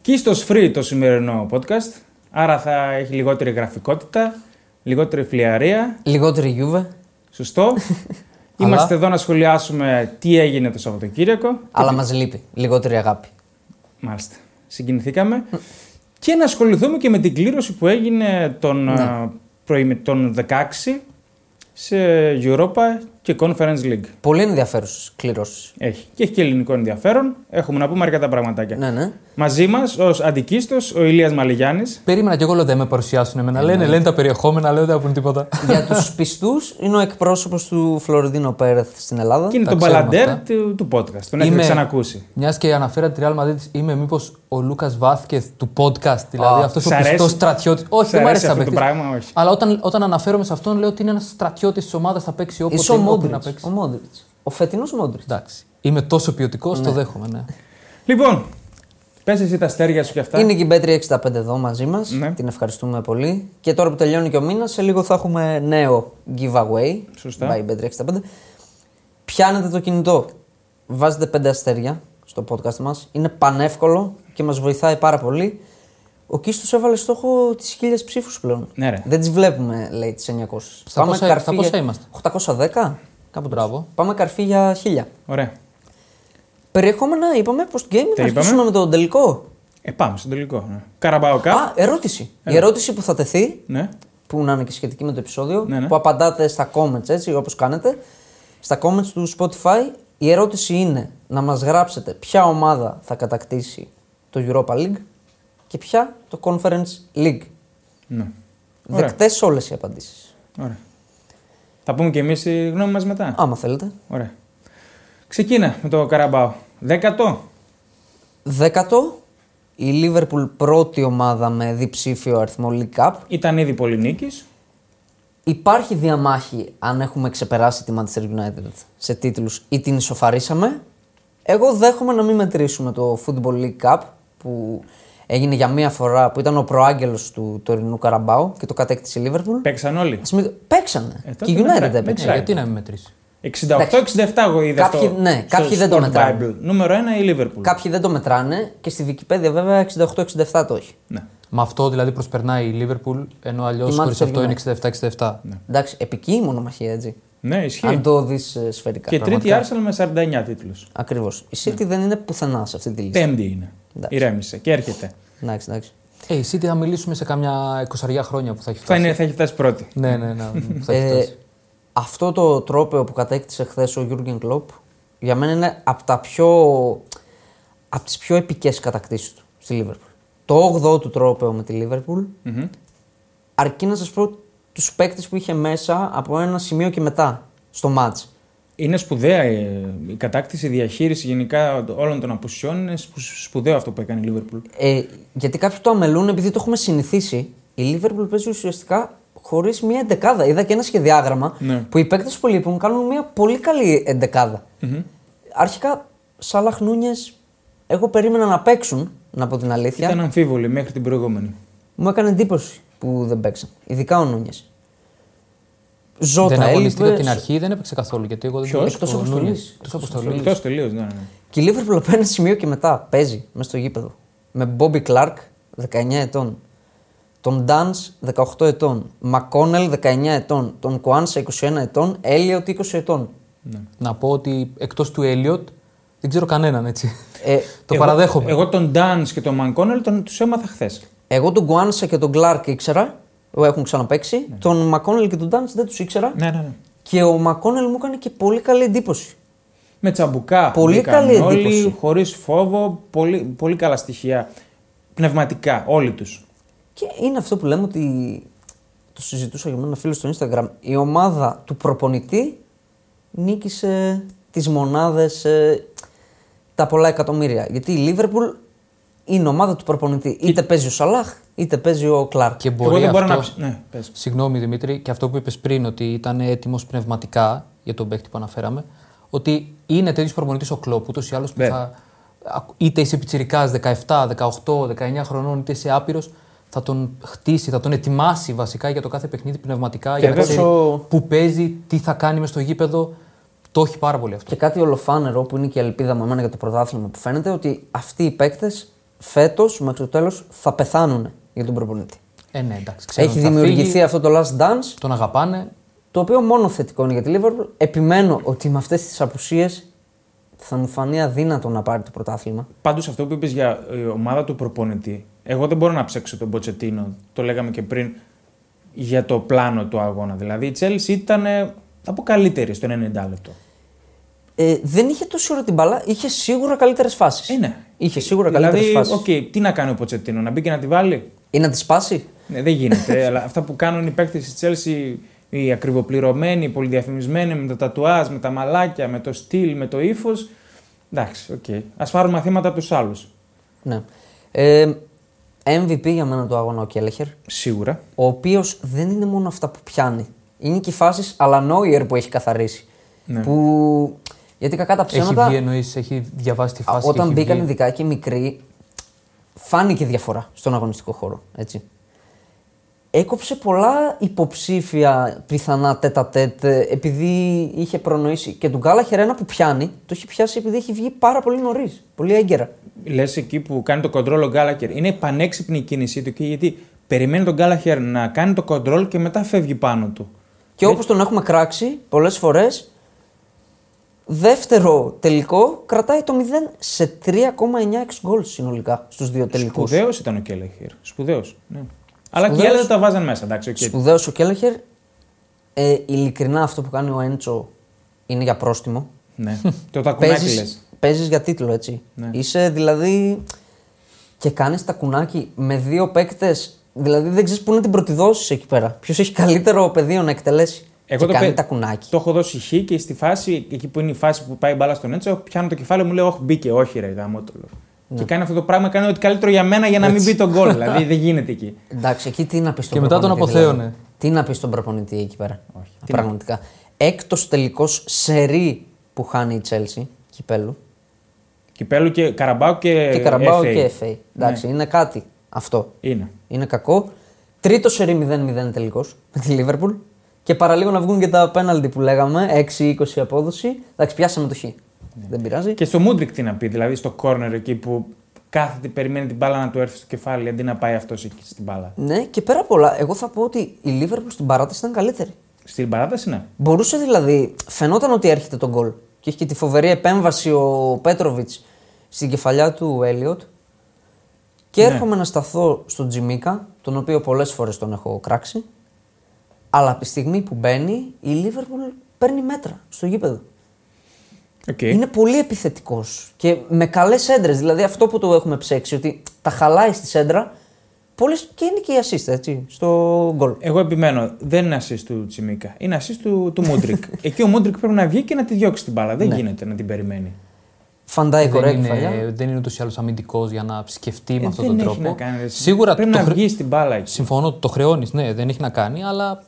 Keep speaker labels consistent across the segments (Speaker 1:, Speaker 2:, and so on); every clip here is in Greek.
Speaker 1: και στο free το σημερινό podcast. Άρα θα έχει λιγότερη γραφικότητα, λιγότερη φλιαρία.
Speaker 2: Λιγότερη Γιούβε.
Speaker 1: Σωστό. Είμαστε εδώ να σχολιάσουμε τι έγινε το Σαββατοκύριακο.
Speaker 2: Αλλά μας λείπει. Λιγότερη αγάπη.
Speaker 1: Μάλιστα. Συγκινηθήκαμε. και να ασχοληθούμε και με την κλήρωση που έγινε τον, ε, πρωί- τον 16 σε Europa και Conference League.
Speaker 2: Πολύ ενδιαφέρουσες κληρώσεις.
Speaker 1: Έχει. Και έχει και ελληνικό ενδιαφέρον. Έχουμε να πούμε αρκετά πραγματάκια.
Speaker 2: Ναι, ναι.
Speaker 1: Μαζί μας, ως αντικίστο, ο Ηλίας Μαλιγιάννης.
Speaker 3: Περίμενα και εγώ λέω δεν με παρουσιάσουν
Speaker 1: Ε,
Speaker 3: εμένα. Λένε,
Speaker 1: ναι.
Speaker 3: λένε τα περιεχόμενα, λέω δεν έχουν τίποτα.
Speaker 2: Για τους πιστούς, είναι ο εκπρόσωπος του Φλωρεντίνο Πέρεθ στην Ελλάδα.
Speaker 1: Και είναι
Speaker 3: τα
Speaker 1: τον
Speaker 3: ξέρουμε
Speaker 1: παλαντέρ
Speaker 3: αυτά.
Speaker 1: του, του podcast. Τον έχουμε
Speaker 3: Είμαι-
Speaker 1: ξανακούσει.
Speaker 3: Μιας και αναφέρατε τη Real Madrid, είμαι μήπως ο Λούκας Βάσκεθ του podcast, δηλαδή
Speaker 2: Α,
Speaker 3: αυτός
Speaker 1: σ'
Speaker 3: ο
Speaker 1: αρέσει-
Speaker 3: πιστό στρατιώτης. Όχι,
Speaker 1: σ'
Speaker 3: δεν μου
Speaker 1: αρέσει
Speaker 3: αρέσει να
Speaker 1: αυτό το
Speaker 3: παίξει.
Speaker 1: πράγμα, όχι.
Speaker 3: Αλλά όταν, όταν αναφέρομαι σε αυτόν, λέω ότι είναι ένας στρατιώτης της ομάδας, θα παίξει όποτε
Speaker 2: Είσαι ο
Speaker 3: όποτε να
Speaker 2: Μόντριτ.
Speaker 3: παίξει.
Speaker 2: Ο, Μόντριτς. ο φετινός Μόντριτ.
Speaker 3: Εντάξει. Είμαι τόσο ποιοτικός, το δέχομαι, ναι.
Speaker 1: Λοιπόν, πες εσύ τα αστέρια σου και αυτά.
Speaker 2: Είναι και η Μπέτρη 65 εδώ μαζί μας.
Speaker 1: Ναι.
Speaker 2: Την ευχαριστούμε πολύ. Και τώρα που τελειώνει και ο μήνας, σε λίγο θα έχουμε νέο giveaway.
Speaker 1: Σωστά.
Speaker 2: By Betri 65. Πιάνετε το κινητό. Βάζετε 5 αστέρια στο podcast μας. Είναι πανεύκολο και μας βοηθάει πάρα πολύ. Ο Κίστος έβαλε στόχο τις 1000 ψήφους πλέον.
Speaker 1: Ναι, ρε.
Speaker 2: Δεν τις βλέπουμε, λέει, τις 900.
Speaker 3: Στα πόσα- στα πόσα είμαστε?
Speaker 2: 810. Κάπου
Speaker 3: Μπράβο.
Speaker 2: Πάμε καρφί για 1000.
Speaker 1: Ωραία.
Speaker 2: Περιεχόμενα είπαμε πώ του game.
Speaker 1: Τα
Speaker 2: Να αρχίσουμε
Speaker 1: είπαμε.
Speaker 2: με τον τελικό.
Speaker 1: Ε, πάμε στο τελικό. Ναι. Καραμπάο Cup.
Speaker 2: Α, ερώτηση. Η ερώτηση που θα τεθεί,
Speaker 1: Ναι.
Speaker 2: που να είναι και σχετική με το επεισόδιο,
Speaker 1: Ναι, ναι.
Speaker 2: που απαντάτε στα comments, έτσι, όπως κάνετε, στα comments του Spotify, η ερώτηση είναι να μας γράψετε ποια ομάδα θα κατακτήσει το Europa League και ποια το Conference League.
Speaker 1: ναι. Ωραία.
Speaker 2: Δεκτές όλες οι απαντήσεις,
Speaker 1: Ωραία. Θα πούμε και εμείς τη γνώμη μας μετά.
Speaker 2: άμα θέλετε.
Speaker 1: Ωραία. Ξεκίνα με το Καραμπάο. Δέκατο.
Speaker 2: Δέκατο, η Liverpool πρώτη ομάδα με διψήφιο αριθμό League Cup.
Speaker 1: Ήταν ήδη πολύ νίκης.
Speaker 2: Υπάρχει διαμάχη αν έχουμε ξεπεράσει τη Manchester United σε τίτλους ή την ισοφαρίσαμε. Εγώ δέχομαι να μην μετρήσουμε το Football League Cup που έγινε για μία φορά που ήταν ο προάγγελος του τωρινού Καραμπάου και το κατέκτησε η Liverpool.
Speaker 1: Παίξαν όλοι.
Speaker 2: Ας μην- Παίξανε.
Speaker 1: Ε, τότε
Speaker 2: και η
Speaker 1: μετράει,
Speaker 2: United έπαιξε.
Speaker 3: Ε,
Speaker 1: μετράει.
Speaker 3: γιατί να με μετρήσει.
Speaker 1: 68-67 εγώ είδα
Speaker 2: Κάποιοι-
Speaker 1: στο,
Speaker 2: ναι,
Speaker 1: στο
Speaker 2: κάποιοι δεν το
Speaker 1: Sport
Speaker 2: μετράνε.
Speaker 1: Bible. Νούμερο 1 η Liverpool.
Speaker 2: Κάποιοι δεν το μετράνε και στη Wikipedia βέβαια 68-67 το έχει.
Speaker 1: Ναι.
Speaker 3: Με αυτό δηλαδή προσπερνάει η Λίβερπουλ, ενώ αλλιώς
Speaker 2: Η
Speaker 3: χωρίς
Speaker 2: Manchester
Speaker 3: αυτό είναι
Speaker 2: United.
Speaker 3: 67-67.
Speaker 2: Εντάξει, επική η μονομαχία έτσι.
Speaker 1: ναι, ισχύει.
Speaker 2: Αν το δεις ε, σφαιρικά.
Speaker 1: Και τρίτη η Arsenal με 49 τίτλους.
Speaker 2: Ακριβώς. Η City δεν είναι πουθενά σε αυτή τη λίστα.
Speaker 1: Πέμπτη είναι.
Speaker 2: Εντάξει.
Speaker 1: Ηρέμησε και έρχεται.
Speaker 2: Εντάξει, εντάξει.
Speaker 3: Ε, η City θα μιλήσουμε σε καμιά 20 χρόνια που θα έχει
Speaker 1: Θα,
Speaker 3: φτάσει.
Speaker 1: είναι, θα έχει φτάσει πρώτη.
Speaker 3: Ναι, ναι, ναι. που θα έχει
Speaker 2: Ε,
Speaker 3: φτάσει.
Speaker 2: αυτό το τρόπαιο που κατέκτησε χθες ο Γιούργεν Κλοπ για μένα είναι από τα πιο. από τις πιο επικές κατακτήσεις του στη Λίβερπουλ. Το 8ο του τρόπαιο με τη λιβερπουλ αρκεί να σας πω τους παίκτες που είχε μέσα από ένα σημείο και μετά στο μάτς.
Speaker 1: Είναι σπουδαία ε, η κατάκτηση, η διαχείριση γενικά όλων των απουσιών. Είναι σπου- σπουδαίο αυτό που έκανε η Liverpool.
Speaker 2: Ε, γιατί κάποιοι το αμελούν επειδή το έχουμε συνηθίσει. Η Λίβερπουλ παίζει ουσιαστικά χωρίς μία εντεκάδα. Είδα και ένα σχεδιάγραμμα
Speaker 1: Ναι.
Speaker 2: που οι παίκτες που λείπουν κάνουν μία πολύ καλή εντεκάδα. Αρχικά, Σάλαχ Νούνιες, εγώ περίμενα να παίξουν, να πω την αλήθεια.
Speaker 1: Ήταν αμφίβολη μέχρι την προηγούμενη.
Speaker 2: Μου έκανε εντύπωση που δεν παίξαν. Ειδικά ο Νούνιες. Ζώτα
Speaker 3: δεν αγωνιστήκε από
Speaker 2: έλειπες.
Speaker 3: την αρχή, δεν έπαιξε καθόλου. Γιατί εγώ δεν
Speaker 1: Ποιος?
Speaker 2: Εκτός αποστολής.
Speaker 3: Εκτό αποστολή.
Speaker 1: Εκτός τελείως, ναι, ναι.
Speaker 2: Και η Λίβερπουλ από ένα σημείο και μετά παίζει μέσα στο γήπεδο. Με Μπόμπι Κλάρκ, 19 ετών. Τον Ντάν, 18 ετών. Μακόνελ, 19 ετών. Τον Κουάνσα, 21 ετών. Έλιοτ, 20 ετών.
Speaker 3: Να πω ότι εκτός του Έλιοτ δεν ξέρω κανέναν έτσι.
Speaker 2: Ε,
Speaker 3: το παραδέχομαι.
Speaker 1: Εγώ τον Ντάν και τον Μανκόνελ τον τους έμαθα χθες.
Speaker 2: εγώ τον Κουάνσα και τον Κλάρκ ήξερα. ε, Έχουν ξαναπέξει. Τον Μακόνελ και τον Ντάν δεν τους ήξερα.
Speaker 1: Ναι, ναι, ναι.
Speaker 2: Και ο Μακόνελ μου έκανε και πολύ καλή εντύπωση.
Speaker 1: Με τσαμπουκά.
Speaker 2: Πολύ
Speaker 1: μπήκαν
Speaker 2: καλή
Speaker 1: όλοι,
Speaker 2: εντύπωση.
Speaker 1: χωρίς φόβο, πολύ, πολύ καλά στοιχεία. Πνευματικά, όλοι τους.
Speaker 2: Και είναι αυτό που λέμε ότι το συζητούσα για με ένα φίλο στο Instagram. Η ομάδα του προπονητή νίκησε τις μονάδες ε, τα πολλά εκατομμύρια. Γιατί η Λίβερπουλ είναι ομάδα του προπονητή. Είτε παίζει ο Σαλάχ, είτε παίζει ο Κλάρκ.
Speaker 3: Και
Speaker 1: Εγώ
Speaker 3: μπορεί
Speaker 1: δεν μπορώ να.
Speaker 3: αυτό...
Speaker 1: ψ- Ναι, πες.
Speaker 3: Συγγνώμη Δημήτρη, και αυτό που είπες πριν, ότι ήταν έτοιμος πνευματικά για τον παίκτη που αναφέραμε, ότι είναι τέτοιος προπονητής ο κλοπ, ούτως ή άλλως
Speaker 2: Ναι.
Speaker 3: που
Speaker 1: Βέβαια.
Speaker 3: θα. είτε είσαι πιτσιρικάς 17, 18, 19 χρονών, είτε είσαι άπειρος, θα τον χτίσει, θα τον ετοιμάσει βασικά για το κάθε παιχνίδι πνευματικά. για να
Speaker 2: βέβαια
Speaker 3: ξέρει
Speaker 2: ο-
Speaker 3: που παίζει, τι θα κάνει μες στο γήπεδο. Το έχει πάρα πολύ αυτό.
Speaker 2: Και κάτι ολοφάνερο που είναι και η ελπίδα μου εμένα για το πρωτάθλημα που φαίνεται ότι αυτοί οι παίκτες φέτος μέχρι το τέλος θα πεθάνουν για τον προπονητή.
Speaker 3: Ε, ναι, εντάξει. ξέρουν
Speaker 2: Έχει
Speaker 3: ότι θα
Speaker 2: δημιουργηθεί
Speaker 3: φύγει,
Speaker 2: αυτό το last dance,
Speaker 3: Τον αγαπάνε.
Speaker 2: το οποίο μόνο θετικό είναι για τη Liverpool. Επιμένω ότι με αυτές τις απουσίες θα μου φανεί αδύνατο να πάρει το πρωτάθλημα.
Speaker 1: Πάντως αυτό που είπες για ε, ομάδα του προπονητή, εγώ δεν μπορώ να ψέξω τον Ποτσετίνο. Το λέγαμε και πριν για το πλάνο του αγώνα. Δηλαδή η Chelsea ήταν, ε, θα πω, καλύτερη στο 90 λεπτό.
Speaker 2: Ε, δεν είχε τόση ώρα την μπαλά, είχε σίγουρα καλύτερες φάσεις.
Speaker 1: Ε, ναι.
Speaker 2: Είχε σίγουρα καλύτερες
Speaker 1: Δηλαδή,
Speaker 2: φάσεις.
Speaker 1: οκ, τι να κάνει ο Ποτσετίνο, να μπει και να τη βάλει.
Speaker 2: Ή να τη σπάσει.
Speaker 1: Ναι, δεν γίνεται. αλλά αυτά που κάνουν οι παίκτες της Chelsea, οι ακριβοπληρωμένοι, οι πολυδιαφημισμένοι, με τα τατουάζ, με τα μαλάκια, με το στυλ, με το ύφος. Εντάξει, οκ. Ας πάρουμε μαθήματα από τους άλλους.
Speaker 2: Ναι. Ε, MVP για μένα του αγώνα ο Κέλεχερ,
Speaker 1: Σίγουρα.
Speaker 2: ο οποίος δεν είναι μόνο αυτά που πιάνει. Είναι και οι φάσεις αλλά Νόιερ που έχει καθαρίσει.
Speaker 1: Ναι.
Speaker 2: Που... Γιατί κακά τα
Speaker 3: Έχει
Speaker 2: ψέματα.
Speaker 3: βγει εννοείς, έχει διαβάσει τη φάση. και
Speaker 2: όταν
Speaker 3: έχει
Speaker 2: μπήκαν
Speaker 3: βγει.
Speaker 2: ειδικά και οι μικροί, φάνηκε διαφορά στον αγωνιστικό χώρο. Έτσι. Έκοψε πολλά υποψήφια πιθανά τέτα τέτ, ε, επειδή είχε προνοήσει. Και τον Γκάλαχερ ένα που πιάνει, το έχει πιάσει επειδή έχει βγει πάρα πολύ νωρίς. Πολύ έγκαιρα.
Speaker 1: Λες εκεί που κάνει το control ο Γκάλαχερ. Είναι πανέξυπνη η κίνησή του και γιατί περιμένει τον Γκάλαχερ να κάνει το control και μετά φεύγει πάνω του.
Speaker 3: Ε.
Speaker 2: Και όπως τον έχουμε κράξει πολλές φορές, δεύτερο τελικό κρατάει το 0 σε 3,9 γκολ συνολικά στους δύο τελικούς.
Speaker 1: Σπουδαίος ήταν ο Κέλεχερ. Σπουδαίος. Ναι. Αλλά και οι
Speaker 2: Σπουδαίος.
Speaker 1: άλλοι δεν τα βάζαν μέσα. Εντάξει, okay.
Speaker 2: Σπουδαίος ο Κέλεχερ. Ε, ειλικρινά αυτό που κάνει ο Έντσο είναι για πρόστιμο.
Speaker 1: ναι. το τακουνάκι λε.
Speaker 2: Παίζεις, παίζεις για τίτλο, έτσι.
Speaker 3: Ναι.
Speaker 2: Είσαι δηλαδή. και κάνεις τα κουνάκι με δύο παίκτες, Δηλαδή δεν ξέρεις πού να την πρωτιδώσει εκεί πέρα. Ποιος έχει καλύτερο πεδίο να εκτελέσει. και κάνει
Speaker 1: πέ-
Speaker 2: τα κουνάκι.
Speaker 1: Το έχω δώσει χ και στη φάση, εκεί που είναι η φάση που πάει η μπάλα στον Έτσο, πιάνω το κεφάλι μου, λέω: Όχι, μπήκε, όχι, ρε γάμο το λέω.
Speaker 2: Ναι.
Speaker 1: Και κάνει αυτό το πράγμα, κάνει ό,τι καλύτερο για μένα για να μην μπει τον γκολ. δηλαδή δεν γίνεται εκεί.
Speaker 2: Εντάξει, εκεί τι να πεις στον
Speaker 3: Και μετά τον
Speaker 2: προπονητή,
Speaker 3: αποθέωνε.
Speaker 2: δηλαδή. Τι να πεις στον προπονητή εκεί πέρα.
Speaker 1: Όχι.
Speaker 2: Α, Πραγματικά. Έκτος τελικός σερί που χάνει η Chelsea κυπέλου.
Speaker 1: Κυπέλο και Καραμπάου και,
Speaker 2: και
Speaker 3: Ε,
Speaker 2: Καραμπάο
Speaker 1: FA.
Speaker 2: και FA. Εντάξει,
Speaker 3: Ναι.
Speaker 2: είναι κάτι αυτό.
Speaker 1: Είναι.
Speaker 2: Είναι κακό. Τρίτο σερί 0-0 τελικός με τη Λίβερπουλ. Και παραλίγο να βγουν και τα πέναλτι που λέγαμε. 6-20 απόδοση. Εντάξει, πιάσαμε το χ. Δεν πειράζει.
Speaker 1: Και στο Μούντρικ τι να πει, δηλαδή στο corner εκεί που κάθεται, περιμένει την μπάλα να του έρθει στο κεφάλι αντί να πάει αυτός εκεί στην μπάλα.
Speaker 2: Ναι, και πέρα απ' όλα, εγώ θα πω ότι η Λίβερπουλ στην παράταση ήταν καλύτερη.
Speaker 1: Στην παράταση, ναι.
Speaker 2: Μπορούσε δηλαδή, φαινόταν ότι έρχεται τον γκολ. Και έχει και τη φοβερή επέμβαση ο Πέτροβιτ στην κεφαλιά του Έλιοτ. Και
Speaker 3: Ναι.
Speaker 2: έρχομαι να σταθώ στον Τζιμίκα, τον οποίο πολλές φορές τον έχω κράξει. Αλλά από τη στιγμή που μπαίνει, η Λίβερπουλ παίρνει μέτρα στο γήπεδο.
Speaker 1: Οκ.
Speaker 3: Ε.
Speaker 2: Είναι πολύ επιθετικός και με καλές έντρες. Δηλαδή αυτό που το έχουμε ψέξει, ότι τα χαλάει στη σέντρα. Πολλές... Και είναι και η assist, έτσι, στο γκολ.
Speaker 1: Εγώ επιμένω, δεν είναι assist του Τσιμίκα. Είναι assist του, του Μούντρικ. εκεί ο Μούντρικ πρέπει να βγει και να τη διώξει την μπάλα. Δεν γίνεται να την περιμένει.
Speaker 2: Φαντάει
Speaker 3: Ε, Δεν
Speaker 2: κορέα κεφαλιά.
Speaker 3: είναι, δεν είναι ούτως ή άλλως αμυντικός για να σκεφτεί με
Speaker 1: Ε,
Speaker 3: αυτόν
Speaker 1: δεν
Speaker 3: τον
Speaker 1: έχει
Speaker 3: τρόπο.
Speaker 1: να κάνει, ρε.
Speaker 3: Σίγουρα
Speaker 1: πρέπει
Speaker 3: το
Speaker 1: να
Speaker 3: χρ-
Speaker 1: βγει στην μπάλα εκεί.
Speaker 3: Συμφωνώ ότι το χρεώνεις, ναι, δεν έχει να κάνει, αλλά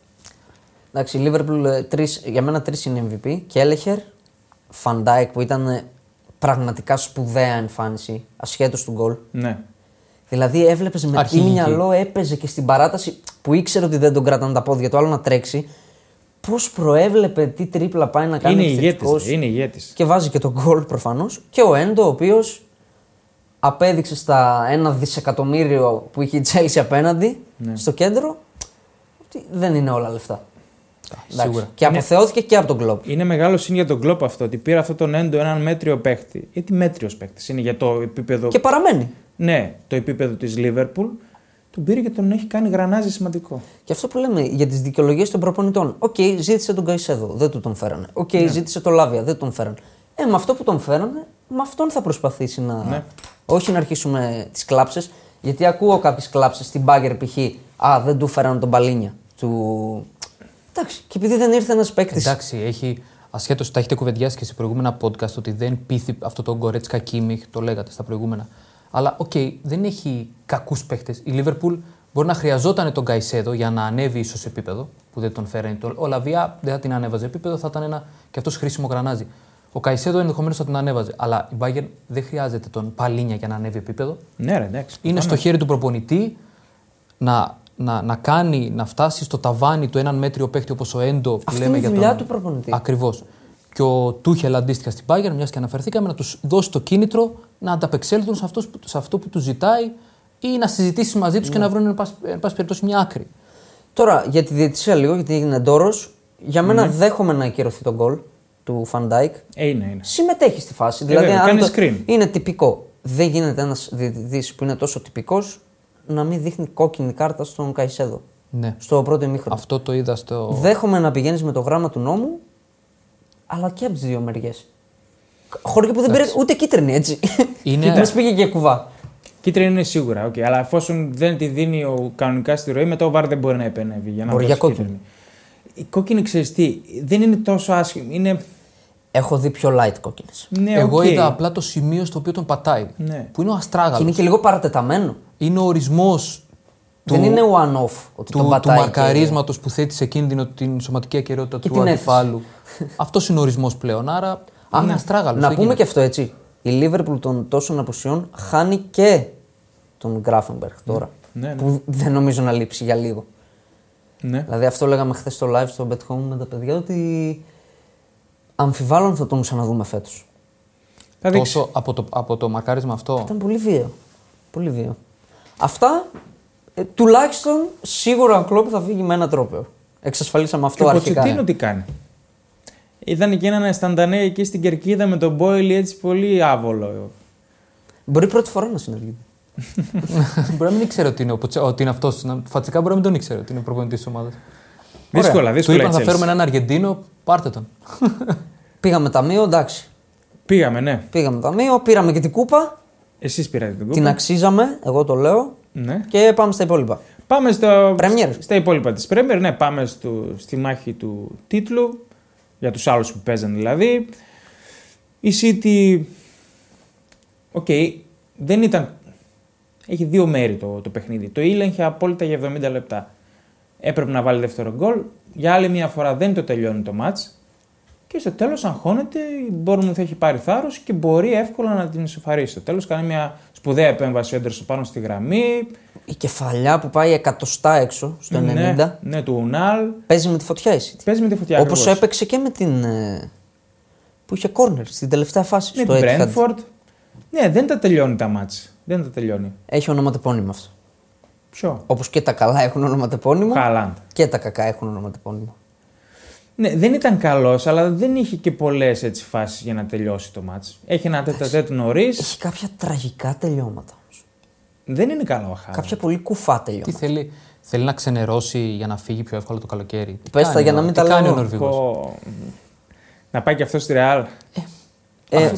Speaker 2: Εντάξει, η Λίβερπουλ ε, τρεις, για μένα τρεις είναι MVP. Κέλεχερ, Φαντάικ που ήταν ε, πραγματικά σπουδαία εμφάνιση, ασχέτως του γκολ.
Speaker 1: Ναι.
Speaker 2: Δηλαδή έβλεπες με τι
Speaker 3: Αρχηγική.
Speaker 2: μυαλό έπαιζε και στην παράταση που ήξερε ότι δεν τον κρατάνε τα πόδια του, άλλο να τρέξει. Πώς προέβλεπε τι τρίπλα πάει να κάνει.
Speaker 1: Είναι ηγέτη.
Speaker 2: επιθετικός.
Speaker 1: Είναι ηγέτης.
Speaker 2: Και βάζει και τον γκολ προφανώς. Και ο Έντο, ο οποίος απέδειξε στα ένα δισεκατομμύριο που είχε η Chelsea απέναντι στο κέντρο ότι δεν είναι όλα λεφτά. Εντάξει.
Speaker 3: σίγουρα.
Speaker 2: Και αποθεώθηκε και από τον κλοπ.
Speaker 1: Είναι μεγάλο συν για τον κλοπ αυτό ότι πήρε αυτόν τον έντο έναν μέτριο παίχτη. Γιατί μέτριος παίχτης είναι για το επίπεδο.
Speaker 2: Και παραμένει.
Speaker 1: Ναι, το επίπεδο της Λίβερπουλ. Τον πήρε και τον έχει κάνει γρανάζι σημαντικό.
Speaker 2: Και αυτό που λέμε για τις δικαιολογίες των προπονητών. Οκ, ζήτησε τον Καϊσέδο, δεν του τον φέρανε. Οκ,
Speaker 3: Ναι.
Speaker 2: ζήτησε τον Λάβια, δεν τον φέρανε. Ε, με αυτό που τον φέρανε, με αυτόν θα προσπαθήσει να.
Speaker 3: Ναι.
Speaker 2: Όχι να αρχίσουμε τις κλάψε, γιατί ακούω κάποιες κλάψε στην Μπάγκερ π.χ. Α, δεν του φέρανε τον Παλίνια. Του. Εντάξει, και επειδή δεν ήρθε ένας παίκτης.
Speaker 3: εντάξει, έχει. Ασχέτως τα έχετε κουβεντιάσει και σε προηγούμενα podcast ότι δεν πείθει αυτό το Γκορέτσκα Κίμιχ, το λέγατε στα προηγούμενα. Αλλά οκ, δεν έχει κακούς παίχτε. Η Λίβερπουλ μπορεί να χρειαζόταν τον Καϊσέδο για να ανέβει ίσως επίπεδο, που δεν τον φέρανε. Το- Ο Λαβιά δεν θα την ανέβαζε επίπεδο, θα ήταν ένα και αυτός χρήσιμο γρανάζι. Ο Καϊσέδο ενδεχομένως θα την ανέβαζε. Αλλά η Μπάγκερ δεν χρειάζεται τον Παλίνια για να ανέβει επίπεδο.
Speaker 1: Ναι, ρε, εντάξει.
Speaker 3: Είναι στο χέρι του προπονητή να, να, να κάνει, να φτάσει στο ταβάνι του έναν μέτριο παίχτη όπως ο Έντο που
Speaker 2: Αυτή
Speaker 3: λέμε
Speaker 2: είναι η
Speaker 3: για
Speaker 2: δουλειά
Speaker 3: τον...
Speaker 2: του προπονητή.
Speaker 3: Ακριβώς. και ο Τούχελ αντίστοιχα στην Bayern, μιας και αναφερθήκαμε, να τους δώσει το κίνητρο να ανταπεξέλθουν σε, αυτός που, σε αυτό που τους ζητάει ή να συζητήσει μαζί τους και
Speaker 2: Ναι.
Speaker 3: να βρουν εν πάση, εν πάση περιπτώσει μια άκρη.
Speaker 2: Τώρα για τη διαιτησία λίγο, γιατί έγινε ντόρος. Για
Speaker 3: Ναι.
Speaker 2: μένα δέχομαι να ακυρωθεί τον γκολ του Φαντάικ.
Speaker 1: Ε, είναι, είναι.
Speaker 2: Συμμετέχει στη
Speaker 3: Ε,
Speaker 2: φάση. Δηλαδή,
Speaker 1: βέβαια,
Speaker 2: αν
Speaker 1: κάνει
Speaker 2: το-
Speaker 1: screen.
Speaker 2: Είναι τυπικό. Δεν γίνεται ένας διαιτητής που είναι τόσο τυπικός να μην δείχνει κόκκινη κάρτα στον Καϊσέδο.
Speaker 3: Ναι.
Speaker 2: Στο πρώτο ημίχρονο.
Speaker 3: Αυτό το είδα στο.
Speaker 2: Δέχομαι να πηγαίνεις με το γράμμα του νόμου, αλλά και από τις δύο μεριές. Χωρί που δεν πήρες ούτε κίτρινη, έτσι.
Speaker 3: Είναι-
Speaker 2: Μας πήγε και κουβά.
Speaker 1: Κίτρινη είναι σίγουρα, okay. αλλά εφόσον δεν τη δίνει ο κανονικά στη ροή, μετά ο Βάρ δεν μπορεί να επενεύει. Για να
Speaker 2: Μπορεί
Speaker 1: δώσει
Speaker 2: για κόκκινη.
Speaker 1: κίτρινη. Η κόκκινη ξέρεις τι, δεν είναι τόσο άσχημη. Είναι.
Speaker 2: Έχω δει πιο light κόκκινες.
Speaker 1: Ναι,
Speaker 3: Εγώ
Speaker 1: οκ.
Speaker 3: είδα απλά το σημείο στο οποίο τον πατάει.
Speaker 1: Ναι.
Speaker 3: Που είναι ο
Speaker 2: Και
Speaker 3: Αστράγαλο.
Speaker 2: είναι και λίγο παρατεταμένο.
Speaker 3: Είναι ο ορισμός του,
Speaker 2: Δεν είναι one-off ότι τον
Speaker 3: του, του
Speaker 2: πατάει. και-
Speaker 3: μαρκαρίσματο που θέτει σε κίνδυνο την σωματική ακαιρεότητα
Speaker 2: Και
Speaker 3: του
Speaker 2: την
Speaker 3: αντιπάλου. Αυτός είναι ο ορισμός πλέον. Άρα. Αν είναι αστράγαλος.
Speaker 2: Ναι. Να πούμε και αυτό έτσι. Η Λίβερπουλ των τόσων απουσιών χάνει και τον Γκράφενμπεργκ τώρα.
Speaker 1: Ναι, ναι.
Speaker 2: Που δεν νομίζω να λείψει για λίγο.
Speaker 1: Ναι.
Speaker 2: Δηλαδή αυτό λέγαμε χθες στο live στο Bet Home με τα παιδιά ότι αμφιβάλλω αν θα τον ξαναδούμε φέτος.
Speaker 1: Θα δείξει.
Speaker 3: Τόσο από το, από το μαρκάρισμα αυτό.
Speaker 2: Ήταν πολύ βίαιο. Πολύ βίαιο. Αυτά ε, τουλάχιστον σίγουρα ο Κλόπ θα φύγει με ένα τρόπο. Εξασφαλίσαμε
Speaker 1: Και
Speaker 2: αυτό
Speaker 1: ο
Speaker 2: αρχικά. ναι.
Speaker 1: Ποτσετίνο τι κάνει. Ήταν και έναν αισθαντανέ εκεί στην κερκίδα με τον Μπόιλ έτσι πολύ άβολο.
Speaker 2: Μπορεί πρώτη φορά να συνεργείται.
Speaker 3: μπορεί να μην ήξερε ότι είναι, ο Ποτσε- ότι είναι αυτός. Φατσικά μπορεί να μην τον ήξερε ότι είναι προπονητής της ομάδας.
Speaker 1: Δύσκολα,
Speaker 3: Του
Speaker 1: δύσκολα.
Speaker 3: είπαν
Speaker 1: η
Speaker 3: θα
Speaker 1: Chelsea.
Speaker 3: φέρουμε έναν Αργεντίνο, πάρτε τον.
Speaker 2: Πήγαμε ταμείο, εντάξει.
Speaker 1: Πήγαμε, ναι.
Speaker 2: Πήγαμε ταμείο, πήραμε και την κούπα.
Speaker 1: Εσείς πήρατε τον
Speaker 2: Την
Speaker 1: κούπα.
Speaker 2: αξίζαμε, εγώ το λέω.
Speaker 1: Ναι.
Speaker 2: Και πάμε στα υπόλοιπα.
Speaker 1: Πάμε στο...
Speaker 2: Premier.
Speaker 1: στα υπόλοιπα της Πρέμιερ. Ναι, πάμε στο... στη μάχη του τίτλου. Για τους άλλους που παίζαν δηλαδή. Η City. Οκ, δεν ήταν. Έχει δύο μέρη το, το παιχνίδι. Το ήλεγχε απόλυτα για 70 λεπτά. Έπρεπε να βάλει δεύτερο γκολ. Για άλλη μια φορά δεν το τελειώνει το μάτς. Και στο τέλος, αγχώνεται, η Μπόρμουθ έχει πάρει θάρρος και μπορεί εύκολα να την ισοφαρίσει. Στο τέλος, κάνει μια σπουδαία επέμβαση ο Έντερσον πάνω στη γραμμή.
Speaker 2: Η κεφαλιά που πάει εκατοστά έξω στο 90
Speaker 1: Ναι, ναι, του Ουνάλ.
Speaker 2: παίζει με τη φωτιά η City.
Speaker 1: Παίζει με τη φωτιά.
Speaker 2: Όπως
Speaker 1: ακριβώς.
Speaker 2: έπαιξε και με την. ε, που είχε corner στην τελευταία φάση.
Speaker 1: με
Speaker 2: στο
Speaker 1: την
Speaker 2: Etihad.
Speaker 1: Brentford. Ναι, δεν τα τελειώνει τα μάτς. Δεν τα τελειώνει.
Speaker 2: Έχει ονοματεπώνυμο αυτό.
Speaker 1: Ποιο.
Speaker 2: Όπως και τα καλά έχουν ονοματεπώνυμο.
Speaker 1: Χάλαντ.
Speaker 2: Και τα κακά έχουν ονοματεπώνυμο.
Speaker 1: Ναι, δεν ήταν καλός, αλλά δεν είχε και πολλές έτσι φάσεις για να τελειώσει το μάτς. Έχει ένα τέτα τέτ νωρίς.
Speaker 2: Έχει κάποια τραγικά τελειώματα όμως.
Speaker 1: Δεν είναι καλό ο Χάλαντ.
Speaker 2: Κάποια πολύ κουφά
Speaker 3: Τι
Speaker 2: τελειώματα.
Speaker 3: θέλει, θέλει να ξενερώσει για να φύγει πιο εύκολα το καλοκαίρι. Τι
Speaker 2: Πες τα
Speaker 3: κάνει
Speaker 2: για
Speaker 3: ο-
Speaker 2: να μην
Speaker 3: τι
Speaker 2: τα λέω
Speaker 3: κάνει ο
Speaker 2: εγώ.
Speaker 3: Νορβηγός.
Speaker 1: Ο- Να πάει και αυτός στη Ρεάλ.
Speaker 2: Ε,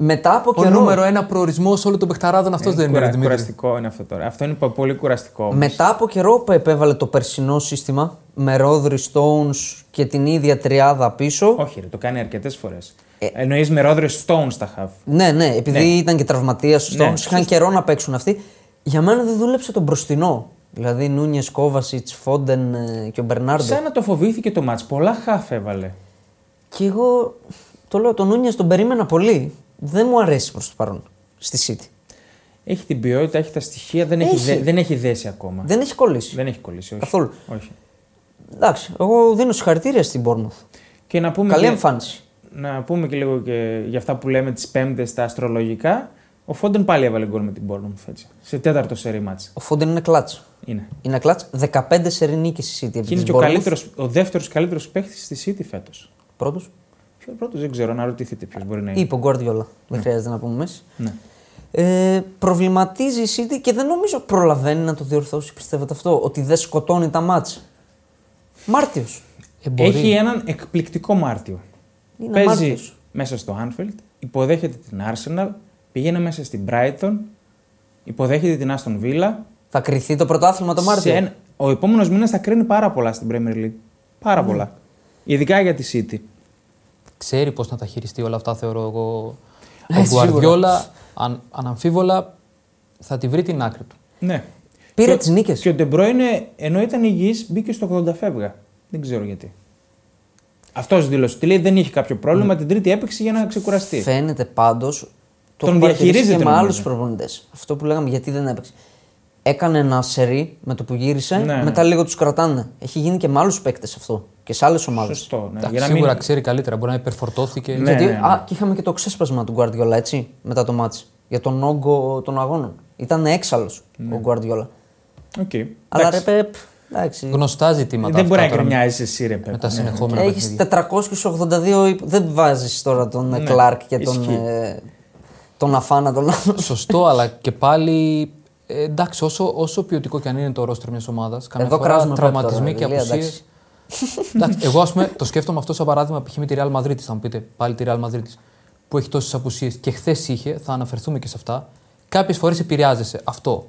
Speaker 2: μετά από
Speaker 3: Ο
Speaker 2: καιρό. Ε,
Speaker 3: νούμερο ένα προορισμός όλων των παιχταράδων αυτός δεν είναι.
Speaker 1: Κουρα-
Speaker 3: ρε Δημήτρη.
Speaker 1: κουραστικό είναι αυτό τώρα. Αυτό είναι πο- πολύ κουραστικό. όμως.
Speaker 2: Μετά από καιρό που επέβαλε το περσινό σύστημα με Ρόδρυ Stones και την ίδια τριάδα πίσω.
Speaker 1: Όχι, ρε, το κάνει αρκετές φορές.
Speaker 3: Ε-
Speaker 1: Εννοείς με Ρόδρε Stones τα χαβ.
Speaker 2: Ναι, ναι, επειδή ήταν και τραυματία ο Stones,
Speaker 1: Ναι,
Speaker 2: είχαν καιρό να παίξουν αυτοί. Για μένα δεν δούλεψε τον μπροστινό. Δηλαδή Νούνιες, Κόβασιτ, Φόντεν ε, και ο Μπερνάρντο.
Speaker 1: Σαν να το φοβήθηκε το μάτς. Πολλά χαφ έβαλε.
Speaker 2: Και εγώ το λέω, τον Νούνιες τον περίμενα πολύ. Δεν μου αρέσει προς το παρόν στη City.
Speaker 1: Έχει την ποιότητα, έχει τα στοιχεία, δεν έχει,
Speaker 2: Έχει.
Speaker 1: δε- δεν έχει δέσει ακόμα.
Speaker 2: Δεν έχει κολλήσει.
Speaker 1: Δεν έχει κολλήσει, όχι.
Speaker 2: Καθόλου.
Speaker 1: Όχι.
Speaker 2: Εντάξει, εγώ δίνω συγχαρητήρια στην Bournemouth.
Speaker 1: Και να πούμε,
Speaker 2: Καλή
Speaker 1: και,
Speaker 2: εμφάνιση.
Speaker 1: να πούμε και λίγο και για αυτά που λέμε τις πέμπτες, τα αστρολογικά. Ο Φόντεν πάλι έβαλε γκολ με την Bournemouth έτσι. Σε τέταρτο σερή μάτς.
Speaker 2: Ο Φόντεν είναι κλάτσο.
Speaker 1: Είναι.
Speaker 2: Είναι κλάτσο. 15 σερή νίκες η City.
Speaker 1: Και είναι και ο, καλύτερος, ο δεύτερος καλύτερος παίχτη στη City φέτος.
Speaker 2: Πρώτος.
Speaker 1: Ποιο πρώτος δεν ξέρω, να ρωτηθείτε ποιος μπορεί να είναι.
Speaker 2: Είπε ο Guardiola. Δεν χρειάζεται να πούμε εμείς.
Speaker 1: Ναι.
Speaker 2: Ε, προβληματίζει η City και δεν νομίζω προλαβαίνει να το διορθώσει. Πιστεύετε αυτό, ότι δεν σκοτώνει τα μάτς. Μάρτιος.
Speaker 3: Ε, μπορεί.
Speaker 1: Έχει έναν εκπληκτικό Μάρτιο.
Speaker 2: Είναι
Speaker 1: Παίζει
Speaker 2: Μάρτιος.
Speaker 1: μέσα στο Anfield, υποδέχεται την Arsenal, πηγαίνει μέσα στην Brighton, υποδέχεται την Aston Villa.
Speaker 2: Θα κρυθεί το πρωτάθλημα το Μάρτιο.
Speaker 1: σε ένα- Ο επόμενος μήνας θα κρίνει πάρα πολλά στην Premier League. Πάρα
Speaker 3: Ναι.
Speaker 1: πολλά. Ειδικά για τη City.
Speaker 3: Ξέρει πώς να τα χειριστεί όλα αυτά, θεωρώ εγώ.
Speaker 2: Ε,
Speaker 3: Ο
Speaker 2: σίγουρα.
Speaker 3: Γκουαρδιόλα, αν, αναμφίβολα, θα τη βρει την άκρη του.
Speaker 1: Ναι.
Speaker 2: Πήρε
Speaker 1: Και-
Speaker 2: τις νίκες.
Speaker 1: Και ο De Bruyne, ενώ ήταν υγιής, μπήκε στο 80 φεύγα. Δεν ξέρω γιατί. Αυτός δήλωσε ότι λέει δεν είχε κάποιο πρόβλημα.
Speaker 3: Ναι.
Speaker 1: Την Τρίτη έπαιξε για να ξεκουραστεί.
Speaker 2: Φαίνεται πάντως. Το
Speaker 1: Τον
Speaker 2: έχω παρατηρήσει
Speaker 1: διαχειρίζεται,
Speaker 2: και με
Speaker 1: νομίζω.
Speaker 2: άλλους προπονητές. Αυτό που λέγαμε γιατί δεν έπαιξε. έκανε ένα σερί με το που γύρισε,
Speaker 1: Ναι,
Speaker 2: μετά λίγο τους κρατάνε. Έχει γίνει και με άλλους παίκτες αυτό και σε άλλες ομάδες.
Speaker 1: Σωστό. Ναι.
Speaker 3: Εντάξει,
Speaker 1: Για να μην...
Speaker 3: σίγουρα ξέρει καλύτερα. Μπορεί να υπερφορτώθηκε.
Speaker 1: Ναι.
Speaker 2: Γιατί, Α, και είχαμε και το ξέσπασμα του Γκουαρδιόλα έτσι, μετά το μάτς, για τον όγκο των αγώνων. Ήταν έξαλλος ο Γκουαρδιόλα.
Speaker 1: Οκ.
Speaker 2: Αλλά
Speaker 1: Ναι.
Speaker 2: ρε
Speaker 1: Εντάξει.
Speaker 2: Πεπ, εντάξει.
Speaker 3: Γνωστά ζητήματα.
Speaker 1: Δεν μπορεί να Ναι.
Speaker 3: αυτά τώρα
Speaker 1: γκρινιάζει εσύ, ρε παιδί.
Speaker 3: με τα συνεχόμενα
Speaker 2: Έχεις 482, υπ- δεν βάζεις τώρα τον ε, Κλάρκ και τον,
Speaker 1: Ναι, ισχύει.
Speaker 2: ε, τον Αφάνα τον άλλο.
Speaker 3: Σωστό, αλλά και πάλι. ε, εντάξει, όσο, όσο ποιοτικό και αν είναι το ρόστρο μιας ομάδας, καμιά
Speaker 2: Εδώ
Speaker 3: φορά
Speaker 2: κράζουμε πρώτα
Speaker 3: τραυματισμοί
Speaker 2: τώρα,
Speaker 3: και
Speaker 2: Ηλία,
Speaker 3: απουσίες.
Speaker 2: εντάξει.
Speaker 3: εγώ ας πούμε, το σκέφτομαι αυτό σαν παράδειγμα π.χ. με τη Real Madrid. Θα μου πείτε πάλι τη Real Madrid που έχει τόσες απουσίες και χθες είχε, θα αναφερθούμε και σε αυτά. Κάποιες φορές επηρεάζεσαι. Αυτό.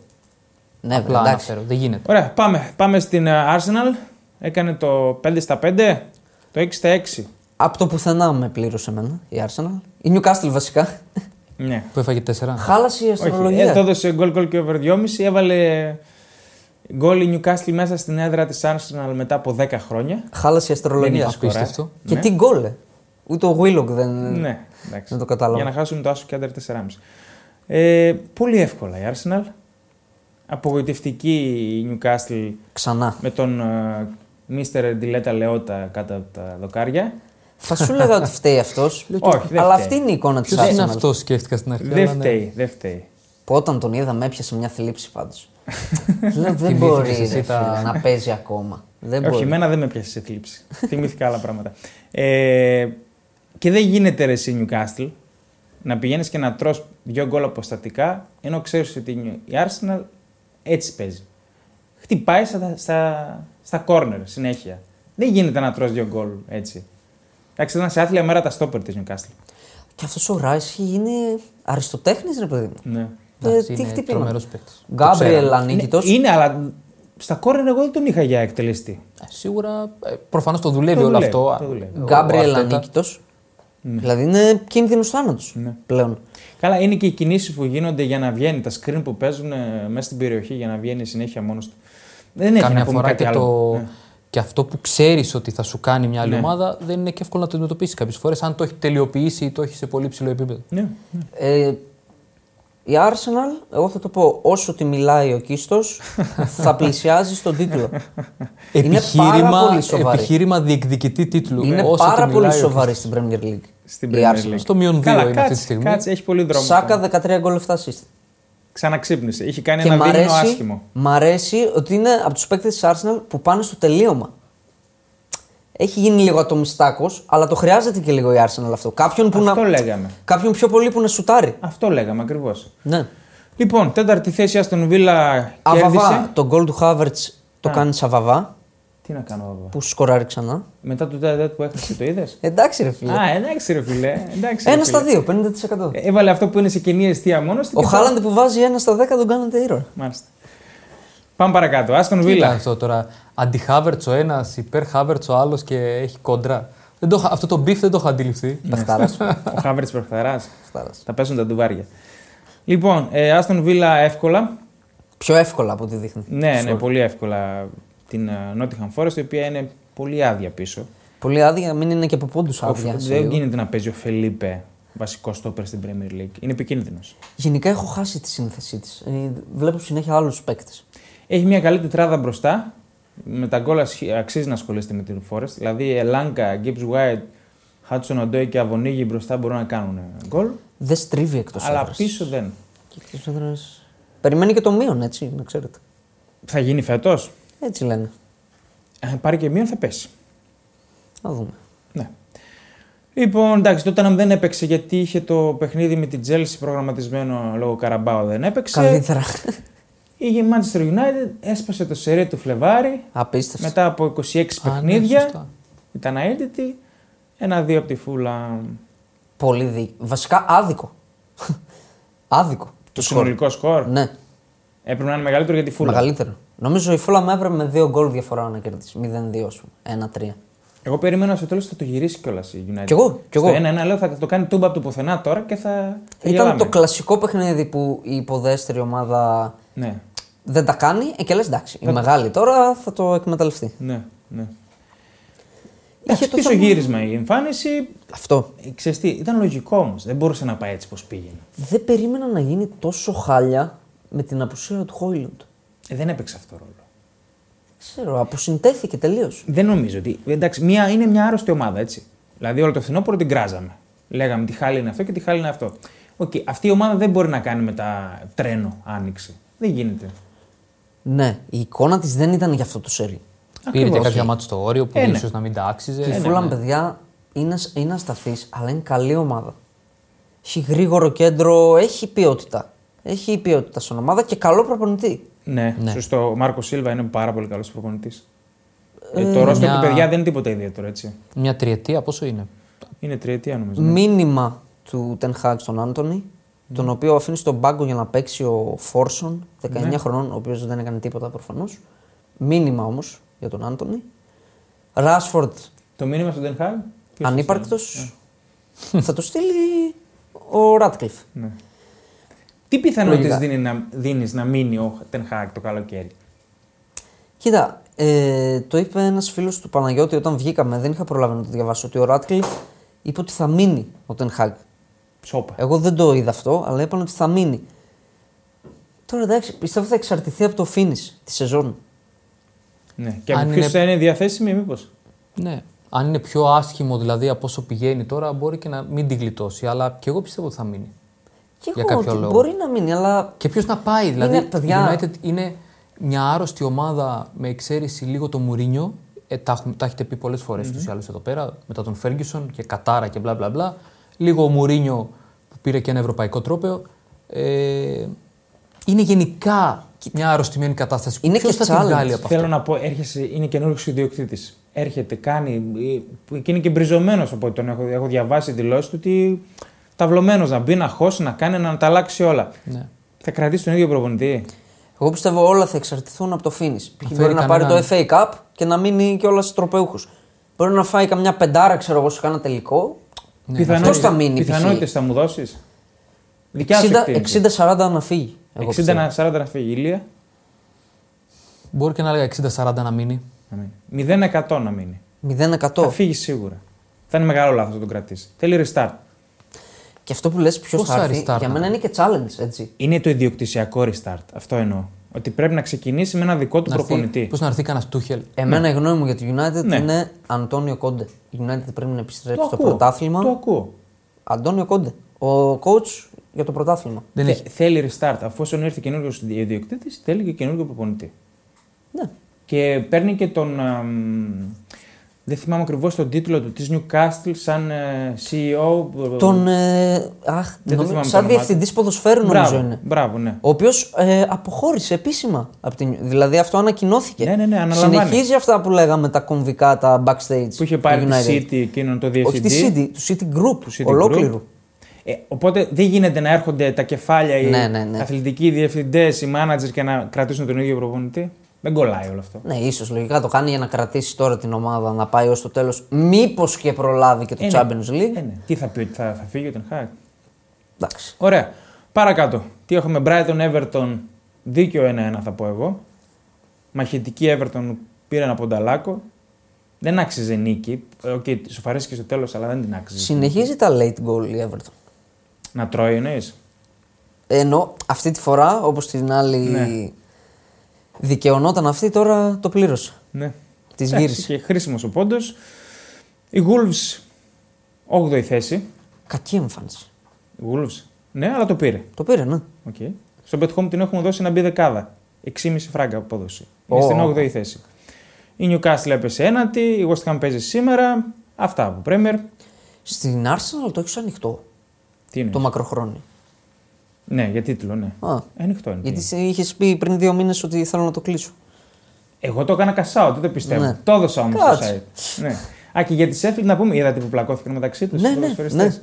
Speaker 2: ναι,
Speaker 3: Απλά
Speaker 2: Απλά, εντάξει.
Speaker 3: αναφέρω. Δεν γίνεται.
Speaker 1: Ωραία, πάμε. Πάμε στην ε, Arsenal. Έκανε το 5 στα 5, το 6 στα 6.
Speaker 2: Από το πουθενά με πλήρωσε εμένα η Arsenal. Η Newcastle βασικά.
Speaker 1: Ναι.
Speaker 3: Που έφαγε 4.
Speaker 2: Χάλασε η
Speaker 1: Όχι,
Speaker 2: αστρολογία.
Speaker 1: ε, το έδωσε γκολ γκολ και over 2,5. Έβαλε γκολ η Newcastle μέσα στην έδρα της Arsenal μετά από 10 χρόνια.
Speaker 2: Χάλασε η
Speaker 1: Δεν
Speaker 2: αστρολογία.
Speaker 1: υπάρχει.
Speaker 3: Απίστευτο.
Speaker 2: Και
Speaker 1: Ναι.
Speaker 2: τι γκολ. ε. Ούτε ο Willock δεν.
Speaker 1: Ναι, εντάξει.
Speaker 2: Δεν Ε, το κατάλαβα.
Speaker 1: Για να χάσουν το άσο και άντερ 4,5. Ε, πολύ εύκολα η Arsenal. Απογοητευτική η Newcastle
Speaker 2: Ξανά.
Speaker 1: με τον ε, Mr. Ντιλέτα Λεότα κάτω από τα δοκάρια.
Speaker 2: Θα σου λέγα ότι φταίει αυτός.
Speaker 1: Όχι, δεν
Speaker 2: Αλλά
Speaker 1: φταίει.
Speaker 2: αυτή είναι η εικόνα της
Speaker 3: Ποιος είναι
Speaker 2: Arsenal.
Speaker 3: αυτός, σκέφτηκα στην αρχή.
Speaker 1: Δεν
Speaker 3: αλλά ναι.
Speaker 1: φταίει, δεν φταίει.
Speaker 2: Που όταν τον είδα, με έπιασε μια θλίψη πάντως. Λέω δεν μπορεί
Speaker 3: εσύ
Speaker 2: ρε,
Speaker 3: τα-
Speaker 2: φίλε, να παίζει ακόμα. Δεν
Speaker 1: Όχι,
Speaker 2: μπορεί.
Speaker 1: εμένα δεν με πιάσε σε θλίψη. Θυμήθηκα άλλα πράγματα. Ε, και δεν γίνεται ρε εσύ Newcastle να πηγαίνεις και να τρως δύο γκολ αποστατικά ενώ ξέρεις ότι η Arsenal έτσι παίζει. Χτυπάει στα, στα, στα corner συνέχεια. Δεν γίνεται να τρως δύο γκολ έτσι. Εντάξει, ήταν σε άθλια μέρα τα στόπερ της Newcastle.
Speaker 2: Και αυτός ο Ράι έχει γίνει αριστοτέχνης, ρε παιδί μου.
Speaker 1: Ναι.
Speaker 2: Ε,
Speaker 3: Εντάξει,
Speaker 2: Τι
Speaker 3: είναι
Speaker 2: χτυπήμα.
Speaker 3: τρομερός παίκτης. Το
Speaker 2: Γκάμπριελ
Speaker 3: ξέραμε.
Speaker 2: ανίκητος.
Speaker 1: Είναι, είναι, αλλά στα corner εγώ δεν τον είχα για εκτελεστή.
Speaker 3: Ε, Σίγουρα προφανώς το δουλεύει
Speaker 1: Το
Speaker 3: όλο
Speaker 1: δουλεύει,
Speaker 3: αυτό.
Speaker 1: το δουλεύει.
Speaker 3: Ο
Speaker 2: Γκάμπριελ
Speaker 3: Αρτέτα. Ναι.
Speaker 2: ανίκητο. Δηλαδή είναι κίνδυνος θάνατο πλέον.
Speaker 1: Καλά, είναι και οι κινήσεις που γίνονται για να βγαίνει, τα screen που παίζουν ε, μέσα στην περιοχή για να βγαίνει συνέχεια μόνος του. Δεν έχει
Speaker 3: Καμιά
Speaker 1: να πούμε
Speaker 3: φορά
Speaker 1: κάτι
Speaker 3: και,
Speaker 1: άλλο.
Speaker 3: το...
Speaker 1: Ναι.
Speaker 3: και αυτό που ξέρεις ότι θα σου κάνει μια άλλη
Speaker 1: Ναι.
Speaker 3: ομάδα δεν είναι και εύκολο να το αντιμετωπίσεις κάποιες φορές. Αν το έχεις τελειοποιήσει ή το έχεις σε πολύ ψηλό επίπεδο.
Speaker 1: Ναι.
Speaker 2: Ε, η Arsenal, εγώ θα το πω, όσο τη μιλάει ο Κίστος, θα πλησιάζει στον τίτλο. είναι πάρα πολύ σοβαρή.
Speaker 3: επιχείρημα διεκδικητή τίτλου.
Speaker 2: Είναι
Speaker 3: Όσο
Speaker 2: πάρα
Speaker 3: τη
Speaker 2: πολύ
Speaker 3: μιλάει ο
Speaker 2: σοβαρή στην Premier League.
Speaker 1: Στην
Speaker 2: η
Speaker 1: Premier
Speaker 2: Arsenal.
Speaker 1: League.
Speaker 3: Στο μείον δύο
Speaker 1: Καλά,
Speaker 3: είναι
Speaker 1: κάτσε,
Speaker 3: αυτή τη στιγμή.
Speaker 1: Κάτσε, έχει πολύ δρόμο. ακόμα.
Speaker 2: Σάκα 13 γκολ 7 assist.
Speaker 1: Ξαναξύπνησε. Είχε κάνει
Speaker 2: Και μ'
Speaker 1: ένα δίμηνο
Speaker 2: αρέσει,
Speaker 1: άσχημο.
Speaker 2: μ' αρέσει ότι είναι από τους παίκτες της Arsenal που πάνε στο τελείωμα. Έχει γίνει λίγο ατομιστάκος, αλλά το χρειάζεται και λίγο η Arsenal αυτό. Κάποιον, που
Speaker 1: Αυτό
Speaker 2: να...
Speaker 1: λέγαμε.
Speaker 2: Κάποιον πιο πολύ που να σουτάρει.
Speaker 1: Αυτό λέγαμε ακριβώς.
Speaker 2: Ναι.
Speaker 1: Λοιπόν, τέταρτη θέση στον Βίλα
Speaker 2: Αβαβά.
Speaker 1: κέρδισε.
Speaker 2: Το γκολ του Χάβερτ το
Speaker 1: Α.
Speaker 2: κάνει Αβαβά
Speaker 1: Τι να κάνω, Αβαβά.
Speaker 2: που σκοράρει ξανά.
Speaker 1: Μετά το τέταρτο που έχασε, το είδες.
Speaker 2: Εντάξει, ρε φίλε.
Speaker 1: Α, εντάξει, ρε φιλέ. Εντάξει, ρε
Speaker 2: Ε.
Speaker 1: φίλε. Ε,
Speaker 2: ένα στα δύο, 50%.
Speaker 1: Έβαλε αυτό που είναι σε κοινή αιστεία μόνος του.
Speaker 2: Ο
Speaker 1: και το-
Speaker 2: Χάλαντ που βάζει ένα στα 10 τον κάνετε ήρωα.
Speaker 1: Μάλιστα. Πάμε παρακάτω. Άστον
Speaker 3: Τι ήταν
Speaker 1: Βίλα.
Speaker 3: αυτό τώρα. Αντιχάβερτ ο ένας, υπέρ Χάβερτ ο άλλος και έχει κόντρα. Δεν το είχα- αυτό το μπιφ δεν το είχα αντιληφθεί.
Speaker 1: Ναι.
Speaker 2: Πεχτάρα.
Speaker 1: Ο Χάβερτ Προχθαρά. Τα παίζουν τα ντουβάρια. Λοιπόν, Άστον Βίλα εύκολα.
Speaker 2: Πιο εύκολα από ό,τι δείχνει.
Speaker 1: Ναι, ναι, πολύ εύκολα την ε, Nottingham Forest, η οποία είναι πολύ άδεια πίσω.
Speaker 2: Πολύ άδεια, μην είναι και από πόντους
Speaker 1: Ο
Speaker 2: άδεια.
Speaker 1: Φ-
Speaker 2: σε
Speaker 1: δεν
Speaker 2: λίγο.
Speaker 1: γίνεται να παίζει ο Φελίπε βασικό στόπερ στην Premier League. Είναι επικίνδυνος.
Speaker 2: Γενικά έχω χάσει τη σύνθεσή της. βλέπω συνέχεια άλλους παίκτες.
Speaker 1: Έχει μια καλή τετράδα μπροστά. Με τα γκολ ασχ- αξίζει να ασχολείστε με την Forest. Δηλαδή, Ελάνκα, Γκίμπς White, Χάτσον Οντόι και Αβωνίγη μπροστά μπορούν να κάνουν ε, γκολ.
Speaker 2: Δεν στρίβει εκτός
Speaker 1: Αλλά πίσω δεν.
Speaker 2: Περιμένει και το μείον, έτσι, να ξέρετε.
Speaker 1: Θα γίνει φέτος.
Speaker 2: Έτσι λένε.
Speaker 1: Πάρει και μείον, θα πέσει.
Speaker 2: Να δούμε.
Speaker 1: Ναι. Λοιπόν, εντάξει, τότε να δεν έπαιξε γιατί είχε το παιχνίδι με την Τζέλση προγραμματισμένο λόγω Καραμπάου δεν έπαιξε.
Speaker 2: Καλύτερα.
Speaker 1: Είχε Manchester United, έσπασε το σερί του Φλεβάρι
Speaker 2: Απίστευτο.
Speaker 1: μετά από 26
Speaker 3: Α, ναι,
Speaker 1: παιχνίδια.
Speaker 3: σωστά.
Speaker 1: ήταν αίτητη. Ένα-δύο από τη φούλα.
Speaker 2: Πολύ δίκαιο. Βασικά άδικο. άδικο.
Speaker 1: Το
Speaker 2: σκορ.
Speaker 1: συνολικό σκορ.
Speaker 2: Ναι,
Speaker 1: Έπρεπε να είναι μεγαλύτερο για τη φούλα.
Speaker 2: μεγαλύτερο. Νομίζω η Φούλα με έπρεπε με δύο γκολ διαφορά να κερδίσει. 0-2 σου. 1-3.
Speaker 1: Εγώ περίμενα στο τέλος θα το γυρίσει κιόλας η United.
Speaker 2: Κι εγώ, κι εγώ.
Speaker 1: Στο ένα-ένα λέω θα το κάνει τούμπα από το πουθενά τώρα και θα. θα
Speaker 2: Ήταν
Speaker 1: γελάμε.
Speaker 2: το κλασικό παιχνίδι που η υποδέστερη ομάδα
Speaker 1: Ναι,
Speaker 2: δεν τα κάνει. Ε, και λες εντάξει, η μεγάλη τώρα θα το εκμεταλλευτεί.
Speaker 1: ναι, ναι.
Speaker 2: Είχε
Speaker 1: Εντάξει,
Speaker 2: το
Speaker 1: πίσω
Speaker 2: θέμα-
Speaker 1: γύρισμα η εμφάνιση.
Speaker 2: Αυτό.
Speaker 1: Ε, Ξέρεις τι, ήταν λογικό όμως. Δεν μπορούσε να πάει έτσι πώ πήγαινε.
Speaker 2: Δεν περίμενα να γίνει τόσο χάλια με την απουσία του Χόιλουντ.
Speaker 1: Ε, δεν έπαιξε αυτό ρόλο.
Speaker 2: Ξέρω, αποσυντέθηκε τελείως.
Speaker 1: Δεν νομίζω ότι. Εντάξει, μία είναι μια άρρωστη ομάδα, έτσι. Δηλαδή, όλο το φθινόπωρο την κράζαμε. Λέγαμε τι χάλι είναι αυτό και τι χάλι είναι αυτό. Οκ, αυτή η ομάδα δεν μπορεί να κάνει μετά τρένο άνοιξη. Δεν γίνεται.
Speaker 2: Ναι, η εικόνα της δεν ήταν για αυτό το σερί.
Speaker 3: Πήρε και
Speaker 1: Ακριβώς.
Speaker 3: κάποια μάτια στο όριο που
Speaker 1: Ε, ναι.
Speaker 3: ίσως να μην τα άξιζε.
Speaker 2: Και η
Speaker 3: Ναι,
Speaker 2: Φούλαμ,
Speaker 3: ναι.
Speaker 2: παιδιά, είναι, ασ- είναι ασταθής, αλλά είναι καλή ομάδα. Έχει γρήγορο κέντρο, έχει ποιότητα. Έχει ποιότητα στην ομάδα και καλό προπονητή.
Speaker 1: Ναι,
Speaker 3: Ναι.
Speaker 1: σωστό. Ο Μάρκος Σίλβα είναι πάρα πολύ καλός προπονητής. Ε, το ρόστο
Speaker 3: μια-
Speaker 1: του παιδιά δεν είναι τίποτα ιδιαίτερο, έτσι.
Speaker 3: Μια τριετία, πόσο είναι.
Speaker 1: Είναι τριετία νομίζω.
Speaker 2: Μήνυμα του Ten Hag στον Άντωνη, τον οποίο αφήνει στον πάγκο για να παίξει ο Φόρσον, 19 χρονών, ο οποίος δεν έκανε τίποτα προφανώς. Μήνυμα όμως για τον Άντωνη. Ράσφορντ
Speaker 1: Το μήνυμα στον Τενχάγ.
Speaker 2: ανύπαρκτο. Θα το στείλει ο Ράτκλιφ.
Speaker 1: Τι πιθανότητες
Speaker 2: Λογικά.
Speaker 1: δίνει να, δίνεις να μείνει ο Τενχάκ το καλοκαίρι.
Speaker 2: Κοίτα, ε, το είπε ένας φίλος του Παναγιώτη όταν βγήκαμε, δεν είχα προλάβει να το διαβάσω, ότι ο Ράτκλιφ είπε ότι θα μείνει ο Ten Hag.
Speaker 1: Σόπα.
Speaker 2: Εγώ δεν το είδα αυτό, αλλά είπαν ότι θα μείνει. Τώρα εντάξει, πιστεύω θα εξαρτηθεί από το finish τη σεζόν.
Speaker 1: Ναι. Και
Speaker 3: Αν
Speaker 1: ποιο
Speaker 3: είναι-
Speaker 1: θα είναι διαθέσιμη, μήπως.
Speaker 3: Ναι. Αν είναι πιο άσχημο δηλαδή από όσο πηγαίνει τώρα, μπορεί και να μην την γλιτώσει. Αλλά και εγώ πιστεύω ότι θα μείνει.
Speaker 2: Και
Speaker 3: Για
Speaker 2: εγώ
Speaker 3: κάποιο
Speaker 2: ότι
Speaker 3: λόγο.
Speaker 2: μπορεί να μείνει, αλλά
Speaker 3: Και ποιος να πάει, δηλαδή.
Speaker 2: Είναι, παιδιά-
Speaker 3: η United είναι μια άρρωστη ομάδα με εξαίρεση λίγο το Μουρίνιο. Ε, τα, έχουμε- τα έχετε πει πολλές φορές mm-hmm. ή άλλω εδώ πέρα. Μετά τον Φέργκισον και Κατάρα και μπλα μπλα μπλα. Λίγο ο Μουρίνιο που πήρε και ένα ευρωπαϊκό τρόπαιο. Ε, είναι γενικά μια αρρωστημένη κατάσταση.
Speaker 2: Είναι
Speaker 3: Ποιος
Speaker 2: και
Speaker 3: θα την
Speaker 2: challenge.
Speaker 3: βγάλει από
Speaker 1: Θέλω
Speaker 3: αυτό.
Speaker 1: να πω, έρχεσαι, είναι καινούριο ιδιοκτήτης. Έρχεται, κάνει. ε, Και είναι και μπριζωμένος από ό,τι τον έχω, έχω διαβάσει δηλώσεις του ότι ταυλωμένος να μπει, να χώσει, να κάνει, να τα αλλάξει όλα.
Speaker 3: Ναι.
Speaker 1: Θα κρατήσει τον ίδιο προπονητή.
Speaker 2: εγώ πιστεύω όλα θα εξαρτηθούν από το finish. Π.χ. μπορεί να πάρει
Speaker 3: κανέναν-
Speaker 2: το FA Cup και να μείνει κιόλας τροπέουχο. Μπορεί να φάει καμιά πεντάρα, ξέρω εγώ, σε κάνα τελικό.
Speaker 3: Ναι,
Speaker 1: Πιθανότητες-
Speaker 2: αυτός Ναι. θα μείνει,
Speaker 1: πιθανότητες
Speaker 2: π.χ.
Speaker 1: θα μου δώσεις. Δικιά σου
Speaker 2: 60,
Speaker 1: εκτίμηση.
Speaker 2: 60-40 να φύγει. εγώ
Speaker 1: 60
Speaker 2: πιστεύω.
Speaker 1: να 40 να φύγει η Ηλία.
Speaker 3: Μπορεί και να έλεγα 60-40 να μείνει.
Speaker 1: να μείνει. 0% να μείνει.
Speaker 2: 0%.
Speaker 1: Θα φύγει σίγουρα. Θα είναι μεγάλο λάθος να τον κρατήσει. Θέλει restart.
Speaker 2: Και αυτό που λες ποιο
Speaker 3: Πώς
Speaker 2: θα
Speaker 3: θα
Speaker 2: έρθει,
Speaker 3: restart
Speaker 2: για
Speaker 3: να
Speaker 2: μένα είναι και challenge, έτσι.
Speaker 1: Είναι το ιδιοκτησιακό restart. Αυτό εννοώ. Ότι πρέπει να ξεκινήσει με ένα δικό του προπονητή.
Speaker 3: Πώς να έρθει κανένας Τούχελ.
Speaker 2: Εμένα η γνώμη μου για τη United
Speaker 1: Ναι.
Speaker 2: είναι Αντώνιο Κόντε. Η United πρέπει να επιστρέψει
Speaker 1: Το
Speaker 2: στο
Speaker 1: ακούω.
Speaker 2: πρωτάθλημα.
Speaker 1: Το ακούω.
Speaker 2: Αντώνιο Κόντε. Ο coach για το πρωτάθλημα.
Speaker 3: Δεν
Speaker 1: Θε-
Speaker 3: έχει.
Speaker 1: Θέλει restart. Αφού έρθει καινούριο ιδιοκτήτης, θέλει και καινούριο προπονητή.
Speaker 2: Ναι.
Speaker 1: Και παίρνει και τον. αμ, δεν θυμάμαι ακριβώς τον τίτλο του της Newcastle σαν ε, CEO.
Speaker 2: Τον. Ε, αχ,
Speaker 1: το θυμάμαι το
Speaker 2: νομίζω, σαν
Speaker 1: όνομά του.
Speaker 2: διευθυντής ποδοσφαίρου νομίζω
Speaker 1: Μπράβο,
Speaker 2: είναι.
Speaker 1: μπράβο, ναι.
Speaker 2: Ο οποίος ε, αποχώρησε επίσημα. Από την... Δηλαδή αυτό ανακοινώθηκε.
Speaker 1: Ναι, ναι, ναι, αναλαμβάνει.
Speaker 2: Συνεχίζει αυτά που λέγαμε τα κομβικά, τα backstage.
Speaker 1: Που είχε πάρει
Speaker 2: του
Speaker 1: τη
Speaker 2: United.
Speaker 1: City εκείνον το διευθυντή.
Speaker 2: Όχι τη City, του City Group.
Speaker 1: του City
Speaker 2: ολόκληρου.
Speaker 1: Group. Ε, οπότε δεν γίνεται να έρχονται τα κεφάλια, οι
Speaker 2: Ναι, ναι, ναι.
Speaker 1: αθλητικοί διευθυντές, οι μάνατζερ και να κρατήσουν τον ίδιο προπονητή. Δεν κολλάει όλο αυτό.
Speaker 2: Ναι, ίσως λογικά το κάνει για να κρατήσει τώρα την ομάδα να πάει ως το τέλος. Μήπως και προλάβει και το
Speaker 1: Ε, ναι.
Speaker 2: Champions League.
Speaker 1: Ε, ναι. Τι θα πει ότι θα, θα φύγει ο Ten Hag.
Speaker 2: Εντάξει.
Speaker 1: Ωραία. Παρακάτω. Τι έχουμε, Brighton Everton. Δίκιο 1-1 θα πω εγώ. Μαχητική Everton πήρε ένα πονταλάκο. Δεν άξιζε νίκη. Ε, Οκ, σοφαρίστηκε στο τέλος, αλλά δεν την άξιζε.
Speaker 2: Mm-hmm. Συνεχίζει τα late goal η Everton.
Speaker 1: Να τρώει, εννοείς.
Speaker 2: Ενώ αυτή τη φορά, όπως την άλλη,
Speaker 1: Ναι.
Speaker 2: δικαιωνόταν αυτή, τώρα το πλήρωσε.
Speaker 1: Ναι.
Speaker 2: Της
Speaker 1: Εντάξει,
Speaker 2: γύρισε.
Speaker 1: Και χρήσιμος ο πόντος. Οι Wolves, 8η θέση.
Speaker 2: Κακή εμφάνιση.
Speaker 1: Οι Wolves. Ναι, αλλά το πήρε.
Speaker 2: Το πήρε, ναι.
Speaker 1: Okay. Στο Bet Home την έχουμε δώσει να μπει δεκάδα. 6,5 φράγκα απόδοση. Είναι
Speaker 2: Ω.
Speaker 1: στην 8η θέση. Η Newcastle έπεσε ένατη, η West Ham παίζει σήμερα. Αυτά από Premier.
Speaker 2: Στην Arsenal το έχεις ανοιχτό
Speaker 1: Τι είναι.
Speaker 2: το μακροχρόνιο.
Speaker 1: Ναι, για τίτλο, ναι.
Speaker 2: Α,
Speaker 1: Ανοιχτό είναι.
Speaker 2: γιατί είχες πει πριν δύο μήνες ότι θέλω να το κλείσω.
Speaker 1: Εγώ το έκανα κασάο, δεν το πιστεύω.
Speaker 2: Ναι.
Speaker 1: Το έδωσα όμως στο
Speaker 2: Κάτσε.
Speaker 1: site. ναι. Α, και για τη Sheffield να πούμε, είδατε που πλακώθηκαν μεταξύ τους.
Speaker 2: Ναι, ναι, ναι.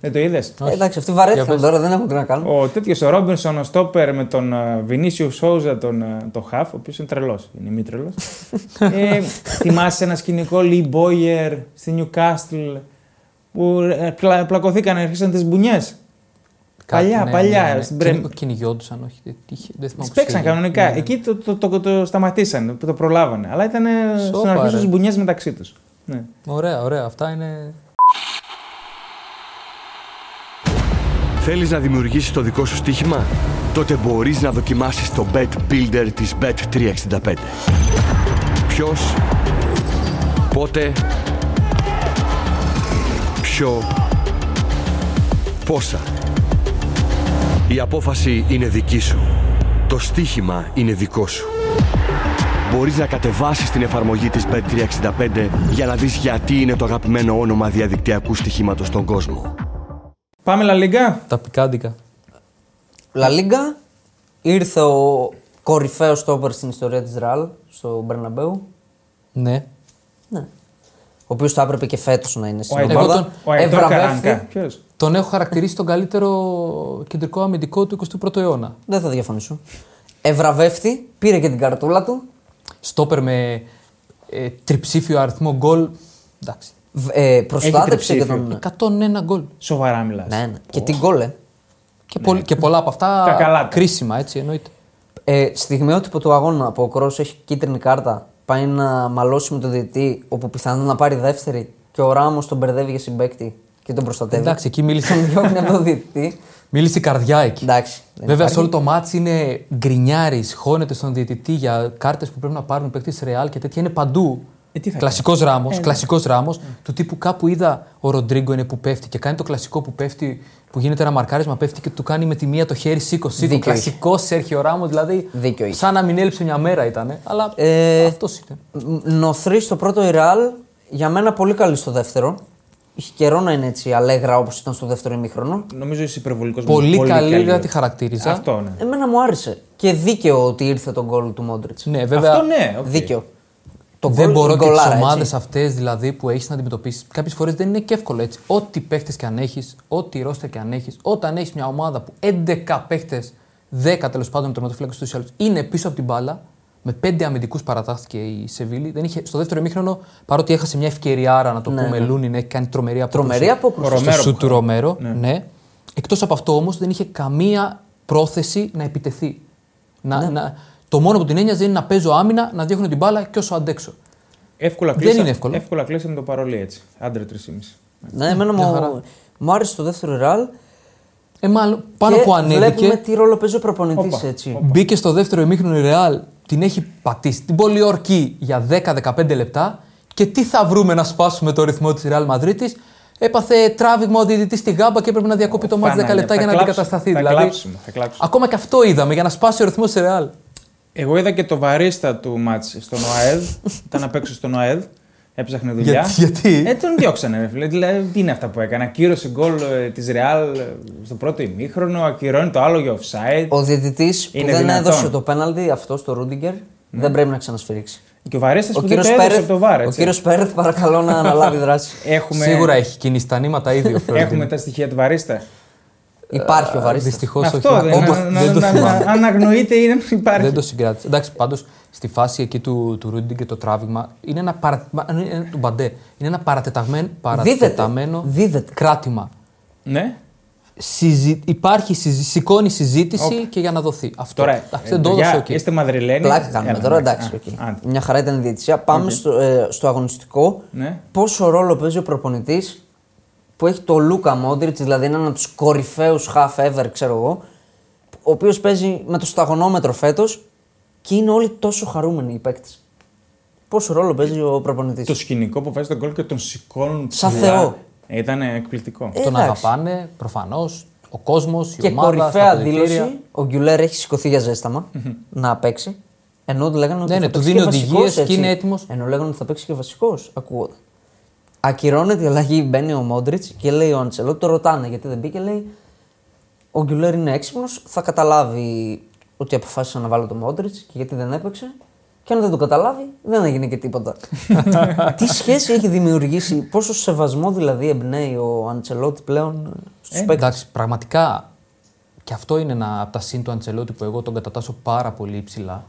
Speaker 1: Δεν το είδες.
Speaker 2: Ε, εντάξει, αυτοί βαρέθηκαν
Speaker 3: πες.
Speaker 2: τώρα, δεν έχουν τι να κάνουν.
Speaker 1: Ο τέτοιος ο Ρόμπινσον, ο Στόπερ με τον Βινίσιου Σόουζα, τον, ε, τον Χαφ, ο οποίος είναι τρελός. Είναι μη τρελό. ε, θυμάσαι ένα σκηνικό Λι Μπόιερ στη Νιουκάστλ που ε, πλα- πλακωθήκαν, αρχίσαν τις μπουνιές. Παλιά,
Speaker 3: ναι,
Speaker 1: παλιά, στην Πρέμ-
Speaker 3: Κυνη- Κυνηγιόντουσαν, όχι. Δεν, τύχε- δεν θυμάμαι.
Speaker 1: Τι
Speaker 3: πώς
Speaker 1: παίξαν
Speaker 3: έγινε.
Speaker 1: κανονικά.
Speaker 3: Ναι, ναι.
Speaker 1: Εκεί το, το, το, το σταματήσαν, το προλάβανε. Αλλά ήταν
Speaker 3: Σόπα,
Speaker 1: στον αρχίσουν
Speaker 3: ρε.
Speaker 1: τι μπουνιές μεταξύ τους. Ναι.
Speaker 3: Ωραία, ωραία. Αυτά είναι.
Speaker 4: Θέλεις να δημιουργήσεις το δικό σου στοίχημα? Τότε μπορείς να δοκιμάσεις το Bet Builder της Bet365. Ποιος, πότε, ποιο, πόσα. Η απόφαση είναι δική σου. Το στοίχημα είναι δικό σου. Μπορείς να κατεβάσεις την εφαρμογή της Bet365 για να δεις γιατί είναι το αγαπημένο όνομα διαδικτυακού στοιχήματος στον κόσμο.
Speaker 1: Πάμε La Liga.
Speaker 3: Τα πικάντικα.
Speaker 2: Λα Λίγκα, ήρθε ο κορυφαίος στόπερ στην ιστορία της Ραλ, στο Μπερναμπέου.
Speaker 3: Ναι.
Speaker 2: Ναι. Ο οποίος θα έπρεπε και φέτος να είναι στην
Speaker 1: Αϊτόρ-
Speaker 3: Εγώ
Speaker 2: ομάδα.
Speaker 3: τον-
Speaker 1: Ο Αϊτόρ
Speaker 2: Ευραβεύθη.
Speaker 1: Καράνκα. Ποιος?
Speaker 3: Τον έχω χαρακτηρίσει τον καλύτερο κεντρικό αμυντικό του 21ου αιώνα.
Speaker 2: Δεν θα διαφωνήσω. Ευραβεύτη, πήρε και την καρτούλα του.
Speaker 3: Στόπερ με ε, τριψήφιο αριθμό γκολ. Εντάξει.
Speaker 2: Β- Ε, προστάτεψε και
Speaker 1: τριψήφιο.
Speaker 2: τον.
Speaker 3: 101 γκολ.
Speaker 1: Σοβαρά μιλάς.
Speaker 2: Ναι, ναι. Και την γκολε.
Speaker 3: Και, πολλ- και πολλά από αυτά
Speaker 1: Ναι. Τα καλά του.
Speaker 3: κρίσιμα, έτσι εννοείται.
Speaker 2: Ε, στιγμιότυπο του αγώνα που ο Κρός έχει κίτρινη κάρτα, πάει να μαλώσει με τον διαιτητή, όπου πιθανόν να πάρει δεύτερη και ο Ράμος τον μπερδεύει για συμπέκτη και τον προστατεύει.
Speaker 3: Εντάξει, εκεί μίλησε,
Speaker 2: Τον διώχνει από τον διαιτητή.
Speaker 3: μίλησε η καρδιά εκεί.
Speaker 2: Εντάξει. δεν
Speaker 3: Βέβαια,
Speaker 2: υπάρχει.
Speaker 3: σε όλο το μάτι είναι γκρινιάρης, χώνεται στον διαιτητή για κάρτες που πρέπει να πάρουν παίκτη ρεάλ και τέτοια. Είναι παντού.
Speaker 1: Ε, τι θα
Speaker 3: Κλασικός ράμο, κλασικός ράμος, του τύπου κάπου είδα ο Ροντρίγκο είναι που πέφτει και κάνει το κλασικό που πέφτει, που γίνεται ένα μαρκάρισμα, πέφτει και του κάνει με τη μία το χέρι σήκω σήκω.
Speaker 2: Δίκιο
Speaker 3: Κλασικό Σέρχιο Ράμος, δηλαδή.
Speaker 2: Δίκιο είχε.
Speaker 3: σαν να μην έλειψε μια μέρα ήταν. Αλλά
Speaker 2: Ε,
Speaker 3: αυτός είναι.
Speaker 2: Νοθρή στο πρώτο η Ρεάλ, για μένα πολύ καλή στο δεύτερο. Είχε καιρό να είναι έτσι αλέγρα όπως ήταν στο δεύτερο ημίχρονο.
Speaker 1: Νομίζω είσαι υπερβολικός. με
Speaker 3: Πολύ, καλή,
Speaker 1: καλή.
Speaker 3: δεν τη χαρακτήριζα.
Speaker 1: Αυτό ναι.
Speaker 2: Εμένα μου άρεσε. Και δίκαιο ότι ήρθε τον γκολ του Μόντριτ.
Speaker 3: Ναι, βέβαια.
Speaker 1: Αυτό ναι. οκ.
Speaker 2: Δίκαιο. Το
Speaker 3: δεν
Speaker 2: γκολ-
Speaker 3: μπορώ
Speaker 2: η
Speaker 3: και τις
Speaker 2: γκολάρα,
Speaker 3: ομάδε
Speaker 2: έτσι.
Speaker 3: αυτές δηλαδή που έχεις να αντιμετωπίσεις. Κάποιες φορές δεν είναι και εύκολο έτσι. Ό,τι παίχτες και αν έχεις, ό,τι ρόστερ και αν έχεις, όταν έχεις μια ομάδα που 11 παίχτε, 10 τέλος πάντων με τερματοφύλακε του άλλου, είναι πίσω από την μπάλα, με 5 αμυντικούς παρατάχθηκε η Σεβίλη. Δεν είχε, στο δεύτερο ημίχρονο, παρότι έχασε μια ευκαιρία άρα να
Speaker 2: Ναι,
Speaker 3: το πούμε, Λούνιν έχει κάνει τρομερή απόκριση.
Speaker 2: Τρομερή απόκριση.
Speaker 1: Ο
Speaker 3: Στο
Speaker 1: Ρομέρο
Speaker 3: σουτ
Speaker 1: που
Speaker 3: του Ρομέρο. Ναι. Εκτός από αυτό όμως δεν είχε καμία πρόθεση να επιτεθεί. Να,
Speaker 2: Ναι.
Speaker 3: να, το μόνο που την ένοιαζε είναι να παίζω άμυνα, να διώχνω την μπάλα και όσο αντέξω.
Speaker 1: Εύκολα
Speaker 3: Δεν
Speaker 1: κλείσα-
Speaker 3: είναι εύκολο.
Speaker 1: Εύκολα κλείσαμε το παρολί έτσι. Άντρε 3,5.
Speaker 2: Ναι, εμένα μου, μου άρεσε το δεύτερο η Ρεάλ.
Speaker 3: Ε, μάλλον πάνω
Speaker 2: και
Speaker 3: που
Speaker 2: Βλέπουμε
Speaker 3: ανέβηκε,
Speaker 2: τι ρόλο παίζει ο προπονητής
Speaker 1: Όπα,
Speaker 2: έτσι.
Speaker 3: μπήκε στο δεύτερο ημίχρονο η Ρεάλ, την έχει πατήσει την πολιορκή για 10-15 λεπτά και τι θα βρούμε να σπάσουμε το ρυθμό της Ρεάλ Μαδρίτης. Έπαθε τράβηγμα ο διαιτητής στη γάμπα και έπρεπε να διακόπει το μάτι 10
Speaker 1: Παναγία,
Speaker 3: λεπτά
Speaker 1: θα
Speaker 3: για να
Speaker 1: κλάψουμε,
Speaker 3: αντικατασταθεί.
Speaker 1: θα
Speaker 3: δηλαδή,
Speaker 1: κλάψουμε, θα κλάψουμε.
Speaker 3: Ακόμα και αυτό είδαμε για να σπάσει ο ρυθμός της Ρεάλ.
Speaker 1: Εγώ είδα και το βαρίστα του μάτς στον ΟΑΕΔ. Ήταν να παίξω στον ΟΑΕΔ. Έψαχνε δουλειά.
Speaker 3: Γιατί- γιατί?
Speaker 1: Ε, τον διώξανε. Ρε, φίλε. Δηλαδή, τι είναι αυτά που έκανε. Ακύρωσε γκολ ε, της Ρεάλ ε, στο πρώτο ημίχρονο. Ακυρώνει το άλλο για offside.
Speaker 2: Ο διαιτητής που
Speaker 1: Είναι
Speaker 2: δεν
Speaker 1: δυνατόν. Ναι.
Speaker 2: έδωσε το πέναλτι αυτός στο Ρούντιγκερ δεν πρέπει να ξανασφυρίξει.
Speaker 1: Και ο βαρίστα
Speaker 2: Ο
Speaker 1: που δεν
Speaker 2: κύριος
Speaker 1: το έδωσε από
Speaker 2: Πέρεθ,
Speaker 1: το βάρ.
Speaker 2: ο
Speaker 1: έτσι.
Speaker 2: κύριος Πέρεθ, παρακαλώ να αναλάβει δράση.
Speaker 1: Έχουμε...
Speaker 3: Σίγουρα έχει κινήσει τα νήματα ήδη ο Φρόντιν.
Speaker 1: Έχουμε τα στοιχεία του βαρίστα. Ε,
Speaker 2: Υπάρχει ο Βαρίστας.
Speaker 3: Δυστυχώ όχι.
Speaker 1: Αυτό δεν,
Speaker 3: Όπως-
Speaker 1: να- να-
Speaker 3: δεν το
Speaker 1: να-
Speaker 3: θυμάμαι.
Speaker 1: να- Αναγνωρείται ή δεν υπάρχει.
Speaker 3: Δεν το συγκράτησε. Εντάξει, πάντως στη φάση εκεί του, του Ρούντιν και το τράβηγμα είναι ένα, παρα, μα- είναι ένα- του Μπαντέ. Είναι ένα παρατεταγμένο, παρατεταμένο
Speaker 2: Δίδεται.
Speaker 3: κράτημα.
Speaker 1: Ναι.
Speaker 3: Συζη, υπάρχει, συζη, σηκώνει συζήτηση και για να δοθεί. Αυτό.
Speaker 1: Τώρα,
Speaker 3: Εντάξει,
Speaker 1: ε,
Speaker 3: δεν το
Speaker 1: παιδιά,
Speaker 3: έδωσε ο κύριος.
Speaker 1: Είστε Μαδριλένοι.
Speaker 2: Πλάκα κάνουμε
Speaker 1: Έλα,
Speaker 2: τώρα,
Speaker 1: εντάξει,
Speaker 2: εντάξει.
Speaker 1: α,
Speaker 2: οκ.
Speaker 1: άντε.
Speaker 2: Μια χαρά ήταν η διαιτησία. Πάμε στο, ε, στο αγωνιστικό.
Speaker 1: Ναι.
Speaker 2: Πόσο ρόλο παίζει ο προπονητής που έχει το Λούκα Μόντριτ, δηλαδή είναι ένα από τους κορυφαίους half ever, ξέρω εγώ, ο οποίος παίζει με το σταγονόμετρο φέτος και είναι όλοι τόσο χαρούμενοι οι παίκτες. Πόσο ρόλο παίζει ο προπονητής.
Speaker 1: Το σκηνικό που βάζει τον κόλ και τον σηκώνουν
Speaker 2: Σαν
Speaker 1: ψηλά.
Speaker 2: Θεό.
Speaker 1: Ήταν εκπληκτικό.
Speaker 2: Ε,
Speaker 3: Τον
Speaker 2: εντάξει.
Speaker 3: αγαπάνε προφανώς ο κόσμος, η
Speaker 2: Και
Speaker 3: ομάδα.
Speaker 2: κορυφαία
Speaker 3: στα αποδητήρια.
Speaker 2: δήλωση, ο Γκιουλέρ έχει σηκωθεί για ζέσταμα να παίξει. Ενώ του λέγανε ότι
Speaker 3: Ναι, ναι,
Speaker 2: θα
Speaker 3: του
Speaker 2: παίξει
Speaker 3: δίνει
Speaker 2: και βασικός,
Speaker 3: οδηγίες
Speaker 2: έτσι.
Speaker 3: και είναι έτοιμος.
Speaker 2: Ενώ λέγανε ότι θα παίξει και βασικός, ακούγοντας. Ακυρώνεται η αλλαγή, μπαίνει ο Μόντριτ και λέει ο Αντσελότη, το ρωτάνε γιατί δεν μπήκε, λέει Ο Γκιουλέρ είναι έξυπνος, θα καταλάβει ότι αποφάσισα να βάλω τον Μόντριτ και γιατί δεν έπαιξε. Και αν δεν το καταλάβει, δεν έγινε και τίποτα. Τι σχέση έχει δημιουργήσει, πόσο σεβασμό δηλαδή εμπνέει ο Αντσελότη πλέον
Speaker 1: ε.
Speaker 2: ε, στου παίκτε.
Speaker 3: Ε, Εντάξει, πραγματικά και αυτό είναι ένα από τα σύν του Αντσελότη που εγώ τον κατατάσσω πάρα πολύ υψηλά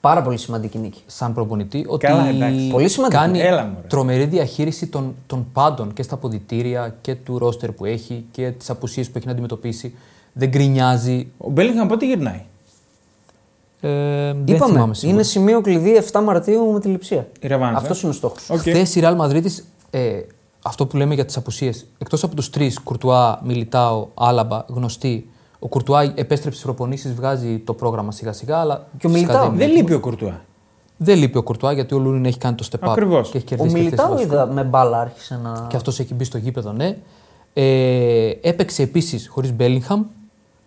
Speaker 2: Πάρα πολύ σημαντική νίκη.
Speaker 3: σαν προπονητή. Ότι
Speaker 1: Καλά, εντάξει.
Speaker 2: Πολύ σημαντικό.
Speaker 3: κάνει
Speaker 1: Έλα μου, ρε.
Speaker 3: τρομερή διαχείριση των, των πάντων και στα αποδητήρια και του ρόστερ που έχει και τις απουσίες που έχει να αντιμετωπίσει. Δεν γκρινιάζει.
Speaker 1: Ο Μπέλιγχαμ πότε γυρνάει.
Speaker 3: Ε, δεν
Speaker 2: Είπαμε,
Speaker 3: θυμάμαι σίγουρα.
Speaker 2: είναι σημείο κλειδί 7 Μαρτίου με τη λειψία.
Speaker 1: Η Ρεβάνς,
Speaker 2: Αυτό
Speaker 1: ε.
Speaker 2: είναι ο στόχος.
Speaker 1: Οκ.
Speaker 3: Χθες η Real Madrid ε, αυτό που λέμε για τις απουσίες. Εκτός από τους τρεις, Κουρτουά, Μιλιτάο, Άλαμπα, γνωστοί, ο Κουρτουά επέστρεψε στις προπονήσεις, βγάζει το πρόγραμμα σιγά-σιγά. Αλλά
Speaker 2: Και ο
Speaker 3: φυσικά
Speaker 2: Μιλιτάο.
Speaker 1: Δεν λείπει ο Κουρτουά.
Speaker 3: Δεν λείπει ο Κουρτουά γιατί ο Λούνιν έχει κάνει το step up.
Speaker 1: Ακριβώς.
Speaker 3: Και έχει
Speaker 2: Ο
Speaker 3: κερδίσει και χθες
Speaker 2: Μιλιτάου
Speaker 3: βασικό.
Speaker 2: είδα με μπάλα άρχισε να.
Speaker 3: Και αυτός έχει μπει στο γήπεδο, ναι. Ε, έπαιξε επίσης χωρίς Μπέλιγχαμ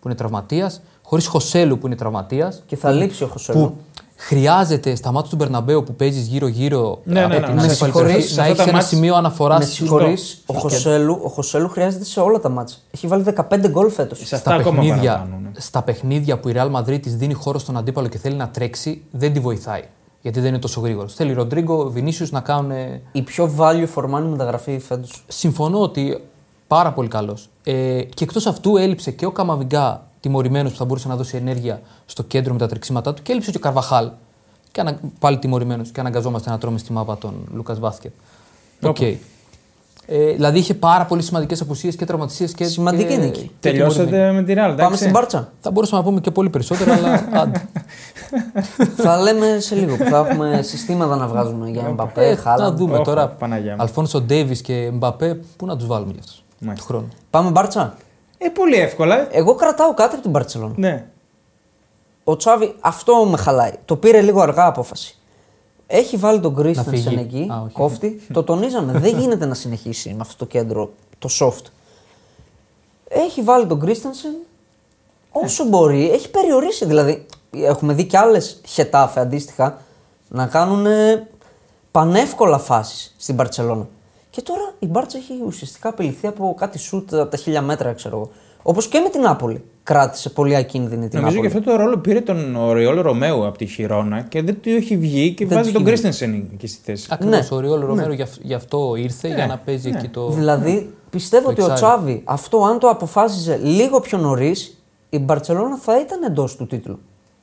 Speaker 3: που είναι τραυματίας, χωρίς Χωσέλου που είναι τραυματίας.
Speaker 2: Και θα λείψει ο Χωσέλου.
Speaker 3: Που χρειάζεται στα μάτια του Μπερναμπέου που παίζεις γύρω-γύρω ε,
Speaker 1: Ναι, ναι,
Speaker 3: από
Speaker 1: ναι,
Speaker 3: την
Speaker 1: ναι.
Speaker 3: άλλη
Speaker 1: Με
Speaker 3: πλευρά,
Speaker 1: συγχωρείς, σε
Speaker 3: να
Speaker 1: αυτά
Speaker 3: έχεις
Speaker 1: τα
Speaker 3: ένα
Speaker 1: μάτς-
Speaker 3: σημείο αναφοράς.
Speaker 2: Με συγχωρεί, ο
Speaker 3: Στα
Speaker 2: Χωσέλου, ο Χωσέλου χρειάζεται σε όλα τα μάτια. Έχει βάλει 15 γκολ φέτος.
Speaker 1: Σε αυτά ακόμα
Speaker 3: παιχνίδια,
Speaker 1: παραπάνω. ναι.
Speaker 3: στα παιχνίδια που η Real Madrid της δίνει χώρο στον αντίπαλο και θέλει να τρέξει, δεν τη βοηθάει. Γιατί δεν είναι τόσο γρήγορος. Θέλει Ροντρίγκο, Βινίσιους να κάνουν. ε,
Speaker 2: Η πιο value for money μεταγραφή φέτος.
Speaker 3: Συμφωνώ ότι πάρα πολύ καλός. Ε, και εκτός αυτού έλειψε και ο Καμαβιγκά τιμωρημένος που θα μπορούσε να δώσει ενέργεια στο κέντρο με τα τρεξίματά του και έλειψε και ο Καρβαχάλ. Και ανα... πάλι τιμωρημένος και αναγκαζόμαστε να τρώμε στη μάπα τον Λούκας Βάσκετ. Οκ. Ε, δηλαδή είχε πάρα πολύ σημαντικές απουσίες και τραυματισίε και.
Speaker 2: Σημαντική
Speaker 3: και...
Speaker 2: νίκη.
Speaker 3: και τιμωρημένοι.
Speaker 1: Τελειώσατε με τη Ρεάλ.
Speaker 2: Πάμε στην Μπάρτσα.
Speaker 3: Θα μπορούσαμε να πούμε και πολύ περισσότερα, αλλά άντε.
Speaker 2: θα λέμε σε λίγο που θα έχουμε συστήματα να βγάζουμε για Μπαπέ,
Speaker 3: Ε, να
Speaker 2: Χάλαντ.
Speaker 3: δούμε
Speaker 1: Όχα,
Speaker 3: τώρα.
Speaker 1: Παναγιά μου.
Speaker 3: Αλφόνσο Ντέβι και Μπαπέ, πού να τους βάλουμε για αυτού του
Speaker 1: Μάλιστα.
Speaker 3: χρόνου.
Speaker 2: Πάμε Μπάρτσα.
Speaker 1: Ε, πολύ εύκολα.
Speaker 2: Εγώ κρατάω κάτι από την Μπαρσελόνα.
Speaker 1: Ναι.
Speaker 2: Ο Τσάβη αυτό με χαλάει. Το πήρε λίγο αργά απόφαση. Έχει βάλει τον Κρίστενσεν
Speaker 3: φύγει.
Speaker 2: εκεί,
Speaker 3: Α, όχι.
Speaker 2: κόφτη. το τονίζαμε. Δεν γίνεται να συνεχίσει με αυτό το κέντρο, το soft. Έχει βάλει τον Κρίστενσεν όσο μπορεί. Έχει περιορίσει. Δηλαδή, έχουμε δει κι άλλες χετάφε αντίστοιχα να κάνουν ε, πανεύκολα φάσεις στην Μπαρσελόνα. Και τώρα η Μπάρτσα έχει ουσιαστικά απειληθεί από κάτι σουτ από τα χίλια μέτρα, ξέρω εγώ. Όπως και με την Νάπολη. Κράτησε πολύ ακίνδυνη την
Speaker 1: Νομίζω
Speaker 2: Νάπολη.
Speaker 1: και αυτό το ρόλο πήρε τον Οριόλ Ρωμαίο από τη Χιρόνα και δεν του έχει βγει και
Speaker 2: Δεν
Speaker 1: βάζει
Speaker 2: του
Speaker 1: τον
Speaker 2: έχει βγει.
Speaker 1: Κρίστενσεν εκεί στη θέση.
Speaker 3: Ακριβώς.
Speaker 2: Ναι.
Speaker 3: Ο Ριόλ Ρομέρο γι' αυ- γι' αυτό ήρθε, για να παίζει εκεί το.
Speaker 2: Δηλαδή, πιστεύω ότι ο
Speaker 3: εξάρι.
Speaker 2: Τσάβη αυτό, αν το αποφάσιζε λίγο πιο νωρίς, η Μπαρσελόνα θα ήταν εντός του τίτλου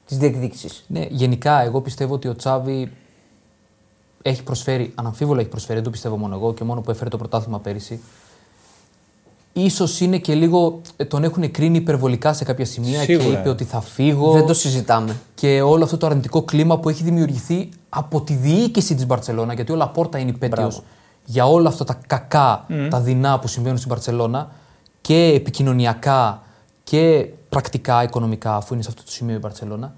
Speaker 2: τη διεκδίκησης.
Speaker 3: Ναι, γενικά εγώ πιστεύω ότι ο Τσάβη έχει προσφέρει, αναμφίβολα έχει προσφέρει, δεν το πιστεύω μόνο εγώ και μόνο που έφερε το πρωτάθλημα πέρυσι. Ίσως είναι και λίγο, ε, τον έχουν κρίνει υπερβολικά σε κάποια σημεία και
Speaker 1: Σίγουρα.
Speaker 3: είπε ότι θα φύγω
Speaker 2: Δεν το συζητάμε.
Speaker 3: και όλο αυτό το αρνητικό κλίμα που έχει δημιουργηθεί από τη διοίκηση της Μπαρσελόνα, γιατί όλα πόρτα είναι υπέτειος για όλα αυτά τα κακά, τα δεινά που συμβαίνουν στην Μπαρσελόνα και επικοινωνιακά και πρακτικά, οικονομικά, αφού είναι σε αυτό το σημείο η Μπαρσελόνα.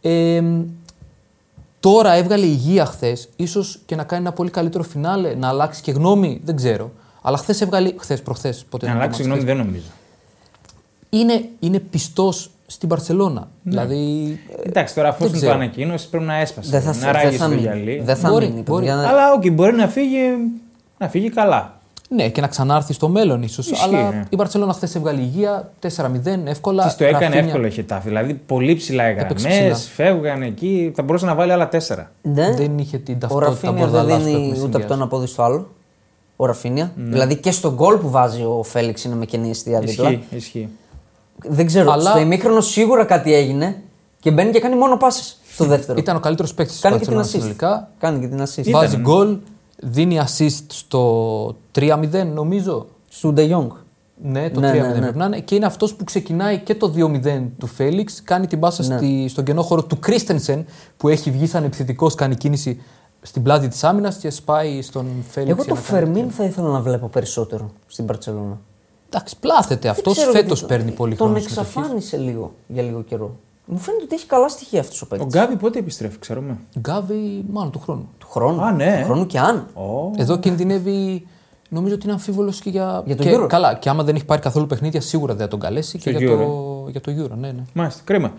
Speaker 3: Ε, τώρα έβγαλε υγεία χθες, ίσως και να κάνει ένα πολύ καλύτερο φινάλε, να αλλάξει και γνώμη, δεν ξέρω. Αλλά χθες έβγαλε. χθες, προχθές, ποτέ
Speaker 1: Να αλλάξει γνώμη δεν νομίζω.
Speaker 3: Είναι, είναι πιστός στην Μπαρσελόνα.
Speaker 1: Ναι.
Speaker 3: Δηλαδή.
Speaker 1: Εντάξει, τώρα αφού
Speaker 3: δεν
Speaker 1: σου το
Speaker 3: ξέρω.
Speaker 1: ανακοίνωσε πρέπει να έσπασε.
Speaker 2: Ε, Δεν θα,
Speaker 1: να
Speaker 2: δεν
Speaker 1: ράγεις
Speaker 2: θα
Speaker 1: στο
Speaker 2: μείνει.
Speaker 1: γυαλί.
Speaker 2: Δεν θα
Speaker 3: Μπορεί,
Speaker 2: μείνει.
Speaker 3: μπορεί.
Speaker 2: παιδιά.
Speaker 1: Αλλά οκ, μπορεί να φύγει, να φύγει καλά.
Speaker 3: Ναι, και να ξανάρθει στο μέλλον ίσως.
Speaker 1: Ισχύει,
Speaker 3: Αλλά
Speaker 1: ναι.
Speaker 3: η Μπαρσελόνα χθες έβγαλε υγεία 4-0, εύκολα.
Speaker 1: Της το έκανε
Speaker 3: Ραφίνια.
Speaker 1: εύκολο η Χετάφη. Δηλαδή πολύ ψηλά οι
Speaker 3: Έπαιξε
Speaker 1: γραμμέ,
Speaker 3: ψηλά.
Speaker 1: φεύγαν εκεί. Θα μπορούσε να βάλει άλλα τέσσερα.
Speaker 2: Ναι.
Speaker 3: Δεν είχε την
Speaker 2: Ο
Speaker 3: ταυτότητα
Speaker 2: Ραφίνια δεν
Speaker 3: μπορδαλά που
Speaker 2: δίνει
Speaker 3: έχουμε
Speaker 2: ούτε από το
Speaker 3: συνδυάσει. Ναι.
Speaker 2: ένα πόδι στο άλλο. Ο Ραφίνια. Δηλαδή και στον γκολ που βάζει ο Φέληξ είναι με κενή αιστεία δίπλα.
Speaker 1: Ισχύει, ισχύει.
Speaker 2: Δεν ξέρω.
Speaker 3: Αλλά-
Speaker 2: Στο ημίχρονο σίγουρα κάτι έγινε και μπαίνει και κάνει μόνο πάσες στο δεύτερο.
Speaker 3: Ήταν ο καλύτερος παίκτης τη
Speaker 2: Κάνει και την
Speaker 3: Μπαρσελόνα
Speaker 2: assist.
Speaker 3: συνολικά.
Speaker 2: Κάνει και την assist.
Speaker 3: Βάζει γκολ, δίνει assist στο 3-0, νομίζω.
Speaker 2: Στον Ντε Jong.
Speaker 3: Ναι, το
Speaker 2: Ναι,
Speaker 3: 3-0
Speaker 2: ναι, ναι.
Speaker 3: πρέπει να είναι. Και είναι αυτός που ξεκινάει και το 2-0 του Φέληξ. Κάνει την πάσα
Speaker 2: Ναι.
Speaker 3: στη, στον κενό χώρο του Κρίστενσεν που έχει βγει σαν επιθετικός, κάνει κίνηση στην πλάτη της άμυνας και σπάει στον Φέληξ.
Speaker 2: Εγώ
Speaker 3: για
Speaker 2: το
Speaker 3: να κάνει-
Speaker 2: Φερμίν θα ήθελα να βλέπω περισσότερο στην Παρσελόνα.
Speaker 3: Εντάξει, πλάθεται αυτό. Φέτο παίρνει πολύ
Speaker 2: Τον
Speaker 3: χρόνο. συμμετοχής.
Speaker 2: εξαφάνισε λίγο για λίγο καιρό. Μου φαίνεται ότι έχει καλά στοιχεία αυτός ο
Speaker 1: Ο
Speaker 2: παίκτη.
Speaker 1: Γκάβι πότε επιστρέφει, ξέρουμε.
Speaker 3: Γκάβι, μάλλον του χρόνου.
Speaker 2: Του χρόνου.
Speaker 1: Α, ναι.
Speaker 2: Του χρόνου και αν.
Speaker 1: Ω.
Speaker 3: Εδώ κινδυνεύει. Νομίζω ότι είναι αμφίβολος και για.
Speaker 2: Για το
Speaker 3: και,
Speaker 2: Euro.
Speaker 3: Καλά, και άμα δεν έχει πάρει καθόλου παιχνίδια, σίγουρα δεν θα τον καλέσει και
Speaker 1: Στο
Speaker 3: για το, για το Euro. Ναι, ναι.
Speaker 1: Μάλιστα, κρίμα.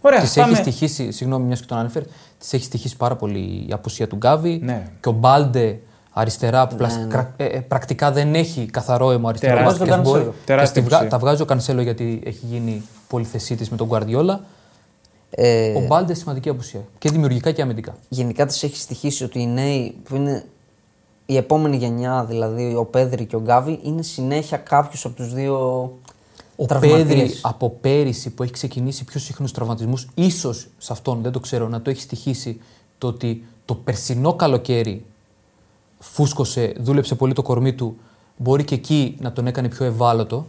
Speaker 1: Ωραία,
Speaker 3: Τη
Speaker 1: Ε, πάμε.
Speaker 3: έχει στοιχήσει, συγγνώμη, μιας και τον ανέφερε, τη έχει στοιχήσει πάρα πολύ η απουσία του Γκάβι.
Speaker 1: Ναι.
Speaker 3: Και ο Μπάλντε αριστερά, που πλασ- κρα- ε, ε, πρακτικά δεν έχει καθαρό αίμα αριστερά.
Speaker 1: Τεράστιο.
Speaker 3: μπάσκετ,
Speaker 2: Βάζει τον
Speaker 3: μπορεί-
Speaker 2: Κανσέλο.
Speaker 3: και
Speaker 1: Τεράστια
Speaker 3: στη βγα-
Speaker 1: απουσία.
Speaker 3: Τα βγάζει ο Κανσέλο γιατί έχει γίνει πολυθεσίτη με τον Γκουαρδιόλα.
Speaker 2: Ε,
Speaker 3: Ο Μπάλντε σημαντική απουσία. Και δημιουργικά και αμυντικά.
Speaker 2: γενικά της έχει στοιχήσει ότι οι νέοι που είναι η επόμενη γενιά, δηλαδή ο Πέδρη και ο Γκάβι, είναι συνέχεια κάποιος από τους δύο.
Speaker 3: Ο
Speaker 2: τραυματίες.
Speaker 3: Πέδρη από πέρυσι που έχει ξεκινήσει πιο συχνούς τραυματισμούς, ίσως σε αυτόν δεν το ξέρω να το έχει στοιχήσει το ότι το περσινό καλοκαίρι φούσκωσε, δούλεψε πολύ το κορμί του. Μπορεί και εκεί να τον έκανε πιο ευάλωτο.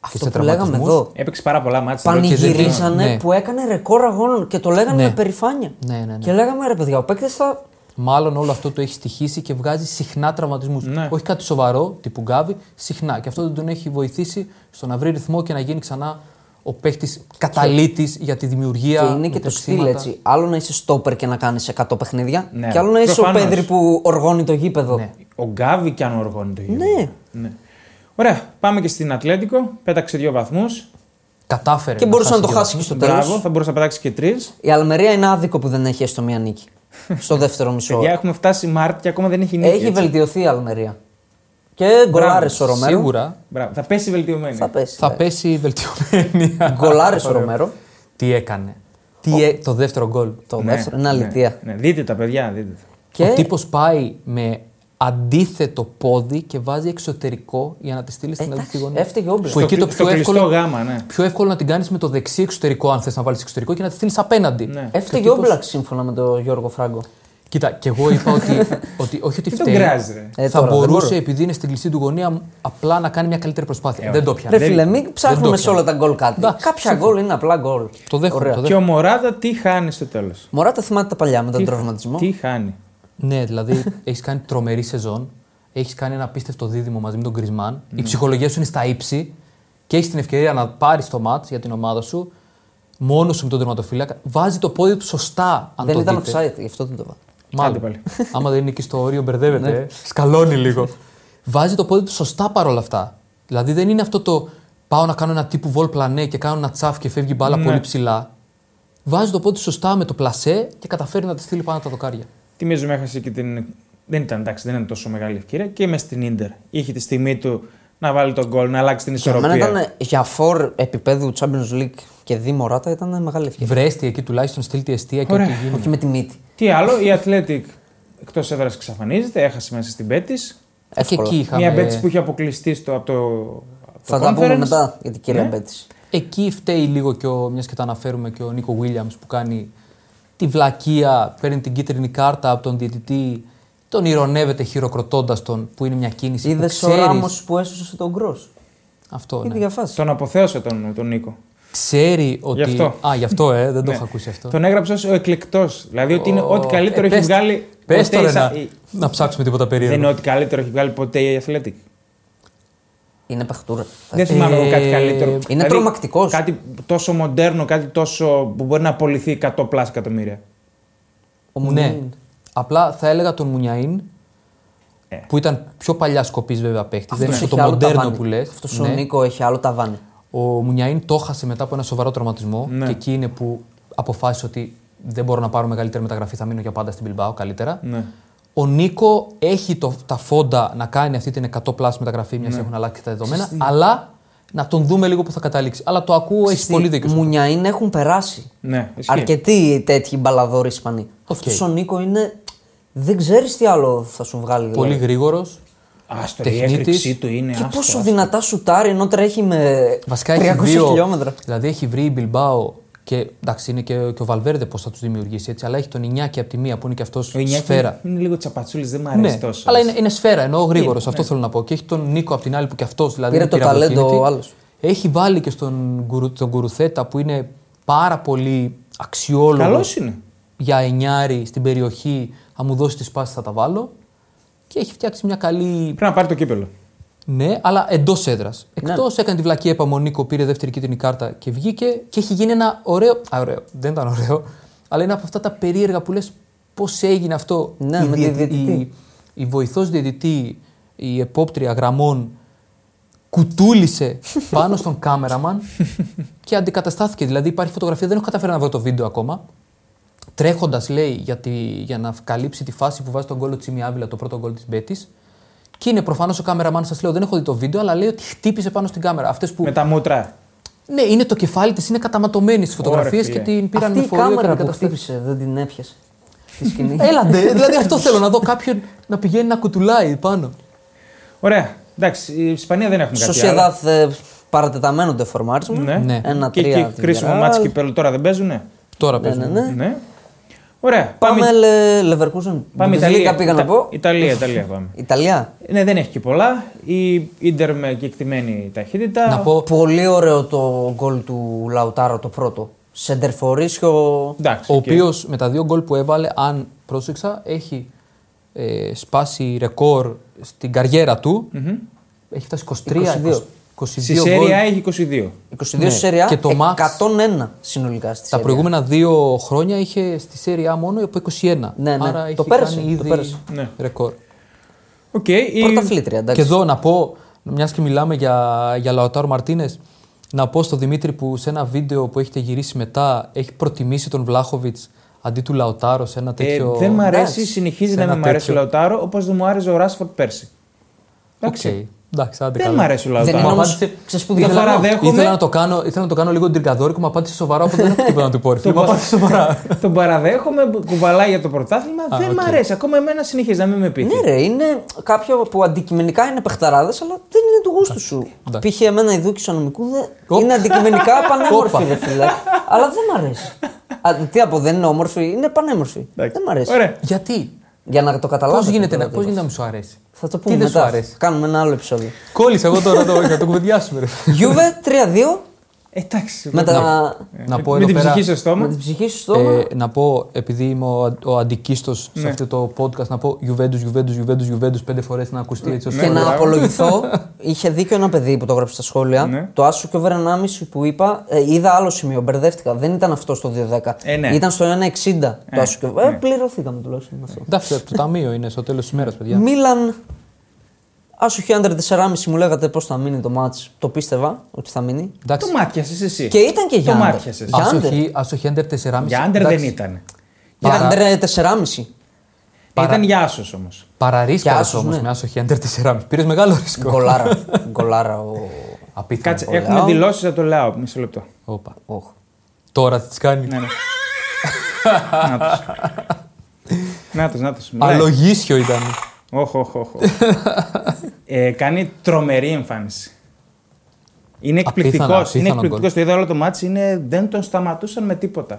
Speaker 2: Αυτό που λέγαμε εδώ.
Speaker 1: Έπαιξε πάρα πολλά μάτια.
Speaker 2: Πανηγυρίζανε
Speaker 3: Ναι.
Speaker 2: που έκανε ρεκόρ αγώνων και το λέγανε
Speaker 3: Ναι.
Speaker 2: με περηφάνεια.
Speaker 3: Ναι, ναι, ναι.
Speaker 2: Και λέγαμε ρε παιδιά, ο παίκτης θα
Speaker 3: Μάλλον όλο αυτό το έχει στοιχήσει και βγάζει συχνά τραυματισμούς.
Speaker 1: Ναι.
Speaker 3: Όχι κάτι σοβαρό, τύπου Γκάβι, συχνά. Και αυτό δεν τον έχει βοηθήσει στο να βρει ρυθμό και να γίνει ξανά ο παίχτη καταλήτης για τη δημιουργία.
Speaker 2: Και είναι και
Speaker 3: με
Speaker 2: το
Speaker 3: τα
Speaker 2: στυλ
Speaker 3: χτύπηματα.
Speaker 2: έτσι. Άλλο να είσαι στόπερ και να κάνεις 100 παιχνίδια.
Speaker 1: Ναι.
Speaker 2: Και άλλο να είσαι
Speaker 1: Προφανώς.
Speaker 2: ο Πέδρη που οργώνει το γήπεδο.
Speaker 3: Ναι.
Speaker 1: Ο Γκάβι κι αν οργώνει το γήπεδο.
Speaker 2: Ναι.
Speaker 1: ναι. Ωραία, πάμε και στην Ατλέτικο. Πέταξε δύο βαθμούς.
Speaker 3: Κατάφερε.
Speaker 2: Και μπορούσε να το
Speaker 3: δύο
Speaker 2: χάσει και
Speaker 3: βαθμούς.
Speaker 2: στο
Speaker 1: Μπράβο,
Speaker 2: τέλο.
Speaker 1: θα μπορούσε να πετάξει και τρεις.
Speaker 2: Η Αλμερία είναι άδικο που δεν έχει έστω μία νίκη. Στο δεύτερο μισό.
Speaker 1: Για έχουμε φτάσει Μάρτ και ακόμα δεν έχει νίκη.
Speaker 2: έχει
Speaker 1: έτσι.
Speaker 2: βελτιωθεί η Αλμερία. Και γκολάρες ο Ρομέρο.
Speaker 3: Σίγουρα
Speaker 1: Μπράβο. Θα πέσει βελτιωμένη.
Speaker 2: Θα πέσει.
Speaker 3: θα πέσει βελτιωμένη.
Speaker 2: Γκολάρες ο Ρομέρο.
Speaker 3: Τι έκανε. Τι έ- Το δεύτερο γκολ.
Speaker 2: Το
Speaker 1: Ναι,
Speaker 2: δεύτερο είναι
Speaker 1: ναι,
Speaker 2: αλητία.
Speaker 1: ναι. Δείτε τα παιδιά, δείτε τα.
Speaker 2: Και
Speaker 3: Ο τύπος πάει με αντίθετο πόδι και βάζει εξωτερικό για να τη στείλει στην
Speaker 2: Ε, Εντάξει,
Speaker 3: αντίθετη γωνία.
Speaker 2: έφταιγε ο Όμπλακ.
Speaker 3: Που εκεί το
Speaker 1: κλει- στο
Speaker 3: πιο
Speaker 1: κλειστό
Speaker 3: εύκολο,
Speaker 1: γάμα, ναι.
Speaker 3: πιο εύκολο να την κάνεις με το δεξί εξωτερικό, αν θες να βάλεις εξωτερικό και να τη στείλεις απέναντι. Ε,
Speaker 1: Ναι.
Speaker 2: έφταιγε ο Όμπλακ σύμφωνα με τον Γιώργο Φράγκο.
Speaker 3: Κοίτα, και εγώ είπα ότι, ότι όχι ότι
Speaker 1: Δεν τον
Speaker 3: φταίει.
Speaker 1: κράζει, ρε.
Speaker 2: Ε,
Speaker 3: θα
Speaker 2: τώρα, δεν
Speaker 3: μπορούσε,
Speaker 2: μπορώ.
Speaker 3: επειδή είναι στην κλειστή του γωνία, απλά να κάνει μια καλύτερη
Speaker 1: Ε,
Speaker 3: προσπάθεια. δεν το πιάνει.
Speaker 2: Ρε φίλε, μην ψάχνουμε σε όλα τα γκολ κάτι.
Speaker 3: Εντάξει,
Speaker 2: Κάποια γκολ είναι απλά γκολ.
Speaker 3: Το δέχομαι.
Speaker 2: Ωραία.
Speaker 3: Το
Speaker 1: Και
Speaker 3: δέχομαι.
Speaker 1: ο Μωράτα τι χάνει στο τέλος.
Speaker 2: Μωρά τα θυμάται τα παλιά με τον τραυματισμό.
Speaker 1: Τι χάνει.
Speaker 3: Ναι, δηλαδή έχεις κάνει τρομερή σεζόν. Έχεις κάνει ένα απίστευτο δίδυμο μαζί με τον Κρισμάν.
Speaker 2: Ναι.
Speaker 3: Η ψυχολογία σου είναι στα ύψη και έχεις την ευκαιρία να πάρεις το μάτ για την ομάδα σου. Μόνος σου με τον τερματοφύλακα. Βάζει το πόδι του σωστά, αν
Speaker 2: Δεν
Speaker 3: το
Speaker 2: ήταν
Speaker 3: δείτε.
Speaker 2: offside, γι' αυτό δεν το είπα.
Speaker 3: Μάλλον.
Speaker 1: Άντε πάλι.
Speaker 3: Άμα δεν είναι και στο όριο, μπερδεύεται.
Speaker 2: Ναι.
Speaker 3: ε. Σκαλώνει λίγο. Βάζει το πόδι του σωστά παρόλα αυτά. Δηλαδή δεν είναι αυτό το πάω να κάνω ένα τύπου βολ πλανέ και κάνω ένα τσαφ και φεύγει η μπάλα
Speaker 2: Ναι.
Speaker 3: πολύ ψηλά. Βάζει το πόδι του σωστά με το πλασέ και καταφέρει να τη στείλει πάνω από τα δοκάρια.
Speaker 1: Τι Μίζουμ έχασε και την. Δεν ήταν εντάξει, δεν ήταν τόσο μεγάλη ευκαιρία και με στην ντερ. Είχε τη στιγμή του να βάλει τον γκολ, να αλλάξει την
Speaker 2: Για
Speaker 1: ισορροπία.
Speaker 2: μένα ήταν για φορ επίπεδου Champions League και δι Μωράτα ήταν μεγάλη ευκαιρία.
Speaker 3: Βρέστη εκεί τουλάχιστον, στείλτε αιστεία και
Speaker 1: Ωραία.
Speaker 3: ό,τι γίνει.
Speaker 2: Όχι με τη μύτη.
Speaker 1: Τι άλλο, η Ατλέτικ εκτός έδρας εξαφανίζεται, έχασε μέσα στην Πέτη.
Speaker 3: Ε, Και
Speaker 2: Εύκολα.
Speaker 3: εκεί είχαμε.
Speaker 1: Μια Πέτη που είχε αποκλειστεί στο, από το. από το
Speaker 2: Θα τα πούμε
Speaker 1: conference.
Speaker 2: μετά για την κυρία
Speaker 1: Ναι.
Speaker 2: Μπέτη.
Speaker 3: Εκεί φταίει λίγο και ο, μιας και το αναφέρουμε και ο Νίκο Williams που κάνει τη βλακεία, παίρνει την κίτρινη κάρτα από τον διαιτητή, τον ηρωνεύεται χειροκροτώντας τον, που είναι μια κίνηση
Speaker 2: Είδε
Speaker 3: που
Speaker 2: ο
Speaker 3: ξέρεις-
Speaker 2: Ράμος που έσωσε τον Γκρός.
Speaker 3: Αυτό,
Speaker 2: Είναι
Speaker 3: ναι.
Speaker 2: για φάση.
Speaker 1: Τον αποθέωσε τον, τον Νίκο.
Speaker 3: Ξέρει ότι.
Speaker 1: αυτό.
Speaker 3: Α, γι' αυτό, ε, δεν το
Speaker 1: Ναι.
Speaker 3: έχω ακούσει αυτό.
Speaker 1: Τον έγραψε ως ο εκλεκτός. Δηλαδή ότι είναι
Speaker 3: Ο-
Speaker 1: ό,τι καλύτερο
Speaker 3: ε,
Speaker 1: έχει
Speaker 3: πες-
Speaker 1: βγάλει.
Speaker 3: Πες
Speaker 1: ποτέ
Speaker 3: τώρα
Speaker 1: η-
Speaker 3: να,
Speaker 1: η-
Speaker 3: να ψάξουμε τίποτα περίεργο.
Speaker 1: Δεν είναι ό,τι καλύτερο έχει βγάλει ποτέ η Athletic.
Speaker 2: Είναι παχτούρα.
Speaker 1: Δεν θυμάμαι εγώ κάτι
Speaker 3: Ε,
Speaker 1: καλύτερο. Είναι
Speaker 2: τρομακτικός.
Speaker 1: Κάτι τόσο μοντέρνο, κάτι τόσο που μπορεί να απολυθεί 100 πλάσ εκατομμύρια.
Speaker 2: Ο
Speaker 3: Ναι.
Speaker 2: Μουνιέν.
Speaker 3: Απλά θα έλεγα τον Μουνιαΐν,
Speaker 1: Ε.
Speaker 3: που ήταν πιο παλιά σκοπής βέβαια παίχτης. Δεν είναι
Speaker 2: Αυτός
Speaker 3: αυτό το
Speaker 2: έχει άλλο
Speaker 3: μοντέρνο
Speaker 2: ταβάνι.
Speaker 3: που Ναι. λες.
Speaker 2: Αυτός ο Νίκο έχει άλλο ταβάνι.
Speaker 3: Ο Μουνιαΐν το χάσε μετά από ένα σοβαρό τραυματισμό
Speaker 1: Ναι.
Speaker 3: και εκεί είναι που αποφάσισε ότι δεν μπορώ να πάρω μεγαλύτερη μεταγραφή, θα μείνω για πάντα στην Bilbao καλύτερα.
Speaker 1: Ναι.
Speaker 3: Ο Νίκο έχει το, τα φόντα να κάνει αυτή την 100 πλάσ μεταγραφή,
Speaker 1: Ναι.
Speaker 3: μια και έχουν αλλάξει τα δεδομένα, αλλά να τον δούμε λίγο που θα καταλήξει. Αλλά το ακούω, έχει πολύ δίκιο. σε αυτό.
Speaker 2: Μουνιαΐν έχουν περάσει.
Speaker 1: Ναι, ισχύει.
Speaker 2: Αρκετοί τέτοιοι μπαλαδόροι Ισπανοί.
Speaker 3: Οκ.
Speaker 2: Αυτός ο Νίκο είναι. Δεν ξέρεις τι άλλο θα σου βγάλει. δηλαδή.
Speaker 3: Πολύ γρήγορος.
Speaker 1: Άστο, η
Speaker 3: τεχνίτης.
Speaker 1: έκρηξή του είναι
Speaker 2: Και
Speaker 1: Ναι, άστο,
Speaker 2: πόσο
Speaker 1: άστο.
Speaker 2: δυνατά σουτάρει ενώ τρέχει με
Speaker 3: Βασικά
Speaker 2: 300
Speaker 3: έχει δύο.
Speaker 2: χιλιόμετρα.
Speaker 3: Δηλαδή έχει βρει η Μπιλμπάο και εντάξει είναι και, και ο Βαλβέρντε πώς θα τους δημιουργήσει έτσι, αλλά έχει τον Ινιάκη από τη μία που είναι και αυτός
Speaker 1: Ο Ινιάκη
Speaker 3: σφαίρα.
Speaker 1: Είναι λίγο τσαπατσούλης, δεν μου αρέσει
Speaker 3: Ναι,
Speaker 1: τόσο.
Speaker 3: αλλά είναι, είναι σφαίρα, εννοώ γρήγορος. Αυτό θέλω να πω. Και έχει τον Νίκο από την άλλη που και αυτός δηλαδή.
Speaker 2: Πήρε
Speaker 3: είναι
Speaker 2: το ταλέντο
Speaker 3: πυραυλοκίνητη.
Speaker 2: ο άλλος.
Speaker 3: Έχει βάλει και στον, γκουρου, τον Γκουρουθέτα που είναι πάρα πολύ αξιόλογο.
Speaker 1: Καλός είναι.
Speaker 3: για εννιάρι στην περιοχή, θα μου δώσει τις πάσεις θα τα βάλω. Και έχει φτιάξει μια καλή.
Speaker 1: Πρέπει να πάρει το κύπελο.
Speaker 3: Ναι, αλλά εντός έδρας.
Speaker 2: Ναι.
Speaker 3: Εκτός έκανε τη βλακή επαμονίκο, πήρε δεύτερη κίτρινη κάρτα και βγήκε και έχει γίνει ένα ωραίο. Α, ωραίο. Δεν ήταν ωραίο. Αλλά είναι από αυτά τα περίεργα που λες πώς έγινε αυτό.
Speaker 2: Ναι, με τη
Speaker 3: διαιτη-
Speaker 2: διαιτητή.
Speaker 3: η, η βοηθός διαιτητή, η επόπτρια γραμμών, κουτούλησε πάνω στον κάμεραμαν και αντικαταστάθηκε. Δηλαδή υπάρχει φωτογραφία, δεν έχω καταφέρει να βρω το βίντεο ακόμα. Τρέχοντας, λέει, για, τη, για να καλύψει τη φάση που βάζει τον κόλλο Τσίμι Άβυλα, το πρώτο γκολ της Μπέτης. Και είναι προφανώς ο κάμεραμάν, σας λέω, δεν έχω δει το βίντεο, αλλά λέει ότι χτύπησε πάνω στην κάμερα. Αυτές που.
Speaker 1: Με τα μούτρα.
Speaker 3: Ναι, είναι το κεφάλι της, είναι καταματωμένης στις φωτογραφίες
Speaker 1: Ωραία,
Speaker 3: και
Speaker 1: φίλε.
Speaker 3: την πήραν
Speaker 2: Αυτή
Speaker 3: με
Speaker 2: η
Speaker 3: φορείο και
Speaker 2: κάμερα
Speaker 3: την
Speaker 2: που
Speaker 3: καταστρέψαν.
Speaker 2: χτύπησε δεν την έπιασε. Τη σκηνή.
Speaker 3: Έλαντε, δηλαδή αυτό θέλω να δω κάποιον να πηγαίνει να κουτουλάει πάνω.
Speaker 1: Ωραία. Εντάξει, η Ισπανία δεν έχουμε κάτι άλλο.
Speaker 2: Σοσιαδάθ ε, παρατεταμένο ντεφορμάρισμα.
Speaker 1: Ναι.
Speaker 3: Ναι.
Speaker 2: Ένα
Speaker 1: και
Speaker 2: τρία.
Speaker 1: εκεί
Speaker 2: τη
Speaker 1: κρίσιμο
Speaker 2: Real.
Speaker 1: μάτς κύπελο τώρα δεν παίζουνε.
Speaker 3: Τώρα
Speaker 2: Ναι, ναι,
Speaker 3: παίζουμε.
Speaker 2: ναι.
Speaker 1: Ναι. Ωραία.
Speaker 2: Πάμε λε, Leverkusen.
Speaker 1: πάμε
Speaker 2: Bundesliga
Speaker 1: Ιταλία.
Speaker 2: πήγα να
Speaker 1: Ιτα-
Speaker 2: πω.
Speaker 1: Ιταλία, Ιταλία πάμε.
Speaker 2: Ιταλία.
Speaker 1: Ναι, δεν έχει και πολλά. Η ντερ με κεκτημένη ταχύτητα.
Speaker 3: Να πω.
Speaker 2: Πολύ ωραίο το γκολ του Λαουτάρο το πρώτο. Σεντερφορίσιο.
Speaker 1: Εντάξει,
Speaker 3: Ο
Speaker 1: και-
Speaker 3: οποίος με τα δύο γκολ που έβαλε, αν πρόσεξα, έχει ε, σπάσει ρεκόρ στην καριέρα του. Έχει φτάσει 23,
Speaker 2: 22.
Speaker 3: 22
Speaker 1: Στη
Speaker 3: γκολ.
Speaker 1: Σέρια έχει 22.
Speaker 2: 22
Speaker 3: Ναι.
Speaker 2: ναι. σεριά,
Speaker 3: Και το max-
Speaker 2: 101 συνολικά στη
Speaker 3: Τα
Speaker 2: Serie A.
Speaker 3: προηγούμενα δύο χρόνια είχε στη Serie A μόνο από
Speaker 2: Ναι,
Speaker 3: 21.
Speaker 2: ναι.
Speaker 3: Άρα
Speaker 2: Το
Speaker 3: έχει
Speaker 2: πέρασε,
Speaker 3: κάνει
Speaker 2: το
Speaker 3: ήδη
Speaker 2: πέρασε.
Speaker 1: Ναι.
Speaker 3: ρεκόρ.
Speaker 1: Οκ, η-
Speaker 2: Πρωταθλήτρια, εντάξει.
Speaker 3: Και εδώ να πω, μιας και μιλάμε για, για Λαοτάρο Μαρτίνες, να πω στο Δημήτρη που σε ένα βίντεο που έχετε γυρίσει μετά έχει προτιμήσει τον Βλάχοβιτ αντί του Λαοτάρο σε ένα
Speaker 1: Ε,
Speaker 3: τέτοιο.
Speaker 1: δεν μ' αρέσει,
Speaker 2: εντάξει,
Speaker 1: συνεχίζει
Speaker 3: σε
Speaker 1: να
Speaker 3: ένα
Speaker 1: μην μ' αρέσει ο
Speaker 3: τέτοιο.
Speaker 1: Λαουτάρο όπως δεν μου άρεσε ο Ράσφορντ πέρσι. Εντάξει.
Speaker 3: Okay. Εντάξει, άντε
Speaker 1: Δεν
Speaker 3: καλά.
Speaker 1: μ' αρέσει ο
Speaker 2: Δεν
Speaker 1: Λαουτάρο.
Speaker 2: είναι
Speaker 3: Μου
Speaker 2: όμως-
Speaker 3: απάντησε-
Speaker 2: ξέρεις που
Speaker 3: ήθελα-
Speaker 1: διαφορά δέχομαι.
Speaker 3: Ήθελα να το κάνω, ήθελα να το κάνω λίγο ντριγκαδόρικο, μου απάντησε σοβαρά, οπότε δεν έχω τίποτα να του πω. ρε φίλε, Μου
Speaker 1: πα-
Speaker 3: απάντησε σοβαρά.
Speaker 1: Τον παραδέχομαι, μπ- κουβαλάει για το πρωτάθλημα. δεν
Speaker 3: οκ.
Speaker 1: μ' αρέσει. Ακόμα εμένα συνεχίζει να μην με πείθει.
Speaker 2: Ναι, ρε, είναι κάποιο που αντικειμενικά είναι παιχταράδες, αλλά δεν είναι του γούστου σου.
Speaker 3: εντάξει.
Speaker 2: Π.χ. εμένα η Δούκη νομικού
Speaker 3: Οπ.
Speaker 2: δεν... είναι αντικειμενικά πανέμορφη,
Speaker 3: Όπα.
Speaker 2: ρε φίλε. αλλά δεν μ' αρέσει. Α, τι από δεν είναι όμορφη, είναι πανέμορφη.
Speaker 1: Εντάξει.
Speaker 2: Δεν μ' αρέσει.
Speaker 1: Ωραία.
Speaker 3: Γιατί,
Speaker 2: Για να το
Speaker 3: πώ
Speaker 2: καταλάβετε.
Speaker 3: γίνεται, να-
Speaker 2: τώρα,
Speaker 3: πώς γίνεται να μου σου αρέσει.
Speaker 2: Θα το
Speaker 3: Τι
Speaker 2: πούμε
Speaker 3: δεν σου
Speaker 2: μετά.
Speaker 3: αρέσει.
Speaker 2: Κάνουμε ένα άλλο επεισόδιο.
Speaker 3: Κόλλησα εγώ τώρα το, να το κουβεντιάσουμε. ρε.
Speaker 2: Γιούβε 3-2
Speaker 1: Εντάξει.
Speaker 2: με, τα...
Speaker 3: να πω
Speaker 1: με
Speaker 3: εδώ
Speaker 1: Ε, την
Speaker 3: πέρα-
Speaker 1: ψυχή στο
Speaker 2: με
Speaker 1: στόμα.
Speaker 2: την ψυχή σου στόμα.
Speaker 3: Ναι. Ε, να πω, επειδή είμαι ο, αν- ο αντικίστο σε
Speaker 1: Ναι.
Speaker 3: αυτό το podcast, να πω Juventus, Juventus, Juventus, Juventus πέντε φορές να ακουστεί έτσι ώστε
Speaker 2: και
Speaker 3: να-
Speaker 2: να
Speaker 1: Ναι, μπράβο.
Speaker 2: απολογηθώ, είχε δίκιο ένα παιδί που το έγραψε στα σχόλια.
Speaker 1: Ναι.
Speaker 2: Το άσο και over 1,5 που είπα, ε, είδα άλλο σημείο, μπερδεύτηκα. Δεν ήταν αυτό στο 2,10.
Speaker 1: Ε, ναι.
Speaker 2: Ήταν στο 1,60 το άσο και over. Ε,
Speaker 1: ναι.
Speaker 2: πληρωθήκαμε τουλάχιστον με αυτό.
Speaker 3: Εντάξει, το ταμείο είναι στο τέλος της ημέρας,
Speaker 1: Ναι.
Speaker 3: παιδιά.
Speaker 2: Μίλαν, άσοχη under 4,5 μου λέγατε πώς θα μείνει το match. Το πίστευα ότι θα μείνει.
Speaker 3: Εντάξει.
Speaker 1: Το μάτιασε εσύ.
Speaker 2: Και ήταν και για
Speaker 1: Το
Speaker 2: under.
Speaker 1: μάτιασες.
Speaker 2: Για under.
Speaker 3: Άσοχη, άσοχη under 4,5.
Speaker 1: Για άντερ
Speaker 3: Εντάξει.
Speaker 1: δεν ήταν.
Speaker 2: Για
Speaker 3: Παρά-
Speaker 2: under 4,5.
Speaker 1: Ήταν για άσος όμως.
Speaker 2: Και
Speaker 3: Παραρίσκαρε
Speaker 2: άσος,
Speaker 3: όμως
Speaker 2: ναι.
Speaker 3: με άσοχη under 4,5. Πήρες μεγάλο ρίσκο.
Speaker 2: Γκολάρα. Γκολάρα ο.
Speaker 3: Απίθανο.
Speaker 1: Κάτσε,
Speaker 3: Πολύ.
Speaker 1: έχουμε δηλώσεις από το ΛΑΟ. Μισό λεπτό.
Speaker 3: Όπα.
Speaker 2: Οχ.
Speaker 3: Τώρα θα τις κάνει.
Speaker 1: Ναι, ναι. Να τους. Ναι. Να τους, να τους.
Speaker 3: Αλογίσιο ήταν.
Speaker 1: Όχι, όχι, όχι. ε, κάνει τρομερή εμφάνιση. Είναι
Speaker 3: Απίθανο,
Speaker 1: εκπληκτικός. Είναι
Speaker 3: απίθανο
Speaker 1: εκπληκτικός.
Speaker 3: γκολ.
Speaker 1: Το είδα όλο το μάτι. Είναι... Δεν τον σταματούσαν με τίποτα.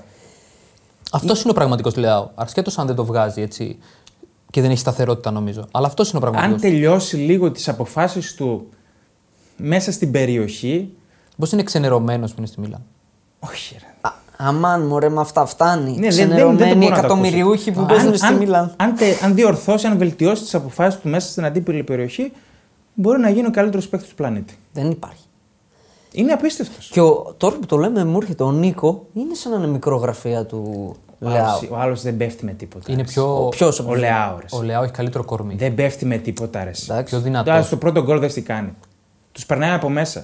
Speaker 3: Αυτό είναι ο πραγματικός Λεάο. Αρκέτω αν δεν το βγάζει έτσι και δεν έχει σταθερότητα νομίζω. Αλλά αυτός είναι ο
Speaker 1: Αν
Speaker 3: πραγματικό.
Speaker 1: τελειώσει λίγο τις αποφάσεις του μέσα στην περιοχή.
Speaker 3: Πώς είναι ξενερωμένος που είναι στη Μιλάν.
Speaker 1: Όχι, ρε.
Speaker 2: Α, αμάν, μωρέ, με αυτά φτάνει.
Speaker 1: Ναι, δεν- δεν- δεν το
Speaker 2: Ξενερωμένοι
Speaker 1: μπορώ να τα ακούσω.
Speaker 2: εκατομμυριούχοι που
Speaker 1: Αν-
Speaker 2: παίζουν στη
Speaker 1: αν-
Speaker 2: Μίλαν.
Speaker 1: Αν, τε- αν διορθώσει, αν βελτιώσει τις αποφάσεις του μέσα στην αντίπαλη περιοχή, μπορεί να γίνει ο καλύτερος παίκτης του πλανήτη.
Speaker 2: Δεν υπάρχει.
Speaker 1: Είναι απίστευτος.
Speaker 2: Και ο, τώρα που το λέμε, μου έρχεται ο Νίκο, είναι σαν να είναι μικρογραφία του Λεάου.
Speaker 1: Ο άλλος δεν πέφτει με τίποτα.
Speaker 3: Είναι
Speaker 1: ρε.
Speaker 3: πιο.
Speaker 2: Ποιος
Speaker 1: Ο Λεάο. ρε.
Speaker 3: Ο Λεάο έχει καλύτερο κορμί.
Speaker 1: Δεν πέφτει με τίποτα. Ρε.
Speaker 3: Πιο
Speaker 1: Τώρα
Speaker 3: δυνατό.
Speaker 1: στο πρώτο γκολ δεν τι κάνει. Τους περνάει από μέσα.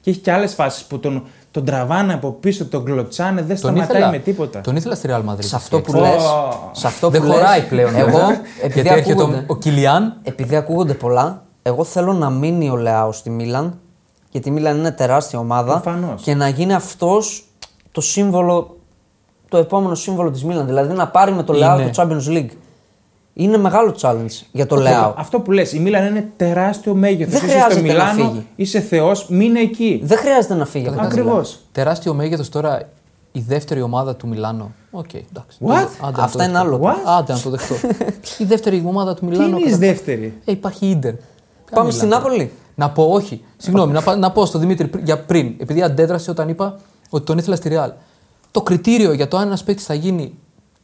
Speaker 1: Και έχει και άλλες φάσεις που τον, τον τραβάνε από πίσω, τον κλωτσάνε, δεν σταματάει με τίποτα.
Speaker 3: Τον ήθελα στη Real Madrid.
Speaker 2: Σε αυτό που
Speaker 3: Ω,
Speaker 2: λες.
Speaker 1: Ω.
Speaker 2: Σε αυτό
Speaker 3: Δεν
Speaker 2: που λες,
Speaker 3: χωράει πλέον.
Speaker 2: Εγώ,
Speaker 3: βέβαια.
Speaker 2: επειδή
Speaker 3: Γιατί έρχεται ο,
Speaker 2: ακούγονται,
Speaker 3: ο Κιλιάν.
Speaker 2: επειδή ακούγονται πολλά, εγώ θέλω να μείνει ο Λεάου στη Μίλαν. Γιατί η Μίλαν είναι τεράστια ομάδα.
Speaker 1: Προφανώς.
Speaker 2: Και να γίνει αυτός το σύμβολο. Το επόμενο σύμβολο της Μίλαν. Δηλαδή να πάρει με το Λεάου
Speaker 3: Είναι.
Speaker 2: το Champions League. Είναι μεγάλο challenge για το Λεάου.
Speaker 1: Αυτό που λες, η Μίλαν είναι τεράστιο μέγεθος.
Speaker 2: Δεν χρειάζεται να
Speaker 1: Μιλάνο,
Speaker 2: φύγει.
Speaker 1: είσαι Θεός, μείνε εκεί.
Speaker 2: Δεν χρειάζεται να φύγει από τη
Speaker 1: Ακριβώ.
Speaker 3: Τεράστιο μέγεθος τώρα η δεύτερη ομάδα του Μιλάνο. Οκ, εντάξει.
Speaker 1: What?
Speaker 3: Άντε να το
Speaker 2: Αυτά είναι
Speaker 3: δεχτώ.
Speaker 2: άλλο.
Speaker 1: What?
Speaker 3: Άντε να το δεχτώ. η δεύτερη ομάδα του
Speaker 1: Τι
Speaker 3: Μιλάνο.
Speaker 1: είναι η δεύτερη.
Speaker 3: Ε, υπάρχει η ντερ.
Speaker 2: Πάμε στην Νάπολη.
Speaker 3: Να πω, όχι. Συγγνώμη, να, πα- να πω στον Δημήτρη πρι- για πριν, επειδή αντέδρασε όταν είπα ότι τον ήθελα στη Real. Το κριτήριο για το αν ένας παίκτης θα γίνει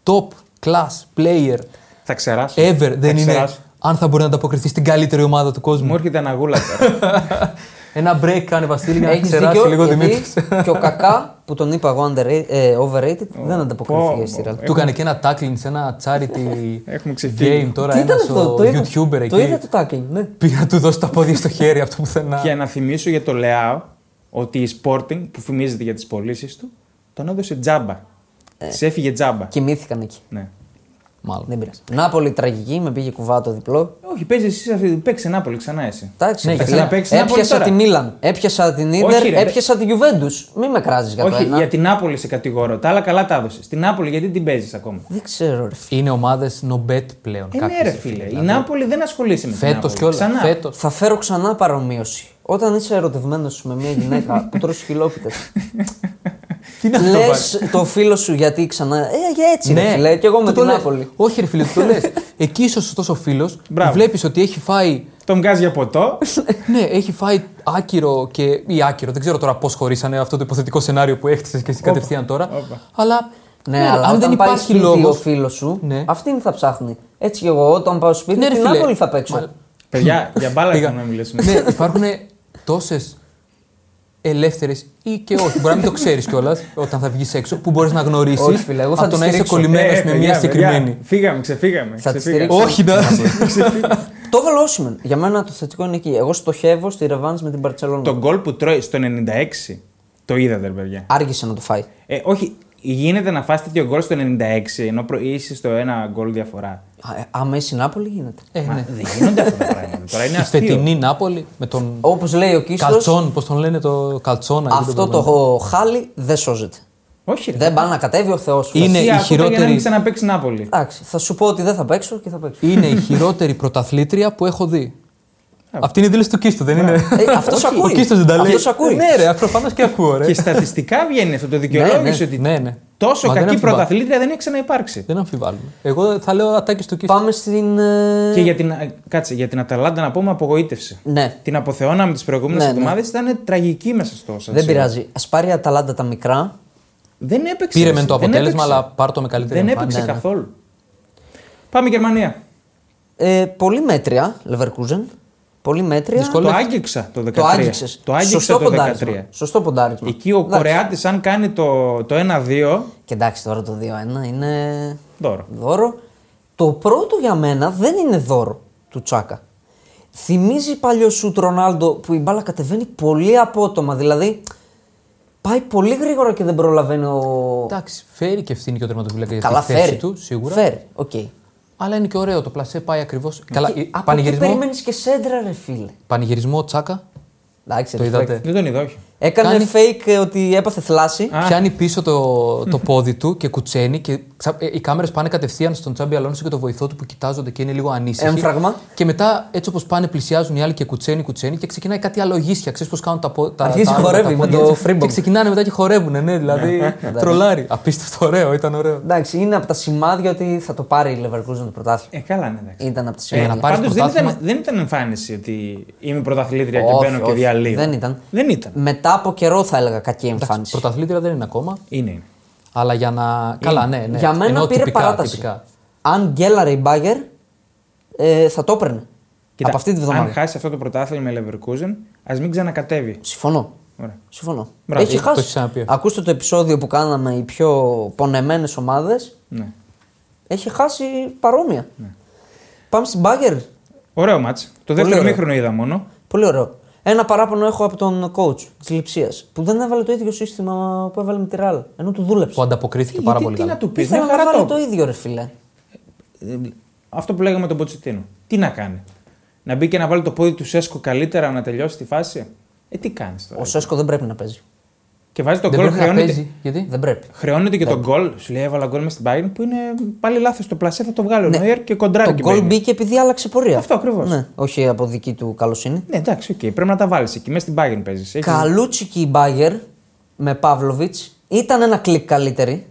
Speaker 3: top class player
Speaker 1: Θα ξεράσω.
Speaker 3: ever
Speaker 1: θα
Speaker 3: δεν είναι
Speaker 1: ξεράσω.
Speaker 3: αν θα μπορεί να ανταποκριθεί στην καλύτερη ομάδα του κόσμου.
Speaker 1: Μου έρχεται αναγούλα τώρα.
Speaker 3: Ένα break κάνει Βασίλη για να
Speaker 2: Έχεις
Speaker 3: ξεράσει
Speaker 2: δίκιο,
Speaker 3: λίγο ο
Speaker 2: γιατί
Speaker 3: Δημήτρης.
Speaker 2: Και ο Κακά που τον είπα εγώ underrated, ε, overrated δεν
Speaker 1: πω,
Speaker 2: ανταποκρίθηκε στη Real.
Speaker 1: πω.
Speaker 3: Του έκανε και ένα tackling σε ένα charity
Speaker 1: Έχουμε ξεφύγει.
Speaker 3: game τώρα.
Speaker 2: Τι ήταν
Speaker 3: ένας
Speaker 2: αυτό,
Speaker 3: ο
Speaker 2: το είδα,
Speaker 3: YouTuber
Speaker 2: το
Speaker 3: εκεί.
Speaker 2: είδα το tackling, ναι.
Speaker 3: Πήγα να του δώσει τα πόδια στο χέρι αυτό που πουθενά.
Speaker 1: Και να θυμίσω για το Λεάο ότι η Sporting που φημίζεται για τις πωλήσεις του τον έδωσε τζάμπα.
Speaker 2: Ε.
Speaker 1: Τη έφυγε τζάμπα.
Speaker 2: Κοιμήθηκαν εκεί.
Speaker 1: Ναι.
Speaker 3: Μάλλον.
Speaker 2: Δεν πειράζει. Νάπολη τραγική, με πήγε κουβά το διπλό.
Speaker 1: Όχι, παίζει εσύ αυτή. Παίξε Νάπολη ξανά εσύ.
Speaker 2: Εντάξει,
Speaker 3: Ναι,
Speaker 2: ρε
Speaker 1: για
Speaker 2: φίλε,
Speaker 1: να παίξεις Νάπολη
Speaker 2: έπιασα
Speaker 1: τώρα.
Speaker 2: τη Μίλαν, έπιασα την
Speaker 1: Όχι,
Speaker 2: Ίντερ,
Speaker 1: ρε.
Speaker 2: έπιασα τη Juventus. Μη με κράζεις για το
Speaker 1: Όχι,
Speaker 2: ένα.
Speaker 1: για την Νάπολη σε κατηγορώ. Τα άλλα καλά τα έδωσε. Την Νάπολη γιατί την παίζεις ακόμα.
Speaker 2: Δεν ξέρω, ρε φίλε.
Speaker 3: Είναι ομάδες no bet πλέον.
Speaker 1: Ε, ναι, ρε φίλε.
Speaker 3: δηλαδή.
Speaker 1: Η Νάπολη δεν ασχολείσαι με την
Speaker 3: Φέτος
Speaker 1: Νάπολη.
Speaker 3: κιόλας.
Speaker 1: Ξανά.
Speaker 3: Φέτος.
Speaker 2: Θα φέρω ξανά παρομοίωση. Όταν είσαι ερωτευμένος με μια γυναίκα που τρώει χιλόπιτες.
Speaker 3: Τι είναι αυτό,
Speaker 2: Λες
Speaker 3: πάλι?
Speaker 2: το φίλο σου γιατί ξανά. Ε, για έτσι, ρε
Speaker 3: Ναι,
Speaker 2: φίλε. Και εγώ με
Speaker 3: του το
Speaker 2: την
Speaker 3: λες.
Speaker 2: Νάπολη.
Speaker 3: Όχι, ρε φίλε, του το λες. Εκεί ίσω αυτό ο φίλος
Speaker 1: Μπράβο.
Speaker 3: βλέπεις ότι έχει φάει.
Speaker 1: Τον βγάζει για ποτό.
Speaker 3: ναι, έχει φάει άκυρο και. ή άκυρο. Δεν ξέρω τώρα πώς χωρίσανε αυτό το υποθετικό σενάριο που έχτισες και εσύ κατευθείαν τώρα.
Speaker 1: όπα.
Speaker 3: Αλλά
Speaker 2: Ναι,
Speaker 3: Ναι,
Speaker 2: αλλά
Speaker 3: αν
Speaker 2: όταν
Speaker 3: δεν
Speaker 2: πάει
Speaker 3: υπάρχει
Speaker 2: σπίτι
Speaker 3: λόγος-
Speaker 2: ο φίλος σου,
Speaker 3: Ναι.
Speaker 2: αυτήν θα ψάχνει. Έτσι κι εγώ όταν πάω σπίτι,
Speaker 3: Ναι, ρε
Speaker 2: την
Speaker 3: φίλε.
Speaker 2: Άπολη θα παίξω.
Speaker 3: Μα-
Speaker 1: Παιδιά, για μπάλα
Speaker 3: Πήγα.
Speaker 1: είχαμε να μιλήσουμε. Ε,
Speaker 3: ναι, υπάρχουν τόσες ελεύθερες ή και όχι. Μπορεί να μην το ξέρεις κιόλας όταν θα βγεις έξω που μπορείς να γνωρίσεις.
Speaker 2: Όχι, φίλε, εγώ θα
Speaker 3: το
Speaker 2: τη
Speaker 3: να είσαι
Speaker 2: στηρίξω.
Speaker 3: κολλημένος
Speaker 1: Ε,
Speaker 3: με
Speaker 1: παιδιά,
Speaker 3: μια συγκεκριμένη.
Speaker 1: παιδιά, Φύγαμε, ξεφύγαμε.
Speaker 2: Θα τη
Speaker 1: ξεφύγαμε.
Speaker 2: στηρίξω.
Speaker 3: Όχι, να.
Speaker 2: Το έβαλε ο Osimhen. Για μένα το θετικό είναι εκεί. Εγώ στοχεύω στη ρεβάνς με την Παρσελόνα.
Speaker 1: Το γκολ που τρώει στο 96 το είδατε, ρε παιδιά.
Speaker 2: Άργησε να το φάει.
Speaker 1: Ε, όχι, γίνεται να φας τέτοιο γκολ στο 96 ενώ προ- είσαι στο ένα γκολ διαφορά.
Speaker 2: Α, ε, Άμα είσαι Νάπολη γίνεται.
Speaker 3: Ε,
Speaker 1: Μα
Speaker 3: ναι.
Speaker 1: δεν γίνονται αυτά τα πράγματα. Τώρα είναι
Speaker 3: Η
Speaker 1: αστείο.
Speaker 3: φετινή Νάπολη με τον
Speaker 2: Όπως λέει ο Κίστος,
Speaker 3: Καλτσόν, πώς τον λένε το Καλτσόνα. δεν
Speaker 2: αυτό
Speaker 3: θυμάμαι.
Speaker 2: το χάλι δεν σώζεται.
Speaker 1: Όχι, ρε.
Speaker 2: Δεν πάει να κατέβει ο Θεός.
Speaker 3: Είναι
Speaker 1: Εσύ
Speaker 3: Ναι, η
Speaker 1: άκουτα Για να μην
Speaker 3: χειρότερη-
Speaker 1: ξαναπέξει Νάπολη.
Speaker 2: Εντάξει, θα σου πω ότι δεν θα παίξω και θα παίξω.
Speaker 3: Είναι η χειρότερη πρωταθλήτρια που έχω δει.
Speaker 1: Ε.
Speaker 3: Αυτή είναι η δήλωση του Κίστο, δεν είναι.
Speaker 2: Ε, αυτός
Speaker 3: Όχι,
Speaker 2: ακούει.
Speaker 3: Ο Κίστος δεν τα λέει.
Speaker 2: Αυτός ακούει.
Speaker 3: Ναι, ρε, προφανώς και ακούω, ρε.
Speaker 1: Και στατιστικά βγαίνει αυτό. Το
Speaker 2: Ναι, ναι,
Speaker 1: δικαιολόγησε ότι
Speaker 3: Ε. ναι, ναι.
Speaker 1: τόσο
Speaker 3: Μα δεν Ναι.
Speaker 1: κακή
Speaker 3: αμφιβάλλω.
Speaker 1: πρωταθλήτρια δεν έχει ξαναυπάρξει.
Speaker 3: Δεν αμφιβάλλουμε. Εγώ θα λέω ατάκι του Κίστο.
Speaker 2: Πάμε στην. ε,
Speaker 1: Και για την, κάτσε, για την Αταλάντα να πούμε απογοήτευση.
Speaker 2: Ναι,
Speaker 1: Την αποθεώναμε τις προηγούμενες
Speaker 2: Ναι, ναι.
Speaker 1: εβδομάδες, ήταν τραγική μέσα στο όσα.
Speaker 2: δεν πειράζει. Ας πάρει η Αταλάντα τα μικρά.
Speaker 1: Δεν έπαιξε.
Speaker 3: Πήρε
Speaker 1: ρε,
Speaker 3: μεν το
Speaker 1: δεν
Speaker 3: αποτέλεσμα,
Speaker 1: έπαιξε.
Speaker 3: αλλά πάρ το με καλύτερη
Speaker 1: Δεν
Speaker 3: εμφάνιση.
Speaker 1: έπαιξε
Speaker 2: ναι.
Speaker 1: καθόλου. Πάμε Γερμανία.
Speaker 2: Ε, πολύ μέτρια, Leverkusen. Πολύ μέτρια.
Speaker 3: Δυσκολεύει.
Speaker 1: Το άγγιξα το 13.
Speaker 2: Το άγγιξες.
Speaker 1: Το άγγιξα
Speaker 2: Σωστό
Speaker 1: το 13.
Speaker 2: ποντάρισμα. Σωστό ποντάρισμα.
Speaker 1: Εκεί ο
Speaker 2: Εντάξει.
Speaker 1: Κορεάτης, αν κάνει το, το 1-2.
Speaker 3: Ναι.
Speaker 2: Και εντάξει, τώρα το 2-1 είναι
Speaker 1: Δώρο.
Speaker 2: δώρο. Το πρώτο για μένα δεν είναι δώρο του Τσάκα. Θυμίζει παλιό σου Ρονάλντο που η μπάλα κατεβαίνει πολύ απότομα. Δηλαδή πάει πολύ γρήγορα και δεν προλαβαίνει ο.
Speaker 3: Εντάξει, φέρει και ευθύνη και ο τερματοφύλακα για
Speaker 2: Καλά,
Speaker 3: τη θέση
Speaker 2: φέρει.
Speaker 3: του, σίγουρα.
Speaker 2: Φέρει. οκ.
Speaker 3: Αλλά είναι και ωραίο το πλασέ, πάει ακριβώς. Καλά,
Speaker 2: Και
Speaker 3: ε,
Speaker 2: από
Speaker 3: πανηγυρισμό,
Speaker 2: εκεί περιμένεις και σέντρα, ρε φίλε.
Speaker 3: πανηγυρισμό τσάκα.
Speaker 2: Εντάξει,
Speaker 3: Το
Speaker 2: ρε,
Speaker 3: είδατε.
Speaker 2: φλέκ.
Speaker 1: Δεν τον είδα, όχι.
Speaker 2: Έκανε
Speaker 3: Κάνει-
Speaker 2: fake ε, ότι έπαθε θλάση.
Speaker 1: Α.
Speaker 3: Πιάνει πίσω το, το πόδι του και κουτσένει. Και ξα- ε, οι κάμερες πάνε κατευθείαν στον Τσάμπι Αλόνσο και το βοηθό του που κοιτάζονται και είναι λίγο ανήσυχοι.
Speaker 2: Έμφραγμα.
Speaker 3: Και μετά έτσι όπως πάνε, πλησιάζουν οι άλλοι και κουτσένει, κουτσένει και ξεκινάει κάτι αλογίσια. Ξέρεις πώς κάνουν τα πόδια.
Speaker 2: Αρχίζει
Speaker 3: τα,
Speaker 2: και χορεύει με
Speaker 3: πόδια,
Speaker 2: το
Speaker 3: έτσι.
Speaker 2: Freebox.
Speaker 3: Και ξεκινάνε μετά και χορεύουν, ναι, δηλαδή. τρολάρι. Απίστευτο, ωραίο, ήταν ωραίο.
Speaker 2: Εντάξει, είναι από τα σημάδια ότι θα το πάρει η Leverkusen το πρωτάθλημα.
Speaker 1: Ε, καλά, ναι, εντάξει.
Speaker 2: Ήταν από τα
Speaker 3: για
Speaker 2: σημάδια.
Speaker 3: να πάρεις
Speaker 1: Ε, Πάντως δεν ήταν,
Speaker 3: πρωτάθλημα.
Speaker 1: δεν ήταν εμφάνιση ότι είμαι πρωταθλήτρια και
Speaker 2: Όχι,
Speaker 1: μπαίνω και
Speaker 2: όχι.
Speaker 1: διαλύω.
Speaker 2: Δεν ήταν.
Speaker 1: Δεν ήταν.
Speaker 2: Μετά από καιρό θα έλεγα κακή εμφάνιση.
Speaker 3: Πρωταθλήτρια δεν είναι ακόμα.
Speaker 1: Είναι.
Speaker 3: Αλλά για να. Καλά, ναι, ναι.
Speaker 2: Ε, Για μένα
Speaker 3: Εννοώ
Speaker 2: πήρε
Speaker 3: τυπικά,
Speaker 2: παράταση.
Speaker 3: τυπικά.
Speaker 2: Αν γκέλαρε η Μπάγκερ, ε, θα το έπαιρνε. από αυτή τη βδομάδα.
Speaker 1: Αν χάσει αυτό το πρωτάθλημα η Leverkusen, ας μην ξανακατέβει.
Speaker 2: Συμφωνώ.
Speaker 1: Ωραία.
Speaker 2: Συμφωνώ.
Speaker 1: Μπράβο,
Speaker 2: Έχει
Speaker 1: το
Speaker 2: χάσει.
Speaker 3: έχεις ξαναπεί.
Speaker 2: Ακούστε το επεισόδιο που κάναμε οι πιο πονεμένες ομάδες.
Speaker 1: Ναι.
Speaker 2: Έχει χάσει παρόμοια.
Speaker 3: Ναι.
Speaker 2: Πάμε στην Μπάγκερ.
Speaker 1: Ωραίο μάτς. Το
Speaker 2: Πολύ
Speaker 1: δεύτερο
Speaker 2: ωραίο.
Speaker 1: μήχρονο είδα μόνο.
Speaker 2: Πολύ ωραίο. Ένα παράπονο έχω από τον coach της Λιψία που δεν έβαλε το ίδιο σύστημα που έβαλε με τη Ραλ. Ενώ του
Speaker 3: Που
Speaker 2: δούλεψε.
Speaker 3: ανταποκρίθηκε πάρα
Speaker 1: τι,
Speaker 3: πολύ
Speaker 1: Ε, τι
Speaker 3: καλά.
Speaker 1: να του πεις,
Speaker 2: Ήθελα
Speaker 1: μια
Speaker 2: να
Speaker 1: χαρά
Speaker 2: βάλει
Speaker 1: το.
Speaker 2: το ίδιο ρε φίλε.
Speaker 1: Αυτό που λέγαμε τον Ποτσιτίνο. Τι να κάνει. Να μπει και να βάλει το πόδι του Σέσκο καλύτερα να τελειώσει τη φάση. Ε, τι κάνεις τώρα.
Speaker 2: Ο Σέσκο δεν πρέπει να παίζει.
Speaker 1: Και βάζει τον
Speaker 3: Δεν
Speaker 1: γκολ.
Speaker 3: πρέπει να
Speaker 1: Χρεώνεται,
Speaker 3: παίζει. Γιατί.
Speaker 2: Δεν πρέπει.
Speaker 1: χρεώνεται
Speaker 2: Ναι.
Speaker 1: και τον γκολ. Σου λέει έβαλα γκολ μες στην Bayern που είναι πάλι λάθος. Το πλασέ θα το βγάλει. Ο Νόιερ και κοντράρει
Speaker 2: Ναι. Το
Speaker 1: και
Speaker 2: γκολ
Speaker 1: μπαίνει.
Speaker 2: μπήκε επειδή άλλαξε πορεία.
Speaker 1: Αυτό ακριβώς.
Speaker 2: Ναι, όχι από δική του καλοσύνη.
Speaker 1: Ναι, εντάξει, οκ. Πρέπει να τα βάλεις εκεί. Μέσα στην Bayern παίζεις.
Speaker 2: Καλούτσικη η Μπάγκερ με Παύλοβιτ ήταν ένα κλικ καλύτερη.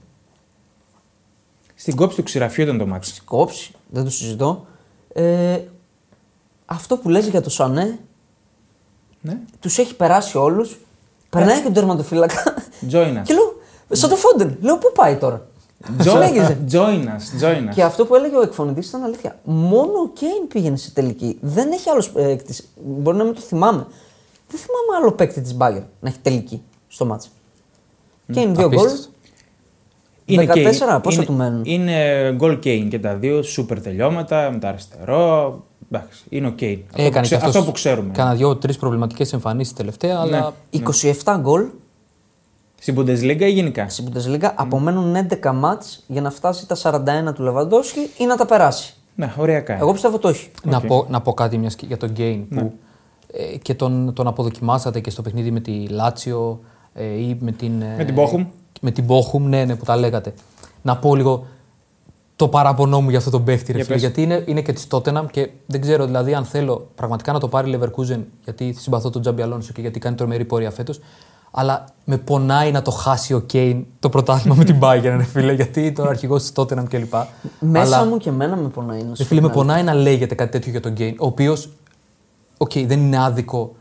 Speaker 1: Στην κόψη του ξηραφιού ήταν το μάτι.
Speaker 2: Στην κόψη, δεν το συζητώ. Ε, αυτό που λες για το Σανέ,
Speaker 1: Ναι.
Speaker 2: τους έχει περάσει όλους. Περνάει και τον τερματοφύλακα.
Speaker 1: Join us.
Speaker 2: και λέω, σαν το Φόντεν, λέω πού πάει τώρα. Συνέχιζε.
Speaker 1: Join us, join us.
Speaker 2: Και αυτό που έλεγε ο εκφωνητής ήταν αλήθεια. Μόνο ο Κέιν πήγαινε σε τελική. Δεν έχει άλλος παίκτη. Μπορεί να μην το θυμάμαι. Δεν θυμάμαι άλλο παίκτη της Μπάγκερ να έχει τελική στο μάτσο. Κέιν δύο γκολ.
Speaker 3: απίστευτο.
Speaker 1: και-
Speaker 2: 14, πόσα
Speaker 1: είναι-
Speaker 2: του μένουν?
Speaker 1: Είναι γκολ Κέιν και τα δύο, σούπερ τελειώματα, με τα αριστερό. Εντάξει, είναι ο Κέιν. Αυτό, που,
Speaker 3: Ε, Έκανε
Speaker 1: ξε-
Speaker 3: και αυτός
Speaker 1: αυτό που ξέρουμε. Ναι.
Speaker 3: Κάνα δύο-τρει προβληματικές εμφανίσεις τελευταία, αλλά
Speaker 2: 27 γκολ
Speaker 1: Στην Bundesliga ή γενικά.
Speaker 2: στην Bundesliga. Απομένουν 11 μάτς για να φτάσει τα 41 του Λεβαντόσκι ή να τα περάσει.
Speaker 1: Ναι, ωραία κάνει.
Speaker 2: Εγώ πιστεύω το έχει.
Speaker 3: να, πω, να πω κάτι μιας και- για τον Γκέιν
Speaker 1: Ναι.
Speaker 3: που ε, και τον, τον αποδοκιμάσατε και στο παιχνίδι με τη Λάτσιο ε, ή με την. ε,
Speaker 1: Με την Bochum.
Speaker 3: Με την Bochum, ναι, ναι, που τα λέγατε. Να πω λίγο το παράπονό μου για αυτό τον παίχτη, ρε
Speaker 1: Για
Speaker 3: φίλε,
Speaker 1: πες.
Speaker 3: γιατί είναι, είναι και της Τότεναμ και δεν ξέρω δηλαδή αν θέλω πραγματικά να το πάρει η Leverkusen, γιατί συμπαθώ τον Τζάμπι Αλόνσο και γιατί κάνει τρομερή πορεία φέτος. Αλλά με πονάει να το χάσει ο Κέιν το πρωτάθλημα με την Bayern, ρε φίλε, γιατί τον αρχηγός της Τότεναμ κλπ.
Speaker 2: Μέσα
Speaker 3: Αλλά-
Speaker 2: μου και εμένα με πονάει. να
Speaker 3: Ρε
Speaker 2: σου
Speaker 3: Ε, φίλε,
Speaker 2: πω
Speaker 3: με
Speaker 2: την αλήθεια.
Speaker 3: πονάει να λέγεται κάτι τέτοιο για τον Γκέιν, ο οποίος. Οκ, δεν είναι άδικο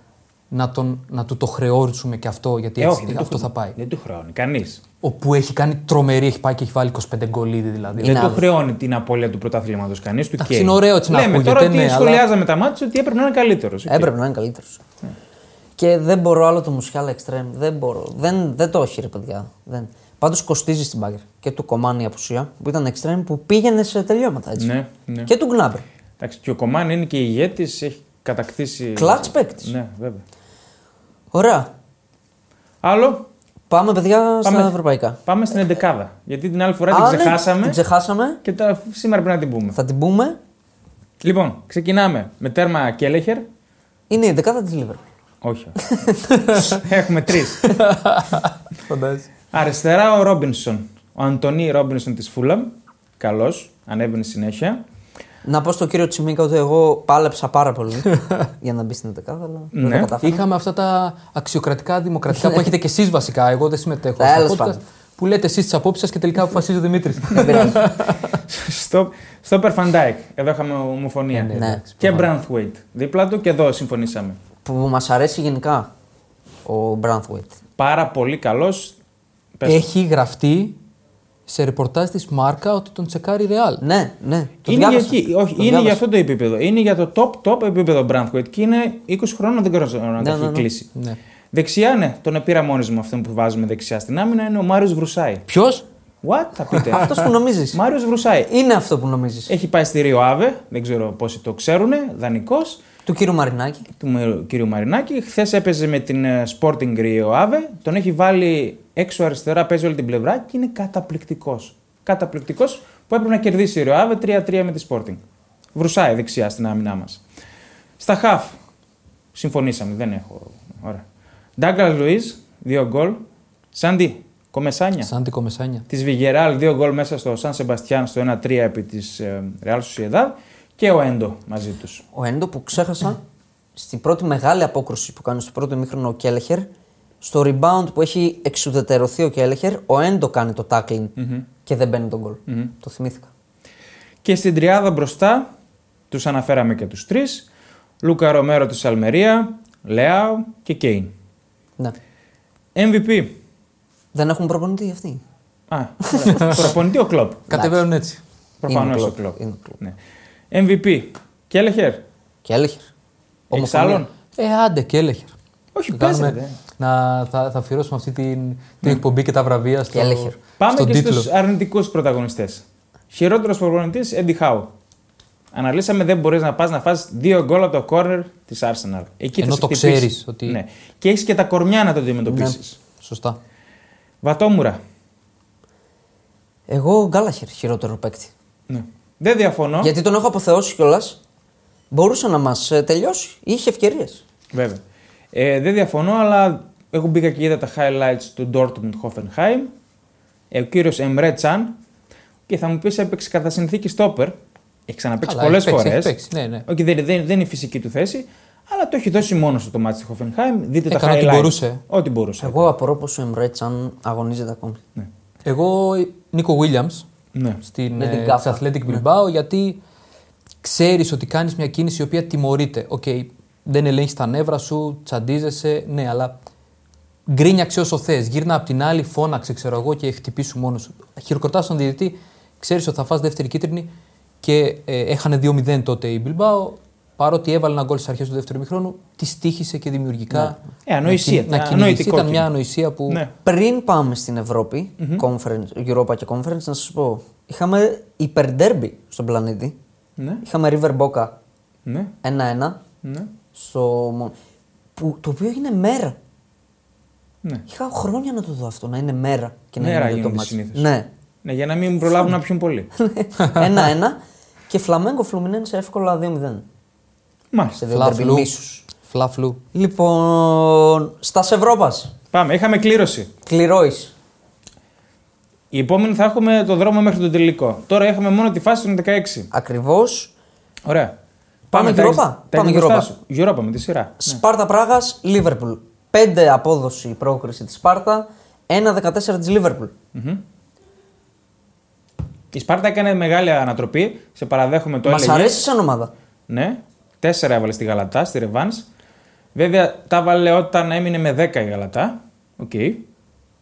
Speaker 3: να, τον, να του το χρεώσουμε και αυτό, γιατί
Speaker 1: Ε,
Speaker 3: έτσι,
Speaker 1: όχι, δεν το
Speaker 3: αυτό θα
Speaker 1: χρεώνει.
Speaker 3: πάει.
Speaker 1: Δεν του χρεώνει κανείς.
Speaker 3: Όπου έχει κάνει τρομερή, έχει πάει και έχει βάλει 25 γκολίδι δηλαδή.
Speaker 1: Δεν του
Speaker 2: άδικο.
Speaker 1: χρεώνει την απώλεια του πρωταθλήματος κανείς. Του
Speaker 3: Εντάξει,
Speaker 1: καίει.
Speaker 3: είναι ωραίο έτσι να
Speaker 1: Λέμε
Speaker 3: ακούγεται,
Speaker 1: τώρα ότι
Speaker 3: ναι, αλλά-
Speaker 1: σχολιάζαμε τα μάτια ότι έπρεπε να είναι καλύτερος.
Speaker 2: Έπρεπε να είναι καλύτερος.
Speaker 1: Ναι.
Speaker 2: Και δεν μπορώ άλλο το μουσιάλα εξτρέμ. Δεν μπορώ. Δεν, δεν το έχει ρε παιδιά. Δεν. Πάντως κοστίζει στην μπάγκερ. Και του Κομάνι η απουσία που ήταν εξτρέμ που πήγαινε σε τελειώματα έτσι.
Speaker 1: Ναι, ναι.
Speaker 2: Και του Γκνάμπερ.
Speaker 1: Εντάξει, και ο Κομάν είναι και ηγέτης, έχει κατακτήσει.
Speaker 2: Κλατς παίκτης.
Speaker 1: Ναι, βέβαια.
Speaker 2: Ωραία.
Speaker 1: Άλλο,
Speaker 2: Πάμε παιδιά στα
Speaker 1: Πάμε.
Speaker 2: ευρωπαϊκά.
Speaker 1: πάμε στην εντεκάδα. Γιατί την άλλη φορά την
Speaker 2: Α, ναι,
Speaker 1: ξεχάσαμε.
Speaker 2: Την ξεχάσαμε.
Speaker 1: Και τα, σήμερα πρέπει να την πούμε.
Speaker 2: Θα την πούμε.
Speaker 1: Λοιπόν, ξεκινάμε με τέρμα Κέλεχερ.
Speaker 2: Είναι η δεκάδα της Λίβερπουλ.
Speaker 1: Όχι. Έχουμε τρεις. Αριστερά ο Ρόμπινσον. Ο Αντωνί Ρόμπινσον της Φούλαμ. Καλός. Ανέβαινε συνέχεια.
Speaker 2: Να πω στον κύριο Τσιμίκα ότι εγώ πάλεψα πάρα πολύ για να μπει στην δεκάδα, αλλά δεν
Speaker 1: Ναι.
Speaker 2: το κατάφερα.
Speaker 3: Είχαμε αυτά τα αξιοκρατικά δημοκρατικά που έχετε και εσείς βασικά. Εγώ δεν συμμετέχω.
Speaker 2: Τέλος
Speaker 3: στο podcast,
Speaker 2: πάντων.
Speaker 3: που λέτε εσείς τις απόψεις σας και τελικά αποφασίζει ο Δημήτρης.
Speaker 2: Δεν πειράζει.
Speaker 1: Στο, στο Περφαντάικ. Εδώ είχαμε ομοφωνία.
Speaker 2: ναι, ναι.
Speaker 1: Και Μπρανθουέιτ. Δίπλα του και εδώ συμφωνήσαμε.
Speaker 2: που μας αρέσει γενικά ο Μπράνθουιτ.
Speaker 1: Πάρα πολύ καλός.
Speaker 3: Έχει γραφτεί σε ρεπορτάζ της Μάρκα ότι τον τσεκάρει η Ρεάλ.
Speaker 2: Ναι, ναι. Το
Speaker 1: Είναι για,
Speaker 2: διάβασα.
Speaker 1: εκεί, όχι,
Speaker 2: Το
Speaker 1: είναι για
Speaker 2: διάβασα.
Speaker 1: αυτό το επίπεδο. Είναι για το top top επίπεδο Μπρανθουέιτ και είναι 20 χρόνια δεν ξέρω να
Speaker 2: Ναι,
Speaker 1: τα έχει
Speaker 2: ναι, ναι.
Speaker 1: κλείσει.
Speaker 3: Ναι.
Speaker 1: Δεξιά, ναι, τον επήρα μόνος μου αυτόν που βάζουμε δεξιά στην άμυνα είναι ο Μάριο Βρουσάη.
Speaker 3: Ποιος?
Speaker 1: What θα πείτε.
Speaker 2: Αυτός που νομίζεις.
Speaker 1: Μάριο Βρουσάη.
Speaker 2: Είναι αυτό που νομίζεις.
Speaker 1: Έχει πάει στη Ρίο Αβε, δεν ξέρω πόσοι το ξέρουν, δανεικός
Speaker 2: Του κύριου Μαρινάκη.
Speaker 1: του με- κύριου Μαρινάκη. Χθες έπαιζε με την ε, Sporting Ρίο Αβε, τον έχει βάλει έξω αριστερά, παίζει όλη την πλευρά και είναι καταπληκτικός. Καταπληκτικός που έπρεπε να κερδίσει η Ρίο Αβε 3-3 με τη Sporting. Βρουσάει δεξιά στην άμυνά μας. Στα χαφ. Συμφωνήσαμε, δεν έχω. Ωραία. Ντάγκλας Λουίς, δύο γκολ. Σάντι, κομεσάνια.
Speaker 3: Σάντι Κομεσάνια.
Speaker 1: Της Βιγεράλ, δύο γκολ μέσα στο Σαν Σεμπαστιάν στο 1-3 επί της Real Sociedad και ο Έντο μαζί τους.
Speaker 2: Ο Έντο που ξέχασα στην πρώτη μεγάλη απόκρουση που κάνει στο πρώτο ημίχρονο ο Κέλεχερ. Στο rebound που έχει εξουδετερωθεί ο Κέλεχερ, ο Έντο κάνει το tackling και δεν μπαίνει τον γκολ. Το θυμήθηκα.
Speaker 1: Και στην τριάδα μπροστά, τους αναφέραμε και τους τρεις, Λούκα Ρομέρο της Αλμερία, Λεάου και Κέιν.
Speaker 2: Ναι.
Speaker 1: MVP.
Speaker 2: Δεν έχουν προπονητή αυτοί.
Speaker 1: Α, ωραία. προπονητή ο Κλοπ.
Speaker 3: Κατεβαίνουν έτσι.
Speaker 1: Προφανώς
Speaker 2: Είναι ο
Speaker 1: ο
Speaker 2: Klopp,
Speaker 1: Κλοπ.
Speaker 2: είναι ο Klopp.
Speaker 1: Ναι. MVP. Κέλεχερ.
Speaker 2: Κέλεχερ.
Speaker 1: Έχεις
Speaker 2: Ομοφωνία.
Speaker 1: άλλον?
Speaker 3: Ε, άντε, Κέλεχερ.
Speaker 1: Όχι,
Speaker 3: Θα κάνουμε-
Speaker 1: παίζεται. ε.
Speaker 3: Να, θα, θα αφιερώσουμε αυτή την, την εκπομπή και τα βραβεία στο,
Speaker 2: Κέλεχερ.
Speaker 1: Πάμε
Speaker 3: στον
Speaker 1: και
Speaker 3: τίτλο.
Speaker 1: στους αρνητικούς πρωταγωνιστές. Χειρότερος προπονητή, Έντι Χάου. Αναλύσαμε, δεν μπορείς να πας να φας δύο γκολ από το κόρνερ της Arsenal. Εκεί θα
Speaker 3: Ενώ
Speaker 1: σε
Speaker 3: το
Speaker 1: χτυπήσεις.
Speaker 3: ξέρεις ότι-
Speaker 1: Ναι. Και έχεις και τα κορμιά να το αντιμετωπίσεις.
Speaker 3: Σωστά. Ναι.
Speaker 1: Βατόμουρα.
Speaker 2: Εγώ Γκάλαχερ χειρότερο παίκτη.
Speaker 1: Ναι. Δεν διαφωνώ.
Speaker 2: Γιατί τον έχω αποθεώσει κιόλας. Μπορούσε να μας τελειώσει. Είχε ευκαιρίες.
Speaker 1: Βέβαια. Ε, δεν διαφωνώ, αλλά εγώ μπήκα και είδα τα highlights του Dortmund Hoffenheim. Ε, ο κύριος Emre Can. Και θα μου πεις, έπαιξε κατά συνθήκη στόπερ. Έχει ξαναπέξει
Speaker 3: Καλά,
Speaker 1: πολλές
Speaker 3: έχει παίξει,
Speaker 1: φορές.
Speaker 3: έχει παίξει, ναι, ναι.
Speaker 1: Όχι, δεν, δεν, δεν είναι η φυσική του θέση, αλλά το έχει δώσει μόνο στο το μάτι τη Hoffenheim. Δείτε
Speaker 3: Ε, Έκανε
Speaker 1: τα
Speaker 3: ό,τι
Speaker 1: highlights.
Speaker 3: μπορούσε.
Speaker 1: Ό,τι μπορούσε.
Speaker 2: Εγώ απορώ πως ο Εμρέ Τσάν αγωνίζεται ακόμη.
Speaker 3: Ε. Εγώ, Νίκο Βίλιαμ,
Speaker 1: Ναι.
Speaker 3: στην
Speaker 2: Με την
Speaker 3: ε, της
Speaker 2: κάφα.
Speaker 3: Athletic Bilbao, γιατί ξέρεις ότι κάνεις μια κίνηση η οποία τιμωρείται. Οκ, δεν ελέγχεις τα νεύρα σου, τσαντίζεσαι, ναι, αλλά γκρίνιαξε όσο θε. Γύρνα απ' την άλλη, φώναξε, ξέρω εγώ, και χτυπήσου μόνος σου. Χειροκροτάς τον διαιτητή, ξέρεις ότι θα φας δεύτερη κίτρινη και ε, έχανε 2-0 τότε η Bilbao. Παρότι έβαλε ένα γκολ στις αρχές του δεύτερου μηχρόνου, τη στήχησε και δημιουργικά.
Speaker 1: Ε, ανοησία,
Speaker 3: Να, κιν- να
Speaker 1: ανοητικό
Speaker 3: κυνηγηθεί. Ήταν μια
Speaker 1: κίνημα.
Speaker 3: ανοησία που.
Speaker 1: Ναι.
Speaker 2: Πριν πάμε στην ευρωπη conference, Europa και Conference, να σας πω. Είχαμε υπερντέρμπι στον πλανήτη.
Speaker 1: Ναι.
Speaker 2: Είχαμε River Boca
Speaker 1: ναι.
Speaker 2: 1-1.
Speaker 1: Ναι.
Speaker 2: Στο... Μο- Που, το οποίο έγινε μέρα.
Speaker 1: Ναι.
Speaker 2: Είχα χρόνια να το δω αυτό, να είναι μέρα και να
Speaker 1: Μέρα
Speaker 2: γίνεται το
Speaker 1: γίνονται
Speaker 2: μάτι.
Speaker 1: συνήθως.
Speaker 2: Ναι.
Speaker 1: ναι. Για να μην προλάβουν να πιούν πολύ.
Speaker 2: Ένα-ένα. και Φλαμέγκο Φλουμινένσε εύκολα 2-0.
Speaker 1: Μάλιστα.
Speaker 2: Σε δύο ντέρμπι
Speaker 3: Φλαφλού.
Speaker 2: μίσους.
Speaker 3: Φλαφλού.
Speaker 2: Λοιπόν, στας Ευρώπας.
Speaker 1: Πάμε. Είχαμε κλήρωση.
Speaker 2: Κληρόη.
Speaker 1: Η επόμενη θα έχουμε το δρόμο μέχρι τον τελικό. Τώρα έχουμε μόνο τη φάση των 16.
Speaker 2: Ακριβώς.
Speaker 1: Ωραία.
Speaker 2: Πάμε
Speaker 1: τα
Speaker 2: Europa.
Speaker 1: εξ- τα
Speaker 2: Πάμε
Speaker 1: εξ- μπροστά
Speaker 2: Europa.
Speaker 1: σου. Europa με τη σειρά.
Speaker 2: Ναι. Σπάρτα Πράγας, Λίβερπουλ. 5 απόδοση η πρόκριση της Σπάρτα. 1-14 της Λίβερπουλ.
Speaker 1: Η Σπάρτα έκανε μεγάλη ανατροπή. Σε παραδέχομαι το
Speaker 2: Μας
Speaker 1: έλεγες.
Speaker 2: αρέσει σαν ομάδα.
Speaker 1: Ναι. Τέσσερα έβαλε στη Γαλατά, στη Ρεβάν. Βέβαια τα βάλε όταν έμεινε με 10 η Γαλατά. Οκ. Ε,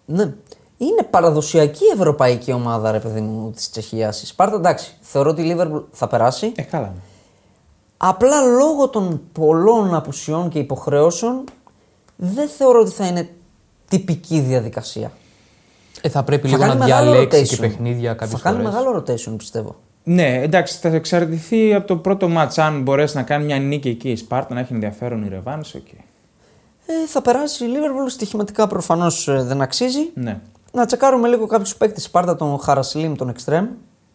Speaker 2: Ναι. Είναι παραδοσιακή ευρωπαϊκή ομάδα, ρε παιδί μου, της Τσεχίας. Η Σπάρτα, εντάξει, θεωρώ ότι η Λίβερπουλ θα περάσει.
Speaker 1: Ε, καλά.
Speaker 2: Απλά λόγω των πολλών απουσιών και υποχρεώσεων, δεν θεωρώ ότι θα είναι τυπική διαδικασία.
Speaker 3: Ε, θα πρέπει
Speaker 2: Θα
Speaker 3: λίγο να
Speaker 2: κάνει μεγάλο
Speaker 3: διαλέξει και
Speaker 2: rotation.
Speaker 3: παιχνίδια κάποιες
Speaker 2: θα κάνει
Speaker 3: φορές.
Speaker 2: μεγάλο rotation, πιστεύω.
Speaker 1: Ναι, εντάξει, θα εξαρτηθεί από το πρώτο μάτς. Αν μπορέσει να κάνει μια νίκη εκεί η Σπάρτα, να έχει ενδιαφέρον η Ρεβάνς, οκ.
Speaker 2: Ε, θα περάσει η Λίβερπουλ. Στοιχηματικά προφανώς δεν αξίζει.
Speaker 1: Ναι.
Speaker 2: Να τσεκάρουμε λίγο κάποιους παίκτες. Πάρτα τον Χαρασλίμ, τον Εκστρέμ.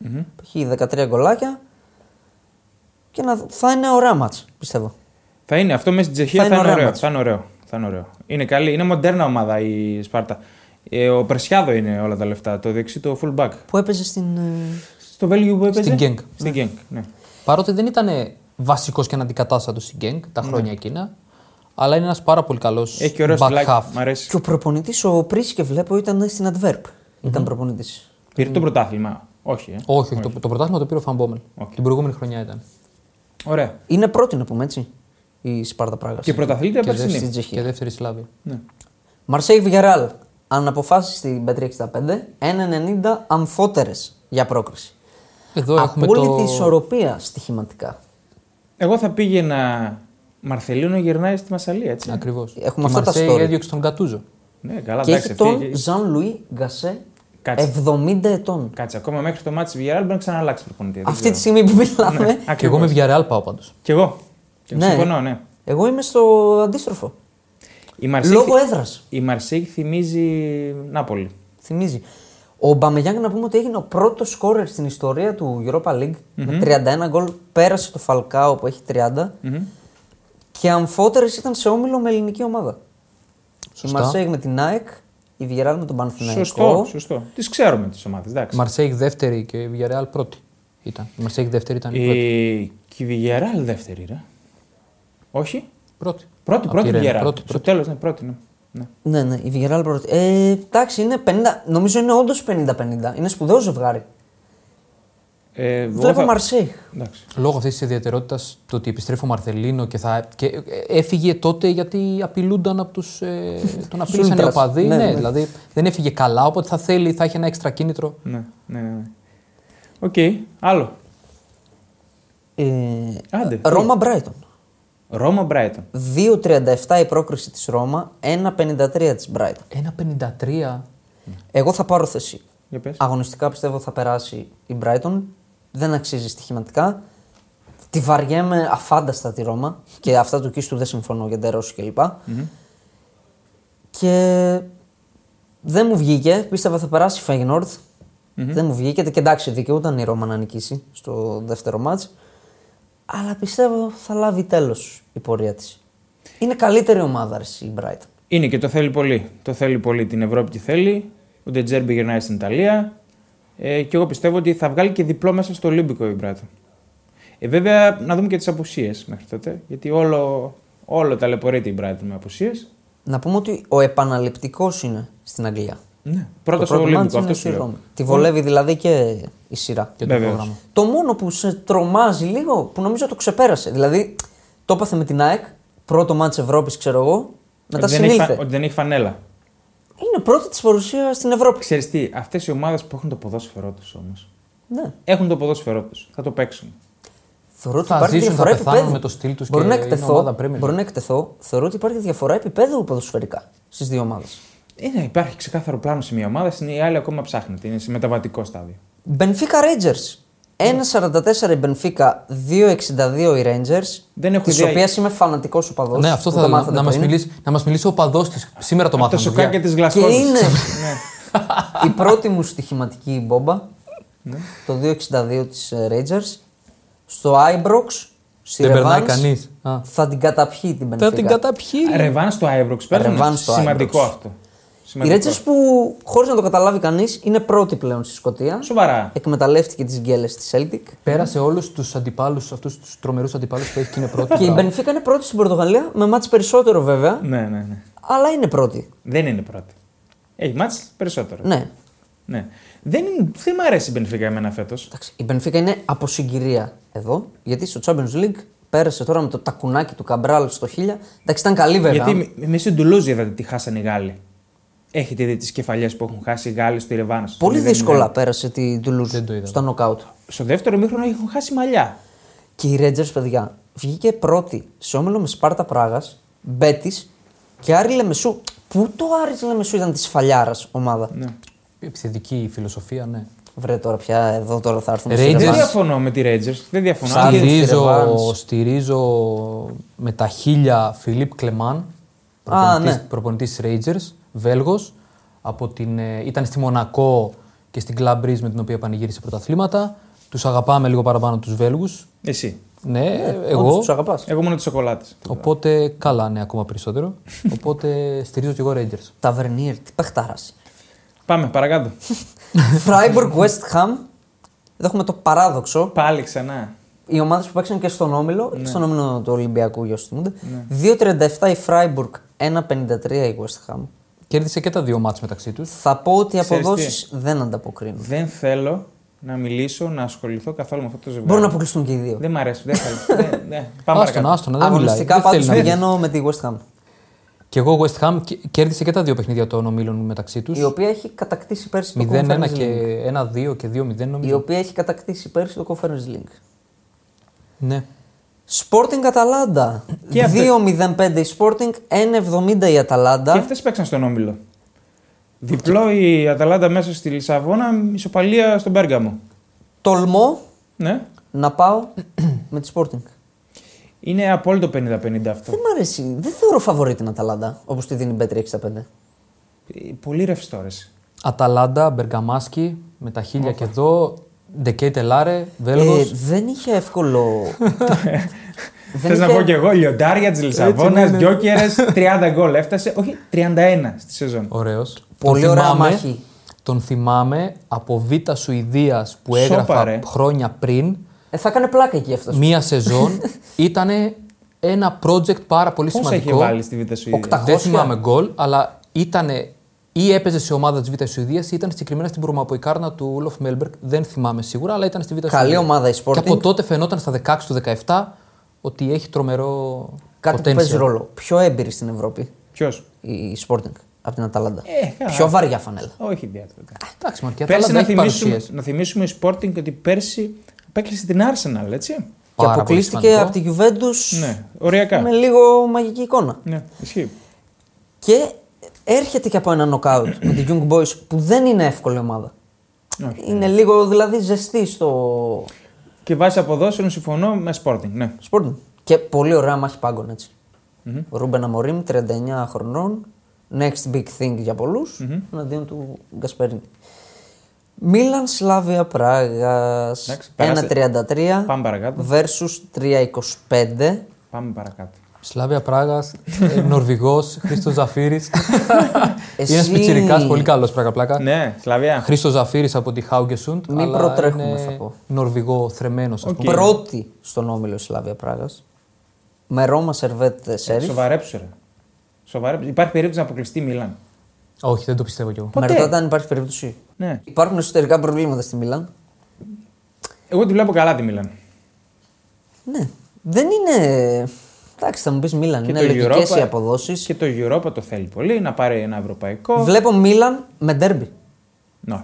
Speaker 2: Που έχει 13 γκολάκια. Και να, θα είναι ωραία μάτς, πιστεύω.
Speaker 1: Θα είναι αυτό μέσα στην Τσεχία.
Speaker 2: Θα
Speaker 1: Θα,
Speaker 2: είναι
Speaker 1: είναι,
Speaker 2: ωραίο
Speaker 1: ωραίο,
Speaker 2: μάτς.
Speaker 1: θα είναι ωραίο. Θα είναι ωραίο. Είναι καλή, είναι μοντέρνα ομάδα η Σπάρτα. Ε, ο Περσιάδο είναι όλα τα λεφτά. Το δεξί το fullback.
Speaker 2: Που έπαιζε στην. ε,
Speaker 1: Στο Βέλγιο που έπαιζε.
Speaker 3: Στην Genk.
Speaker 1: Στην Genk, ναι.
Speaker 3: Παρότι δεν ήταν βασικός και αναντικατάστατος στην Γκένγκ
Speaker 2: Ναι.
Speaker 3: τα χρόνια εκείνα, αλλά είναι ένας πάρα πολύ καλός
Speaker 1: Έχει και ωραίο
Speaker 3: back
Speaker 1: στυλάκι.
Speaker 3: half.
Speaker 1: Μ' αρέσει.
Speaker 2: Και ο προπονητής, ο Πρίσκε, βλέπω, ήταν στην Adverb. Ήταν προπονητής.
Speaker 1: Πήρε το πρωτάθλημα. Όχι, ε.
Speaker 3: Όχι, όχι, το, το πρωτάθλημα το πήρε ο Φαμπόμελ.
Speaker 1: Οκ.
Speaker 3: Την προηγούμενη χρονιά ήταν.
Speaker 1: Ωραία.
Speaker 2: Είναι πρώτη, να πούμε έτσι, η Σπάρτα Πράγα.
Speaker 1: Και πρωταθλήτρια
Speaker 3: Και, δεύτερη-
Speaker 1: περσινή.
Speaker 2: στην Τσεχία.
Speaker 3: και δεύτερη Σλάβη.
Speaker 2: Ναι. Μαρσέη Βιγεράλ. Αν αποφάσεις στην Πέτρια 65, 1,90 αμφότερες για πρόκριση.
Speaker 3: Εδώ έχουμε
Speaker 2: Απόλυτη
Speaker 3: το...
Speaker 2: ισορροπία στοιχηματικά.
Speaker 1: Εγώ θα πήγαινα Μαρθελίνο γυρνάει στη Μασαλία, έτσι.
Speaker 3: Ακριβώς.
Speaker 2: Έχουμε αυτά τα story.
Speaker 3: έδιωξε τον Κατούζο.
Speaker 1: Ναι, καλά,
Speaker 2: και έχει
Speaker 1: εντάξει. αυτή-
Speaker 2: τον Ζαν Λουί Γκασέ
Speaker 1: Κάτσε.
Speaker 2: 70 ετών.
Speaker 1: Κάτσε, ακόμα μέχρι το μάτι της Βιγεράλ μπορεί να ξαναλλάξει προπονητή. δεν
Speaker 2: Αυτή
Speaker 1: ξέρω.
Speaker 2: τη στιγμή που μιλάμε,
Speaker 1: Ναι,
Speaker 3: Και εγώ με
Speaker 1: ακριβώς.
Speaker 3: Βιαρεάλ πάω πάντως.
Speaker 1: Κι εγώ. Και
Speaker 2: Ναι.
Speaker 1: Συμφωνώ, ναι.
Speaker 2: εγώ είμαι στο αντίστροφο.
Speaker 1: Η Μαρσέικ
Speaker 2: Λόγω έδρας.
Speaker 1: Η Μαρσέικ θυμίζει Νάπολη.
Speaker 2: Θυμίζει. Ο Μπαμεγιάνγκ να πούμε ότι έγινε ο πρώτος σκόρερ στην ιστορία του Europa League με 31 γκολ. Πέρασε το Φαλκάο που έχει 30. Και αμφότερες ήταν σε όμιλο με ελληνική ομάδα.
Speaker 3: Σωστά.
Speaker 2: Η Μαρσέγ με την ΑΕΚ, η Βιγεράλ με τον
Speaker 3: Ναι.
Speaker 2: Παναθηναϊκό.
Speaker 1: Σωστό, σωστό. Τις ξέρουμε τις ομάδες, εντάξει.
Speaker 3: Μαρσέικ δεύτερη και Βιαρεάλ πρώτη. Ήταν. Η Μαρσέικ δεύτερη ήταν η
Speaker 2: Ε,
Speaker 1: Η...
Speaker 3: πρώτη.
Speaker 1: Και η Βιγεράλ δεύτερη, ρε. Όχι.
Speaker 3: πρώτη.
Speaker 1: Πρώτη,
Speaker 3: Απ'
Speaker 1: πρώτη
Speaker 3: τη Ρεν.
Speaker 1: Βιγεράλ.
Speaker 3: Πρώτη,
Speaker 1: Στο
Speaker 3: πρώτη.
Speaker 1: τέλος, ναι, πρώτη. Ναι. ναι.
Speaker 2: Ναι, ναι, η Βιγεράλ πρώτη. Ε, εντάξει, είναι 50, νομίζω είναι όντως 50-50. Είναι σπουδαίο ζευγάρι.
Speaker 1: Ε, εγώ
Speaker 2: Βλέπω
Speaker 1: θα-
Speaker 2: Μαρσέγ.
Speaker 1: Εντάξει.
Speaker 3: Λόγω αυτής της ιδιαιτερότητας του ότι επιστρέφει ο Μαρθελίνο και, θα... και ε, έφυγε τότε γιατί απειλούνταν από τους, ε, τον απειλούσαν οι
Speaker 2: Σούλτρας.
Speaker 3: οπαδοί.
Speaker 2: Ναι,
Speaker 3: ναι,
Speaker 2: ναι.
Speaker 3: δηλαδή δεν έφυγε καλά, οπότε θα θέλει, θα έχει ένα έξτρα κίνητρο.
Speaker 1: Ναι, ναι, ναι, ναι. Οκ, άλλο.
Speaker 2: Ε,
Speaker 1: Άντε.
Speaker 2: Ρώμα Μπράιτον.
Speaker 1: Ρώμα Μπράιτον.
Speaker 2: 2.37 η πρόκριση της Ρώμα, 1.53 της Brighton.
Speaker 3: 1,53.
Speaker 2: Εγώ θα πάρω θέση.
Speaker 1: Για πες.
Speaker 2: Αγωνιστικά πιστεύω θα περάσει η Brighton. Δεν αξίζει στοιχηματικά. Τη βαριέμαι αφάνταστα τη Ρώμα και αυτά του Κίστου δεν συμφωνώ για Ντερόση κλπ. Και δεν μου βγήκε. Πίστευα θα περάσει η Feyenoord. Δεν μου βγήκε. Και εντάξει, δικαιούταν η Ρώμα να νικήσει στο δεύτερο μάτς. Αλλά πιστεύω θα λάβει τέλος η πορεία της. Είναι καλύτερη ομάδα ρε, η Brighton.
Speaker 1: Είναι και το θέλει πολύ. Το θέλει πολύ την Ευρώπη και θέλει. Ο Ντετζέρμπι γυρνάει στην Ιταλία. Ε, και εγώ πιστεύω ότι θα βγάλει και διπλό μέσα στο Ολύμπικο η Μπράτον. Ε, βέβαια, να δούμε και τις απουσίες μέχρι τότε. Γιατί όλο, όλο ταλαιπωρείται η Μπράτον με απουσίες.
Speaker 2: Να πούμε ότι ο επαναληπτικός είναι στην Αγγλία.
Speaker 1: Ναι. Πρώτα
Speaker 2: Το
Speaker 1: στο
Speaker 2: πρώτο μάτς
Speaker 1: Ολύμπικο.
Speaker 2: είναι
Speaker 1: Αυτό
Speaker 2: στη
Speaker 1: σου λέω.
Speaker 2: Ρώμη. Τη βολεύει δηλαδή και η σειρά.
Speaker 3: Και το
Speaker 1: Βεβαίως.
Speaker 3: πρόγραμμα.
Speaker 2: Το μόνο που σε τρομάζει λίγο, που νομίζω το ξεπέρασε. Δηλαδή, το έπαθε με την ΑΕΚ, πρώτο μάτς Ευρώπης ξέρω εγώ, μετά
Speaker 1: Ότι δεν, έχει,
Speaker 2: συνήλθε.
Speaker 1: φα- ότι δεν έχει φανέλα.
Speaker 2: Είναι πρώτη της παρουσίας στην Ευρώπη.
Speaker 1: Ξέρεις τι, αυτές οι ομάδες που έχουν το ποδόσφαιρό τους όμως.
Speaker 2: Ναι.
Speaker 1: Έχουν το ποδόσφαιρό τους. Θα το παίξουν.
Speaker 2: Θεωρώ ότι
Speaker 3: Θα
Speaker 2: υπάρχει
Speaker 3: ζήσουν, θα
Speaker 2: διαφορά
Speaker 3: πεθάνουν
Speaker 2: επίπεδου.
Speaker 3: με το στυλ τους
Speaker 2: Μπορώ
Speaker 3: και
Speaker 2: να
Speaker 3: είναι
Speaker 2: εκτεθώ.
Speaker 3: ομάδα Premier League.
Speaker 2: Μπορώ να εκτεθώ. Θεωρώ ότι υπάρχει διαφορά επίπεδου ποδοσφαιρικά στις δύο ομάδες.
Speaker 1: Ε, ναι, υπάρχει ξεκάθαρο πλάνο σε μια ομάδα, στην- η άλλη ακόμα ψάχνεται. Είναι σε μεταβατικό στάδιο.
Speaker 2: Benfica Rangers. 1,44 η Benfica, 2,62 οι Rangers.
Speaker 1: Δεν έχω
Speaker 2: Της
Speaker 1: ιδέα.
Speaker 2: οποίας είμαι φανατικός οπαδό.
Speaker 3: Ναι, αυτό θα να, να, μας μιλήσει, να μας μιλήσει ο παδός της. Σήμερα το
Speaker 1: Τα
Speaker 3: μάθαμε.
Speaker 1: σοκάκια
Speaker 3: παιδιά.
Speaker 1: της Γλασκόβη.
Speaker 2: Και είναι.
Speaker 1: ναι.
Speaker 2: η πρώτη μου στοιχηματική μπόμπα.
Speaker 3: Ναι.
Speaker 2: το 2,62 της ε, Rangers. Στο Ibrox. Στη
Speaker 3: Δεν περνάει
Speaker 2: Revans,
Speaker 3: κανείς. Α.
Speaker 2: Θα την καταπιεί την Benfica.
Speaker 3: Θα την καταπιεί. ρε.
Speaker 1: Ρεβάν στο Άιμπροξ. παίζουν.
Speaker 2: Ρεβάν στο
Speaker 1: Σημαντικό
Speaker 2: Ibrox.
Speaker 1: αυτό.
Speaker 2: Η
Speaker 1: Σημαντικό.
Speaker 2: Rangers που χωρίς να το καταλάβει κανείς είναι πρώτη πλέον στη Σκωτία.
Speaker 1: Σοβαρά.
Speaker 2: Εκμεταλλεύτηκε τις γκέλες της Celtic.
Speaker 3: Πέρασε όλους τους αντιπάλους, αυτούς τους τρομερούς αντιπάλους που έχει και είναι πρώτη.
Speaker 2: Και η
Speaker 3: Μπράβο.
Speaker 2: Benfica είναι πρώτη στην Πορτογαλία με μάτς περισσότερο βέβαια.
Speaker 1: Ναι, ναι, ναι.
Speaker 2: Αλλά είναι πρώτη.
Speaker 1: Δεν είναι πρώτη. Έχει μάτς περισσότερο.
Speaker 2: Ναι.
Speaker 1: Ναι. Δεν, είναι- δεν μ' αρέσει η Μπενφίκα εμένα φέτος.
Speaker 2: Εντάξει, η Benfica είναι από συγκυρία εδώ γιατί στο Champions League Πέρασε τώρα με το τακουνάκι του Καμπράλ στο 1000. Εντάξει, ήταν καλή βέβαια.
Speaker 1: Γιατί με στην Τουλούζ είδατε τι χάσανε οι Γάλλοι. Έχετε δει τις κεφαλιές που έχουν χάσει οι Γάλλοι στο Ιρεβάν. στο
Speaker 2: Πολύ
Speaker 1: 0-0.
Speaker 2: δύσκολα πέρασε την Τουλούζ
Speaker 3: Δεν το είδα.
Speaker 2: στα νοκάουτ.
Speaker 1: Στο δεύτερο μήχρονο έχουν χάσει μαλλιά.
Speaker 2: Και η Rangers, παιδιά, βγήκε πρώτη σε όμιλο με Σπάρτα Πράγας, Μπέτης και Άρη Λεμεσού. Πού το Άρη Λεμεσού ήταν της φαλιάρας ομάδα.
Speaker 1: Ναι.
Speaker 3: Επιθετική φιλοσοφία, ναι.
Speaker 2: Βρε τώρα πια, εδώ τώρα θα έρθουμε
Speaker 3: Rangers.
Speaker 2: στο
Speaker 1: Δεν
Speaker 3: Εμάς-
Speaker 1: διαφωνώ με τη Ρέτζερ. Δεν διαφωνώ.
Speaker 2: Σαν-
Speaker 1: Αν και-
Speaker 3: Στηρίζω,
Speaker 2: Ρεβάνς.
Speaker 3: στηρίζω με τα χίλια Φιλίπ Κλεμάν,
Speaker 2: ναι.
Speaker 3: προπονητής Rangers, Βέλγος. Από την, ε, ήταν στη Μονακό και στην Club Breeze με την οποία πανηγύρισε πρωταθλήματα. Τους αγαπάμε λίγο παραπάνω τους Βέλγους.
Speaker 1: Εσύ.
Speaker 3: Ναι,
Speaker 2: Εγώ.
Speaker 3: εγώ.
Speaker 2: Τους αγαπάς.
Speaker 1: Εγώ μόνο τι σοκολάτε.
Speaker 3: Οπότε καλά, ναι, ακόμα περισσότερο. Οπότε στηρίζω και εγώ Rangers.
Speaker 2: Ταβερνίερ, τι παιχτάρας.
Speaker 1: Πάμε παρακάτω.
Speaker 2: Φράιμπουργκ, West Ham. Εδώ έχουμε το παράδοξο.
Speaker 1: Πάλι ξανά.
Speaker 2: Οι ομάδες που παίξαν και στον Όμιλο,
Speaker 3: Ναι.
Speaker 2: στον Όμιλο του Ολυμπιακού για όσου θυμούνται. 2.37 η Φράιμπουργκ, 1.53 η West Ham.
Speaker 3: Κέρδισε και τα δύο μάτς μεταξύ τους.
Speaker 2: Θα πω ότι οι
Speaker 1: Ξέρεις τι?
Speaker 2: αποδόσει δεν ανταποκρίνουν.
Speaker 1: Δεν θέλω να μιλήσω, να ασχοληθώ καθόλου με αυτό το ζευγάρι.
Speaker 2: Μπορούν να
Speaker 3: Ναι.
Speaker 2: αποκλειστούν και οι δύο.
Speaker 1: Δεν μ' αρέσει. Δεν θέλω. ναι, ναι. Πάμε
Speaker 3: Άστον,
Speaker 1: παρακάτω.
Speaker 3: άστον, δεν μιλάει.
Speaker 2: Αγωνιστικά
Speaker 3: Δεν
Speaker 2: πάντως
Speaker 3: θέλει να μιλήσει.
Speaker 2: πηγαίνω με τη West Ham.
Speaker 3: Και εγώ West Ham κε- κέρδισε και τα δύο παιχνίδια των ομίλων μεταξύ τους.
Speaker 2: Η οποία έχει κατακτήσει πέρσι το Conference
Speaker 3: 0-1
Speaker 2: League.
Speaker 3: και 1-2 και 2-0
Speaker 2: Η
Speaker 3: νομίζω.
Speaker 2: οποία έχει κατακτήσει πέρσι το Conference League.
Speaker 3: Ναι.
Speaker 2: Sporting Αταλάντα.
Speaker 1: Και αυτές-
Speaker 2: 2-0-5 η Sporting, 1-70 η
Speaker 1: Και
Speaker 2: Αταλάντα.
Speaker 1: αυτές παίξαν στον όμιλο. Διπλό η Αταλάντα μέσα στη Λισαβόνα, ισοπαλία στον Πέργαμο.
Speaker 2: Τολμώ
Speaker 1: Ναι.
Speaker 2: να πάω με τη Sporting.
Speaker 1: Είναι απόλυτο 50-50
Speaker 2: Δεν
Speaker 1: αυτό.
Speaker 2: μ' αρέσει. Δεν θεωρώ φαβορή την Αταλάντα όπως τη δίνει η Μπέτρη 65.
Speaker 1: Ε, Πολύ ρευστό ρε.
Speaker 3: Αταλάντα, Μπεργαμάσκι, με τα χίλια και εδώ. Ντεκέιτε Λάρε, Βέλγος.
Speaker 2: Ε, δεν είχε εύκολο.
Speaker 1: Θες να πω κι εγώ, λιοντάρια
Speaker 3: ναι,
Speaker 1: τη Λισαβόνα, γκιόκερε, 30 γκολ έφτασε. Όχι, 31 στη σεζόν.
Speaker 3: Ωραίος.
Speaker 2: Πολύ ωραία μάχη.
Speaker 3: Τον θυμάμαι από Β' Σουηδίας που
Speaker 1: Σόπα,
Speaker 3: έγραφα
Speaker 1: ρε.
Speaker 3: χρόνια πριν.
Speaker 2: Ε, θα έκανε πλάκα εκεί αυτός.
Speaker 3: Μία σεζόν. ήταν ένα project πάρα πολύ
Speaker 1: Πόσα
Speaker 3: σημαντικό.
Speaker 1: έχει βάλει στη Β' Σουηδία.
Speaker 2: 800.
Speaker 3: Δεν θυμάμαι γκολ, αλλά ήταν ή έπαιζε σε ομάδα της Β' Σουηδίας ή ήταν συγκεκριμένα στην Πουρμαποϊκάρνα του Ούλοφ Μέλμπερκ. Δεν θυμάμαι σίγουρα, αλλά ήταν στη Β' Σουηδία.
Speaker 2: Καλή ομάδα η Sporting.
Speaker 3: Και από τότε φαινόταν στα 16 του 17 ότι έχει τρομερό
Speaker 2: Κάτι που
Speaker 3: potential.
Speaker 2: παίζει ρόλο. Πιο έμπειρη στην Ευρώπη
Speaker 1: Ποιος.
Speaker 2: η Sporting από την Αταλάντα.
Speaker 1: Ε, καλά.
Speaker 2: Πιο βαριά φανέλα.
Speaker 1: Όχι, ιδιαίτερα.
Speaker 3: Εντάξει, Μαρκιά, τα
Speaker 1: Πέρσι
Speaker 3: άλλα
Speaker 1: να
Speaker 3: δεν έχει
Speaker 1: θυμίσουμε,
Speaker 3: παρουσίες.
Speaker 1: να θυμίσουμε η Sporting ότι πέρσι απέκλεισε την Arsenal, έτσι.
Speaker 2: Και
Speaker 3: Πάρα πολύ
Speaker 2: αποκλείστηκε
Speaker 3: σημαντικό.
Speaker 2: από τη Juventus
Speaker 1: Ναι, ωριακά.
Speaker 2: με λίγο μαγική εικόνα.
Speaker 1: Ναι, ισχύει.
Speaker 2: Και έρχεται και από ένα νοκάουτ με τη Young Boys που δεν είναι εύκολη ομάδα.
Speaker 1: Όχι.
Speaker 2: Είναι λίγο δηλαδή ζεστή στο
Speaker 1: Και βάσει αποδόσεων συμφωνώ με Sporting. Ναι.
Speaker 2: σπορτ. Και πολύ ωραία μάχη πάγκων έτσι. Ο Ρούμπεν Αμορίμ, 39 χρονών. Next big thing για πολλου Εναντίον του Γκασπέρνη. Μίλαν Σλάβια Πράγα.
Speaker 1: Εντάξει, περάστε.
Speaker 2: 1-33
Speaker 1: Πάμε παρακάτω.
Speaker 2: versus 3-25.
Speaker 1: Πάμε παρακάτω.
Speaker 3: Σλάβια ε, Πράγα, Νορβηγός, Χρήστος Ζαφύρης.
Speaker 2: Εσύ-
Speaker 3: Είναι πιτσιρικά, πολύ καλός πλάκα.
Speaker 1: Ναι, Σλαβιά.
Speaker 3: Χρήστος Ζαφύρης από τη Χάουγκεσουντ.
Speaker 2: Μη
Speaker 3: αλλά
Speaker 2: προτρέχουμε,
Speaker 3: είναι
Speaker 2: θα πω.
Speaker 3: Νορβηγό θρεμένο, ας πούμε.
Speaker 2: Πρώτη στον όμιλο η Σλάβια Πράγας. Με Ρώμα Σερβέτ Σέριφ.
Speaker 1: Σοβαρέψου, ρε. Σοβαρέψου. Υπάρχει περίπτωση να αποκλειστεί η Μίλαν.
Speaker 3: Όχι, δεν το πιστεύω κι εγώ.
Speaker 2: Με
Speaker 1: Ποτέ.
Speaker 2: ρωτάτε αν υπάρχει περίπτωση.
Speaker 1: Ναι.
Speaker 2: Υπάρχουν εσωτερικά προβλήματα στη Μιλάν.
Speaker 1: Εγώ τη βλέπω καλά τη Μίλαν.
Speaker 2: Ναι. Δεν είναι. Εντάξει, θα μου πεις Μίλαν. είναι λογικές οι αποδόσεις.
Speaker 1: Και το Europa το θέλει πολύ να πάρει ένα ευρωπαϊκό.
Speaker 2: Βλέπω Μίλαν με ντέρμπι.
Speaker 1: Ναι.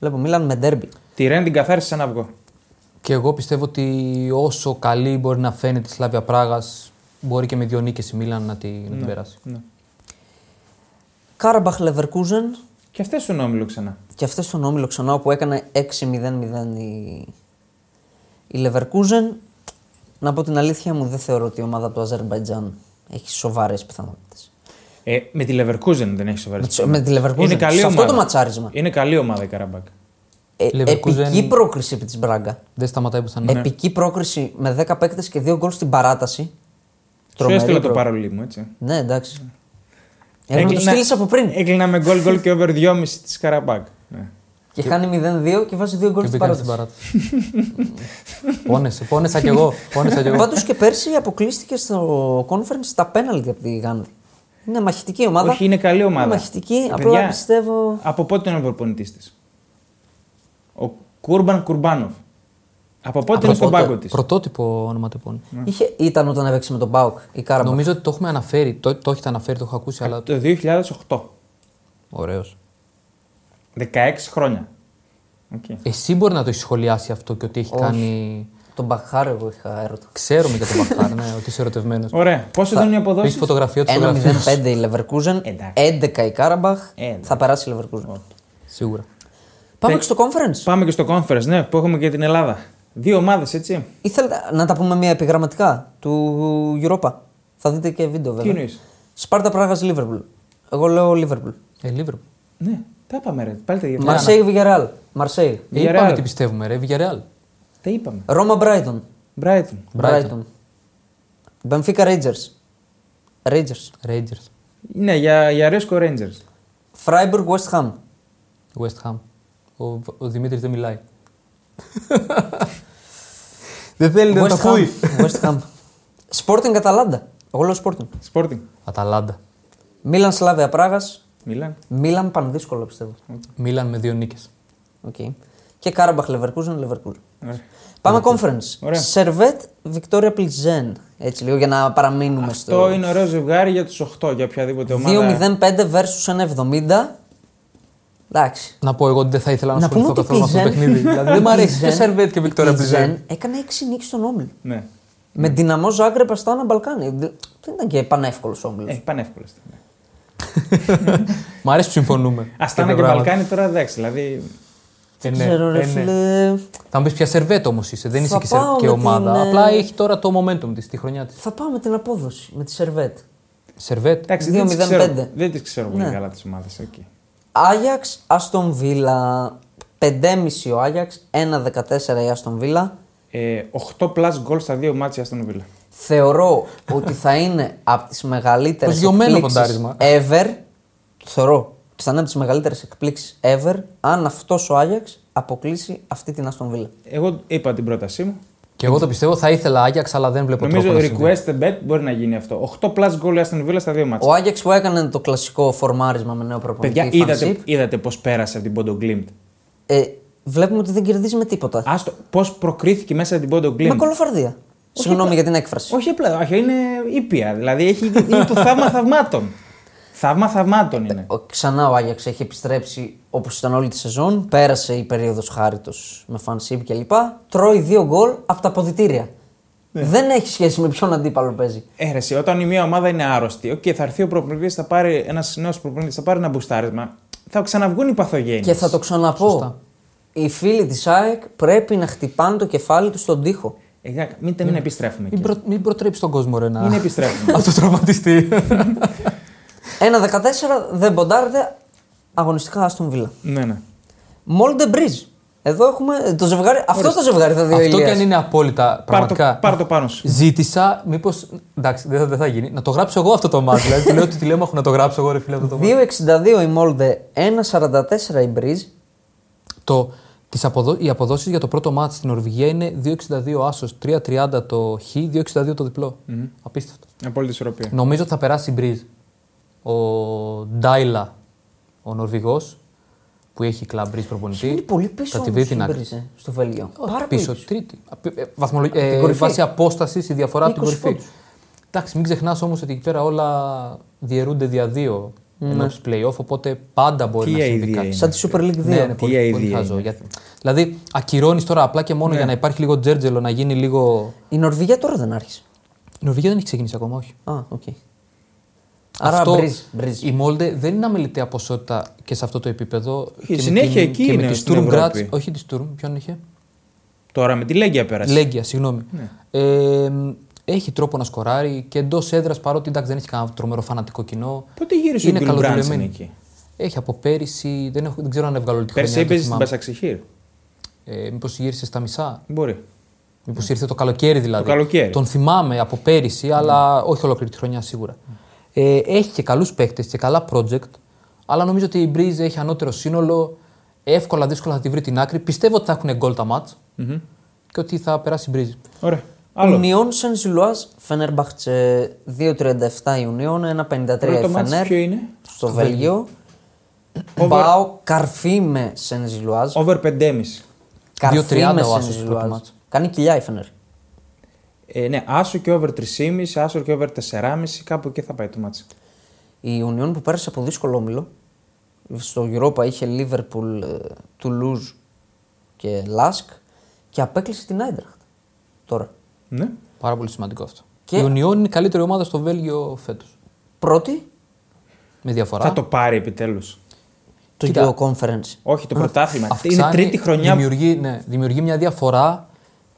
Speaker 2: Βλέπω Μίλαν με ντέρμπι.
Speaker 1: Τη Ρεν την καθάρισε σαν αυγό.
Speaker 3: Και εγώ πιστεύω ότι όσο καλή μπορεί να φαίνεται η Σλάβια Πράγας, μπορεί και με δύο νίκες η Μίλαν να τη- να
Speaker 2: Ναι.
Speaker 3: την περάσει.
Speaker 2: Κάραμπαχ Λεβερκούζεν
Speaker 1: Και αυτές στον όμιλο ξανά.
Speaker 2: και αυτές στον όμιλο ξανά όπου έκανε 6-0-0 η, η Λεβερκούζεν. Να πω την αλήθεια μου, δεν θεωρώ ότι η ομάδα του Αζερμπαϊτζάν έχει σοβαρές πιθανότητες.
Speaker 1: Ε, με τη Leverkusen δεν έχει σοβαρές.
Speaker 2: Με τις- με τη Leverkusen.
Speaker 1: Είναι καλή
Speaker 2: Σε αυτό
Speaker 1: ομάδα.
Speaker 2: το ματσάρισμα.
Speaker 1: Είναι καλή ομάδα η Καραμπάκ.
Speaker 2: Ε,
Speaker 3: Leverkusen-
Speaker 2: επική πρόκριση επί της Μπράγκα.
Speaker 3: Δεν σταματάει
Speaker 1: Ναι.
Speaker 3: πουθενά.
Speaker 2: Επική πρόκριση με 10 παίκτες και 2 γκολ στην παράταση.
Speaker 1: Σου έστειλα το
Speaker 2: πρόκριση.
Speaker 1: παρολί μου, έτσι.
Speaker 2: Ναι, εντάξει. Εγώ Ε, το στείλεις από πριν.
Speaker 1: Έκλεινα με γκολ γκολ και over 2,5 τη Καραμπάκ. Ναι.
Speaker 2: Και χάνει 0-2 και βάζει 2 γκολ
Speaker 3: Και
Speaker 2: στην
Speaker 3: μπήκαν στην
Speaker 2: παράταση.
Speaker 3: παράταση. πόνεσε, πόνεσα κι εγώ. Πόνεσα κι εγώ.
Speaker 2: Πάντως και πέρσι αποκλείστηκε στο conference τα πέναλτι από τη Γάνδη. Είναι μαχητική ομάδα.
Speaker 1: Όχι, είναι καλή ομάδα. Ε,
Speaker 2: Είναι μαχητική,
Speaker 1: Παιδιά,
Speaker 2: απλά πιστεύω.
Speaker 1: Από πότε είναι ο προπονητή τη. Ο Κούρμπαν Κουρμπάνοφ. Από πότε είναι στον
Speaker 2: πότε?
Speaker 1: πάγκο της.
Speaker 3: Πρωτότυπο ονοματεπώνυμο.
Speaker 1: Ναι.
Speaker 2: Είχε, ήταν όταν έπαιξε με τον Μπάουκ η Κάραμπα.
Speaker 3: Νομίζω ότι το έχουμε αναφέρει. Το, το έχετε αναφέρει, το έχω ακούσει, αλλά.
Speaker 1: Το 2008.
Speaker 3: Ωραίο.
Speaker 1: 16 χρόνια. Okay.
Speaker 3: Εσύ μπορεί να το έχεις σχολιάσει αυτό και ότι έχει κάνει.
Speaker 2: Τον Μπαχάρ εγώ είχα έρωτα.
Speaker 3: Ξέρουμε για τον Μπαχάρ, ναι, ότι είσαι ερωτευμένος.
Speaker 1: Ωραία. Πόσο δίνουν οι
Speaker 3: Έχει
Speaker 1: αποδόσει.
Speaker 3: φωτογραφία του
Speaker 2: 1-0-5 η Leverkusen,
Speaker 1: Εντάξει.
Speaker 2: 11 η Κάραμπαχ,
Speaker 1: Εντάξει.
Speaker 2: θα περάσει η Leverkusen.
Speaker 3: Σίγουρα.
Speaker 2: Πάμε και στο conference.
Speaker 1: Πάμε και στο conference, ναι, που έχουμε και την Ελλάδα. Δύο ομάδες, έτσι.
Speaker 2: Ήθελα να τα πούμε μια επιγραμματικά του Europa. Θα δείτε και βίντεο
Speaker 1: Τι
Speaker 2: βέβαια.
Speaker 1: εννοείς.
Speaker 2: Σπάρτα Πράγας Liverpool. Εγώ λέω Liverpool.
Speaker 3: Ε, Λίβρο.
Speaker 1: Ναι, τα είπαμε ρε. Πάλι τα είπαμε.
Speaker 2: Μαρσέη Villarreal. Μαρσέη.
Speaker 1: Villarreal.
Speaker 3: Είπαμε τι πιστεύουμε, ρε. Villarreal.
Speaker 1: Τα είπαμε.
Speaker 2: Ρώμα Brighton.
Speaker 1: Brighton.
Speaker 2: Brighton. Benfica Rangers. Rangers.
Speaker 3: Rangers.
Speaker 1: Ναι, για, για Ρέσκο Rangers.
Speaker 2: Freiburg West Ham.
Speaker 3: West Ham. Ο, ο Δημήτρης δεν μιλάει. δεν θέλει να
Speaker 2: West
Speaker 3: τα
Speaker 2: Ham.
Speaker 3: ακούει.
Speaker 2: West Ham. Sporting Atalanta. Εγώ λέω Sporting.
Speaker 1: Sporting.
Speaker 3: Αταλάντα.
Speaker 2: Μίλαν Σλάβια Πράγας.
Speaker 1: Μίλαν.
Speaker 2: Μίλαν πανδύσκολο πιστεύω.
Speaker 3: Μίλαν με δύο νίκες.
Speaker 2: Okay. Και Κάραμπαχ Leverkusen, Leverkusen.
Speaker 1: Ωραία.
Speaker 2: Πάμε conference.
Speaker 1: Ναι. Ωραία.
Speaker 2: Σερβέτ Βικτόρια Πλιζέν. Έτσι λίγο για να παραμείνουμε
Speaker 1: Το
Speaker 2: στο.
Speaker 1: είναι ωραίο ζευγάρι για τους 8 για οποιαδήποτε ομάδα.
Speaker 2: 2-0-5 versus 1-70. Εντάξει.
Speaker 3: Να πω εγώ ότι δεν θα ήθελα να,
Speaker 2: Να πούμε
Speaker 3: ασχοληθώ
Speaker 2: ότι
Speaker 3: καθόλου με αυτό το
Speaker 2: Πλιζέν.
Speaker 3: παιχνίδι. δηλαδή, δεν μου αρέσει
Speaker 2: Πλιζέν-
Speaker 3: και Σερβέτ και Βικτόρια Πλιζέν.
Speaker 2: Έκανε 6 νίκες στον όμιλο.
Speaker 1: Ναι.
Speaker 2: Με δυναμό Ζάγκρεπ Αστάνα Μπαλκάνι. Δε- Δεν ήταν και πανεύκολος όμιλος.
Speaker 1: Ε, πανεύκολα. Ναι.
Speaker 3: Μ' αρέσει που συμφωνούμε.
Speaker 1: Αστάνα και Βαλκάνι τώρα εντάξει. Δηλαδή.
Speaker 3: Ε, ναι,
Speaker 2: Ξέρω, ρε
Speaker 3: ε, ναι.
Speaker 2: φίλε.
Speaker 3: Θα μου πεις πια σερβέτ όμως είσαι.
Speaker 2: Θα
Speaker 3: Δεν είσαι και,
Speaker 2: πάω
Speaker 3: σερ... και
Speaker 2: με
Speaker 3: ομάδα.
Speaker 2: την, ε,
Speaker 3: Απλά έχει τώρα το momentum της, τη χρονιά της.
Speaker 2: Θα πάω με την απόδοση, με τη Σερβέτ.
Speaker 3: Σερβέτ.
Speaker 1: Εντάξει, δεν τις
Speaker 2: 2-0-5.
Speaker 1: ξέρω, δεν τις ξέρω πολύ
Speaker 2: Ναι.
Speaker 1: καλά τις ομάδες. Okay.
Speaker 2: Άγιαξ, Αστον Βίλα. 5,5 ο Άγιαξ, 1,14 η Αστον Βίλα.
Speaker 1: Ε, 8 plus γκολ στα δύο μάτια στον Βίλα.
Speaker 2: Θεωρώ ότι θα είναι από τις μεγαλύτερες
Speaker 3: Προσγειωμένο
Speaker 2: εκπλήξεις
Speaker 3: ποντάρισμα.
Speaker 2: ever. Θεωρώ ότι θα είναι από τις μεγαλύτερες εκπλήξεις ever αν αυτός ο Άγιαξ αποκλείσει αυτή την Αστον Βίλα.
Speaker 1: Εγώ είπα την πρότασή μου.
Speaker 3: Και εγώ το πιστεύω θα ήθελα Άγιαξ, αλλά δεν βλέπω
Speaker 1: Νομίζω
Speaker 3: τρόπο. να συμβεί.
Speaker 1: request a bet μπορεί να γίνει αυτό. 8 plus γκολ Αστον Βίλα στα δύο μάτια.
Speaker 2: ναι. Ο Άγιαξ που έκανε το κλασικό φορμάρισμα με νέο προπονητή.
Speaker 1: Παιδιά,
Speaker 2: Φαν
Speaker 1: είδατε,
Speaker 2: Σιπ,
Speaker 1: είδατε πώς πέρασε από την Πόντο Γκλίμπτ.
Speaker 2: ε, βλέπουμε ότι δεν κερδίζει με τίποτα.
Speaker 1: Άστο, πώς προκρίθηκε μέσα από την Πόντο
Speaker 2: με
Speaker 1: Γκλίμπτ.
Speaker 2: κολοφαρδία. Συγγνώμη για την έκφραση.
Speaker 1: Όχι απλά, όχι, είναι ήπια. Δηλαδή έχει, είναι το θαύμα θαυμάτων. Θαύμα θαυμάτων είναι.
Speaker 2: Ο- Ξανά ο Άγιαξ έχει επιστρέψει όπως ήταν όλη τη σεζόν. Πέρασε η περίοδος χάριτος με φανσίπ κλπ. Τρώει δύο γκολ από τα ποδητήρια.
Speaker 1: Ναι.
Speaker 2: Δεν έχει σχέση με ποιον αντίπαλο παίζει.
Speaker 1: Έρεση, Ε, όταν η μία ομάδα είναι άρρωστη, οκ, θα έρθει ο προπονητής, θα πάρει ένας νέος προπονητής, θα πάρει ένα μπουστάρισμα. Θα ξαναβγούν οι παθογένειες.
Speaker 2: Και θα το ξαναπώ. Οι φίλοι της ΑΕΚ πρέπει να χτυπάνε το κεφάλι τους στον τοίχο.
Speaker 1: Ε, μην, μην επιστρέφουμε.
Speaker 3: Μην,
Speaker 1: εκεί.
Speaker 3: προ... μην προτρέψει τον κόσμο ρε, να
Speaker 1: Μην επιστρέφουμε.
Speaker 3: αυτοτραυματιστεί.
Speaker 2: Ένα 14 δεν ποντάρεται αγωνιστικά Άστον Βίλα.
Speaker 1: Ναι, ναι.
Speaker 2: Μόλντε Μπριζ. Εδώ έχουμε ε, το ζευγάρι. Αυτό το ζευγάρι θα δει ο
Speaker 3: Αυτό
Speaker 2: Ηλίας.
Speaker 3: και αν είναι απόλυτα
Speaker 1: Πάρ το,
Speaker 3: πραγματικά.
Speaker 1: πάρ' το πάνω σου.
Speaker 3: Ζήτησα, μήπως. Εντάξει, δεν θα, δεν θα γίνει. Να το γράψω εγώ αυτό το μάτι. δηλαδή, του λέω ότι τηλέμαχο να το γράψω εγώ, ρε φίλε, αυτό το μάτι.
Speaker 2: 2,62 η Μόλντε, 1,44 η Μπριζ.
Speaker 3: Το, τις αποδο... Οι αποδόσεις για το πρώτο μάτι στην Νορβηγία είναι 2,62 άσο, 3,30 το χ, 2,62 το διπλο Απίστευτο.
Speaker 1: Απόλυτη ισορροπία.
Speaker 3: Νομίζω ότι θα περάσει η Μπριζ. Ο Ντάιλα, ο Νορβηγός, που έχει κλαμπ Μπριζ προπονητή.
Speaker 2: Είναι πολύ πίσω
Speaker 3: θα τη
Speaker 2: όμως
Speaker 3: βρει
Speaker 2: η
Speaker 3: την άκρη.
Speaker 2: Μπριζ, ε, στο Βέλγιο.
Speaker 3: Όχι,
Speaker 2: Πάρα
Speaker 3: πίσω,
Speaker 2: πολύ.
Speaker 3: τρίτη. Απ- ε, βαθμολογ- ε,
Speaker 2: κορυφή.
Speaker 3: βάσει απόστασης η διαφορά από την
Speaker 2: 20
Speaker 3: κορυφή.
Speaker 2: πόντους.
Speaker 3: Εντάξει, μην ξεχνάς όμως ότι εκεί πέρα όλα διαιρούνται δια δύο ενός playoff, οπότε πάντα μπορεί
Speaker 1: Τι
Speaker 3: να συμβεί
Speaker 1: idea
Speaker 3: κάτι.
Speaker 1: είναι.
Speaker 2: Σαν τη Super League 2.
Speaker 3: Ναι, είναι πολύ,
Speaker 1: idea
Speaker 3: πολύ
Speaker 1: είναι
Speaker 3: χαζό. Γιατί... Δηλαδή, ακυρώνεις τώρα απλά και
Speaker 1: Ναι.
Speaker 3: μόνο για να υπάρχει λίγο τζέρτζελο, να γίνει λίγο.
Speaker 2: Η Νορβηγία τώρα δεν άρχισε.
Speaker 3: Η Νορβηγία δεν έχει ξεκινήσει ακόμα, όχι.
Speaker 2: Α, οκ. Άρα Μπριζ. Μπριζ.
Speaker 3: Η Μόλντε δεν είναι αμεληταία ποσότητα και σε αυτό το επίπεδο.
Speaker 1: Η συνέχεια εκεί
Speaker 3: και
Speaker 1: είναι
Speaker 3: με τη
Speaker 1: στην
Speaker 3: Sturm Graz.
Speaker 1: Ευρώπη.
Speaker 3: Όχι τη Sturm, ποιον είχε.
Speaker 1: Τώρα με τη Λέγκια πέρασε.
Speaker 3: Λέγκια, συγγνώμη.
Speaker 1: Ναι.
Speaker 3: Ε, έχει τρόπο να σκοράρει και εντός έδρας παρότι εντάξει, δεν έχει κανένα τρομερό φανατικό κοινό.
Speaker 1: Πότε γύρισε ο Γκουλ
Speaker 3: καλοδουλεμένη.
Speaker 1: Μπράνσεν εκεί?
Speaker 3: Έχει από πέρυσι, δεν, έχω, δεν ξέρω αν έβγαλε όλη τη χρονιά.
Speaker 1: Πέρσι
Speaker 3: δεν
Speaker 1: έπαιζε στην
Speaker 3: ναι, θυμάμαι.
Speaker 1: Πασαξιχήρ.
Speaker 3: Ε, Μήπως γύρισε στα μισά.
Speaker 1: Μπορεί.
Speaker 3: Μήπως ήρθε το καλοκαίρι δηλαδή.
Speaker 1: Το καλοκαίρι.
Speaker 3: Τον θυμάμαι από πέρυσι, αλλά όχι ολόκληρη τη χρονιά σίγουρα. Ε, έχει και καλούς παίκτες και καλά project, αλλά νομίζω ότι η Breeze έχει ανώτερο σύνολο. Εύκολα, δύσκολα θα τη βρει την άκρη. Πιστεύω ότι θα έχουν γκολ τα ματ και ότι θα περάσει η Breeze.
Speaker 1: Ωραία. Άλλο.
Speaker 2: Ουνιόν Σεν Ζιλουάζ, Φενέρμπαχτσε 2,37 Ιουνίων, 1,53
Speaker 1: Πρώτο
Speaker 2: η
Speaker 1: μάτς
Speaker 2: Φενέρ.
Speaker 1: ποιο είναι?
Speaker 2: Στο Βέλγιο.
Speaker 1: Over-
Speaker 2: Πάω καρφί με Σεν Ζιλουάζ.
Speaker 1: Over 5,5.
Speaker 2: Καρφί
Speaker 3: 2,30
Speaker 2: με
Speaker 3: ο
Speaker 2: Σεν
Speaker 3: Άσος πρώτο
Speaker 2: Ζιλουάζ.
Speaker 3: μάτς.
Speaker 2: Κάνει κοιλιά η Φενέρ.
Speaker 1: Ε, ναι, άσο και over 3,5, άσο και over 4,5, κάπου εκεί θα πάει το μάτς.
Speaker 2: Η Union που πέρασε από δύσκολο όμιλο. Στο Europa είχε Liverpool, ε, Toulouse και Lask και απέκλεισε την Άιντραχτ. Τώρα.
Speaker 1: Ναι.
Speaker 3: Πάρα πολύ σημαντικό αυτό.
Speaker 2: Και-
Speaker 3: Η Union είναι η καλύτερη ομάδα στο Βέλγιο φέτος.
Speaker 2: Πρώτη,
Speaker 3: Με διαφορά.
Speaker 1: Θα το πάρει επιτέλους.
Speaker 2: το
Speaker 3: Κοίτα.
Speaker 2: Euro Conference.
Speaker 1: Όχι, το πρωτάθλημα.
Speaker 3: Αυξάνει,
Speaker 1: είναι τρίτη χρονιά που-
Speaker 3: Δημιουργεί, ναι, δημιουργεί μια διαφορά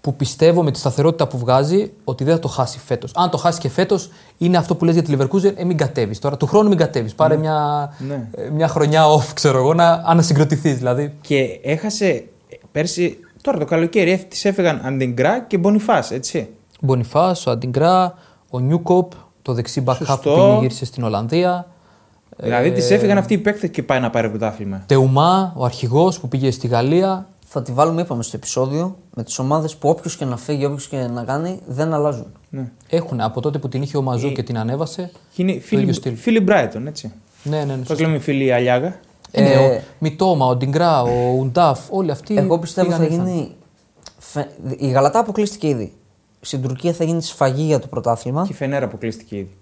Speaker 3: που πιστεύω με τη σταθερότητα που βγάζει ότι δεν θα το χάσει φέτος. Αν το χάσει και φέτος, είναι αυτό που λες για τη Leverkusen, ε, μην κατέβεις. Τώρα του χρόνου μην κατέβεις. Πάρε μια,
Speaker 1: Ναι.
Speaker 3: ε, μια χρονιά off, ξέρω εγώ, να ανασυγκροτηθεί δηλαδή.
Speaker 1: Και έχασε ε, πέρσι, τώρα το καλοκαίρι, έφ- της έφυγαν Αντιγκρά και Μπονιφάς, έτσι.
Speaker 3: Μπονιφάς, ο Αντιγκρά, ο Νιούκοπ, το δεξί back half
Speaker 1: Σωστό.
Speaker 3: που γύρισε στην Ολλανδία. Ε,
Speaker 1: Δηλαδή τη έφυγαν αυτοί οι παίκτες και πάει να πάρει πρωτάθλημα.
Speaker 3: Τεουμά, ο αρχηγός που πήγε στη Γαλλία.
Speaker 2: Θα τη βάλουμε, είπαμε, στο επεισόδιο με τις ομάδες που όποιος και να φύγει, όποιος και να κάνει, δεν αλλάζουν.
Speaker 3: Έχουν από τότε που την είχε ο
Speaker 1: Ε,
Speaker 3: Μαζού και την ανέβασε.
Speaker 1: Και είναι
Speaker 3: ίδιο
Speaker 1: φίλοι,
Speaker 3: στυλ.
Speaker 1: φίλοι Μπράιτον, έτσι.
Speaker 3: Ναι, ναι, ναι.
Speaker 1: Πώς λέμε φίλοι Αλιάγα.
Speaker 3: Ε,
Speaker 2: Ε,
Speaker 3: ο Μιτόμα, ο Ντιγκρά, ο Ουντάφ, όλοι αυτοί.
Speaker 2: Εγώ πιστεύω
Speaker 3: πήγαν
Speaker 2: θα
Speaker 3: ήρθαν.
Speaker 2: γίνει. φε- Η Γαλατά αποκλείστηκε ήδη. Στην Τουρκία θα γίνει σφαγή για το πρωτάθλημα.
Speaker 1: Και η Φενέρα αποκλείστηκε ήδη.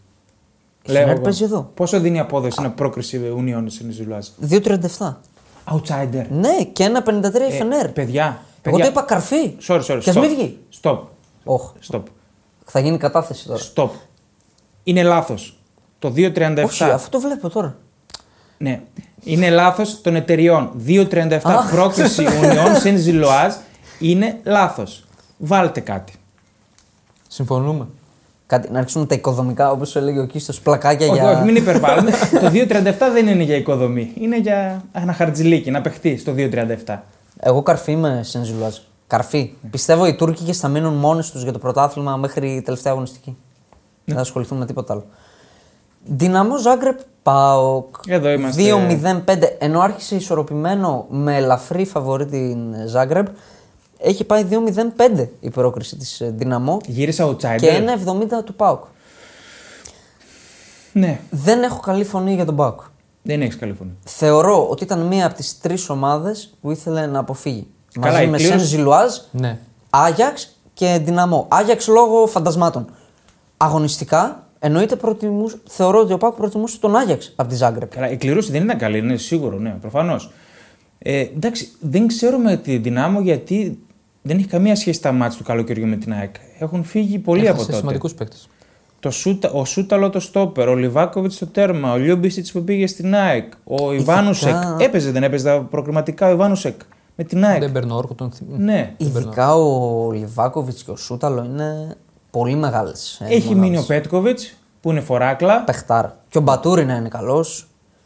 Speaker 2: Η Φενέρ
Speaker 1: εγώ.
Speaker 2: παίζει εδώ.
Speaker 1: Πόσο δίνει η απόδοση να πρόκριση Ουνιών Σενιζουλάζ.
Speaker 2: 2,37.
Speaker 1: Outsider.
Speaker 2: Ναι, και ένα 53 η Φενέρ.
Speaker 1: Ε, Παιδιά.
Speaker 2: Εγώ
Speaker 1: παιδιά.
Speaker 2: το είπα καρφί.
Speaker 1: Sorry, sorry.
Speaker 2: Και ας
Speaker 1: stop.
Speaker 2: μην βγει.
Speaker 1: Stop.
Speaker 2: Όχι.
Speaker 1: Stop.
Speaker 2: Θα γίνει κατάθεση τώρα.
Speaker 1: Stop. Είναι λάθος. Το 2,37.
Speaker 2: Όχι, αυτό το βλέπω τώρα.
Speaker 1: Ναι. Είναι λάθος των εταιριών. 2,37
Speaker 2: Αχ.
Speaker 1: πρόκριση Ουνιών Σενιζουλάζ είναι λάθος. Βάλτε κάτι.
Speaker 3: Συμφωνούμε.
Speaker 2: Κάτι, να αρχίσουμε τα οικοδομικά, όπως έλεγε ο Κίστος, πλακάκια
Speaker 1: Όχι,
Speaker 2: Ε, για.
Speaker 1: όχι, μην υπερβάλλουμε. το 2,37 δεν είναι για οικοδομή. Είναι για ένα χαρτζιλίκι, να παιχτεί στο 2,37.
Speaker 2: Εγώ καρφί είμαι Σενζουλάζ. Καρφί. Πιστεύω οι Τούρκοι θα μείνουν μόνοι τους για το πρωτάθλημα μέχρι η τελευταία αγωνιστική.
Speaker 1: Ναι.
Speaker 2: Δεν θα ασχοληθούν με τίποτα άλλο. Δυναμό Ζάγκρεπ Πάοκ.
Speaker 1: Εδώ είμαστε.
Speaker 2: 2-0-5. Ενώ άρχισε ισορροπημένο με ελαφρύ φαβορή την Ζάγκρεπ, έχει πάει 2-0-5 η πρόκριση της Δυναμό
Speaker 1: Γύρισα ο Τσάιντερ.
Speaker 2: και 1-70 του Πάοκ.
Speaker 1: Ναι,
Speaker 2: Δεν έχω καλή φωνή για τον Πάοκ.
Speaker 1: δεν έχεις καλή φωνή.
Speaker 2: Θεωρώ ότι ήταν μία από τις τρεις ομάδες που ήθελε να αποφύγει.
Speaker 1: Καλά,
Speaker 2: Μαζί
Speaker 1: η
Speaker 2: με Σεν
Speaker 1: κλήρωση-
Speaker 2: Ζιλουάζ,
Speaker 3: Ναι.
Speaker 2: Άγιαξ και Δυναμό. Άγιαξ λόγω φαντασμάτων. Αγωνιστικά, εννοείται προτιμούς, θεωρώ ότι ο Πάκου προτιμούσε τον Άγιαξ από τη Ζάγκρεπ.
Speaker 1: Καλά, η κλήρωση δεν ήταν καλή, είναι σίγουρο, ναι, προφανώς. Ε, εντάξει, δεν ξέρουμε τη δυνάμω γιατί δεν έχει καμία σχέση τα μάτια του καλοκαιριού με την ΑΕΚ. Έχουν φύγει πολλοί από τότε.
Speaker 3: σημαντικούς παίκτες.
Speaker 1: Το Σούτα, ο Σούταλο το στόπερ, ο Λιβάκοβιτ στο τέρμα, ο Λιούμπισιτ που πήγε στην ΑΕΚ, ο Ιβάνουσεκ. Έπαιζε, δεν έπαιζε τα προκριματικά ο Ιβάνουσεκ με την ΑΕΚ.
Speaker 3: Δεν παίρνω όρκο τον θυμ-
Speaker 1: Ε, Ναι.
Speaker 2: Ειδικά ο Λιβάκοβιτ και ο Σούταλο είναι πολύ μεγάλες.
Speaker 1: Έχει μείνει ο Πέτκοβιτ που είναι φοράκλα.
Speaker 2: Πεχτάρα. Και ο Μπατούρι να είναι καλός.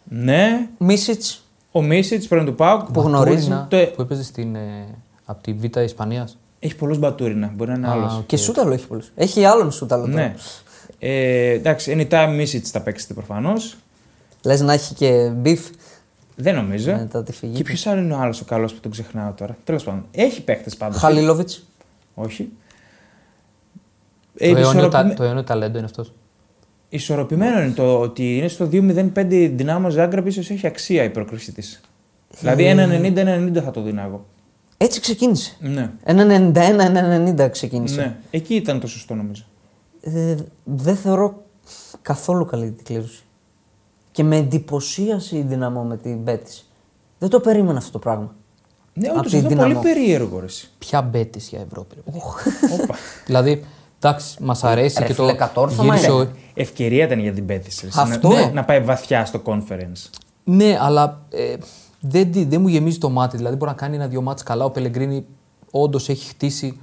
Speaker 1: Ναι.
Speaker 2: Μίσιτ.
Speaker 1: Ο Μίσιτ πρώην του Πάουκ.
Speaker 2: Που γνωρίζει. ναι.
Speaker 3: Τούρινα,
Speaker 1: Το- Ε,
Speaker 3: που έπαιζε στην, ε, από τη Β' Ισπανίας.
Speaker 1: Έχει πολλούς μπατούρινα. Μπορεί να είναι άλλος.
Speaker 2: Και Σούταλο έχει πολλούς. Έχει άλλον Σούταλο.
Speaker 1: Ναι. Ε, εντάξει, anytime Μίσιτ θα παίξετε προφανώς.
Speaker 2: Λες να έχει και μπιφ
Speaker 1: Δεν νομίζω.
Speaker 3: Ναι,
Speaker 2: μετά τη φυγή.
Speaker 1: Και ποιος άλλο είναι ο άλλος ο καλός που τον ξεχνάω τώρα. Τέλος πάντων. Έχει παίχτε πάντως.
Speaker 2: Χαλιλόβιτ.
Speaker 1: Όχι. Ε,
Speaker 3: Το αιώνιο,
Speaker 1: ισορροπημέ-
Speaker 3: τα, το αιώνιο ταλέντο είναι αυτός.
Speaker 1: Ισορροπημένο είναι το ότι είναι στο 2-0-5 δυνάμω Ζάγκρεπ, ίσως έχει αξία η πρόκριση της. Δηλαδή
Speaker 3: Ε.
Speaker 1: 1-90-1-90 θα το δίνω εγώ.
Speaker 2: Έτσι ξεκίνησε.
Speaker 1: Ναι.
Speaker 2: Ένα 91-90 ξεκίνησε.
Speaker 1: ναι. Εκεί ήταν το σωστό νομίζω. Ναι.
Speaker 2: Ε, δεν θεωρώ καθόλου καλή την κλήρωση. Και με εντυπωσίασε η δυναμό με την Πέτη. Δεν το περίμενα αυτό το πράγμα.
Speaker 1: Ναι,
Speaker 2: Απ'
Speaker 1: όντως
Speaker 2: τη
Speaker 1: είναι πολύ
Speaker 2: Δυναμό.
Speaker 1: περίεργο. ρε, εσύ.
Speaker 3: Ποια μπέτης για Ευρώπη. ρε παιδί.
Speaker 1: Όπα.
Speaker 3: δηλαδή, εντάξει, μας αρέσει
Speaker 2: Ε, Ρε
Speaker 3: και
Speaker 2: φίλε,
Speaker 3: το.
Speaker 2: κατόρθωμα
Speaker 3: γύρισε ο-
Speaker 2: είναι.
Speaker 1: Ευκαιρία ήταν για την Πέτης. ρε,
Speaker 2: Αυτό.
Speaker 1: Να, να πάει βαθιά στο conference.
Speaker 3: Ναι, αλλά ε, δεν, τη- δεν μου γεμίζει το μάτι. Δηλαδή, μπορεί να κάνει ένα-δύο μάτς καλά. Ο Πελεγκρίνη όντως έχει χτίσει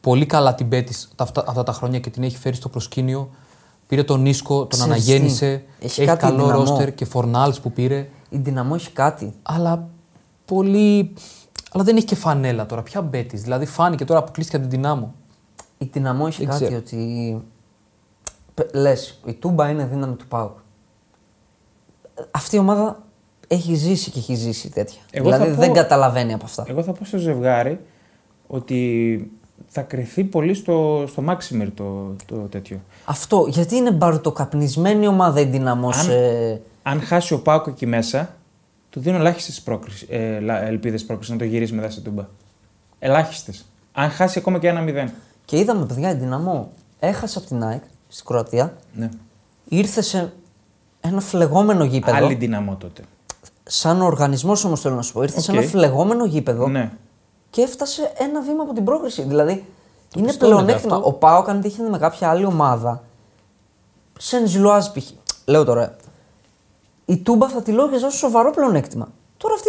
Speaker 3: πολύ καλά την Πέτη αυτά, αυτά τα χρόνια και την έχει φέρει στο προσκήνιο. Πήρε τον Νίσκο, τον
Speaker 2: Ξέρεις
Speaker 3: αναγέννησε.
Speaker 2: τι, έχει κάτι η
Speaker 3: καλό
Speaker 2: Δυναμό.
Speaker 3: ρόστερ και φορνάλ που πήρε.
Speaker 2: Η δυναμό έχει κάτι.
Speaker 3: Αλλά πολύ. Αλλά δεν έχει και φανέλα τώρα. Ποια Μπέτη. Δηλαδή, φάνηκε τώρα αποκλείστηκε από την δυνάμω.
Speaker 2: Η δυναμό έχει
Speaker 3: Δεν
Speaker 2: κάτι
Speaker 3: ξέρω.
Speaker 2: ότι. Λες, η Τούμπα είναι δύναμη του Πάουκ. Αυτή η ομάδα έχει ζήσει και έχει ζήσει τέτοια.
Speaker 1: Εγώ θα
Speaker 2: δηλαδή
Speaker 1: πω-
Speaker 2: δεν καταλαβαίνει από αυτά.
Speaker 1: Εγώ θα πω στο ζευγάρι ότι θα κρυθεί πολύ στο, στο Maximer το, το τέτοιο.
Speaker 2: Αυτό γιατί είναι μπαρτοκαπνισμένη ομάδα η δυναμός.
Speaker 1: Αν-
Speaker 2: Ε...
Speaker 1: Αν χάσει ο Πάκο εκεί μέσα, του δίνω ελάχιστες ε, ελπίδες πρόκρισης να το γυρίσει μετά στην Τούμπα. Ελάχιστες. Αν χάσει ακόμα και ένα 0.
Speaker 2: Και είδαμε, παιδιά, η δυναμό έχασε από την ΑΕΚ στην Κροατία.
Speaker 1: Ναι.
Speaker 2: Ήρθε σε ένα φλεγόμενο γήπεδο.
Speaker 1: Άλλη δυναμό τότε.
Speaker 2: Σαν οργανισμός όμως θέλω να σου πω. Ήρθε σε
Speaker 1: Οκ.
Speaker 2: ένα φλεγόμενο γήπεδο
Speaker 1: Ναι.
Speaker 2: και έφτασε ένα βήμα από την πρόκριση. Δηλαδή είναι
Speaker 3: πιστώνεται
Speaker 2: πλεονέκτημα.
Speaker 3: αυτό.
Speaker 2: Ο Πάοκ αν τύχαινε με κάποια άλλη ομάδα. Σεν Ζιλουάζ π.χ. Λέω τώρα. Η Τούμπα θα τη λόγιζε ως σοβαρό πλεονέκτημα. Τώρα αυτή.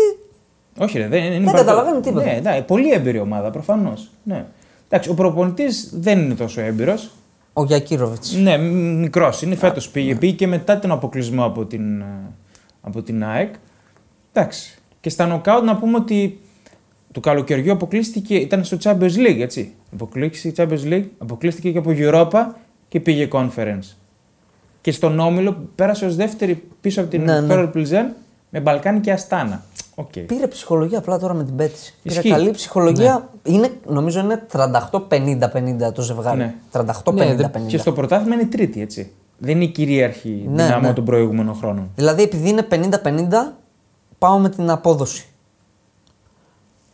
Speaker 1: Όχι, ρε, δεν είναι.
Speaker 2: Δεν καταλαβαίνω τίποτα.
Speaker 1: Ναι, ναι, πολύ έμπειρη ομάδα προφανώς. Ναι. Εντάξει, ο προπονητής δεν είναι τόσο έμπειρος.
Speaker 2: Ο Γιακύροβιτ.
Speaker 1: Ναι, μικρός είναι. Φέτος πήγε, πήγε και μετά τον αποκλεισμό από την, ε, από την ΑΕΚ. Εντάξει. Και στα νοκάουτ να πούμε ότι του καλοκαιριού αποκλείστηκε, ήταν στο Champions League, έτσι. Αποκλείστηκε, Champions League, αποκλείστηκε και από Europa και πήγε Conference. Και στον Όμιλο πέρασε ως δεύτερη πίσω από την
Speaker 2: Ναι, ναι.
Speaker 1: Victoria Πλιζέν με Μπαλκάνι και Αστάνα. Οκ.
Speaker 2: Πήρε ψυχολογία απλά τώρα με την πέτηση. Πήρε
Speaker 1: Ισχύει.
Speaker 2: καλή ψυχολογία. Είναι, νομίζω είναι 38-50-50 το ζευγάρι.
Speaker 1: Ναι.
Speaker 2: 38-50-50.
Speaker 3: Ναι, δεν-
Speaker 1: Και στο πρωτάθλημα είναι τρίτη, έτσι. Δεν είναι η κυρίαρχη
Speaker 2: Ναι,
Speaker 1: δυνάμω
Speaker 2: ναι.
Speaker 1: των προηγούμενων χρόνων.
Speaker 2: Δηλαδή επειδή είναι 50-50, πάω με την απόδοση.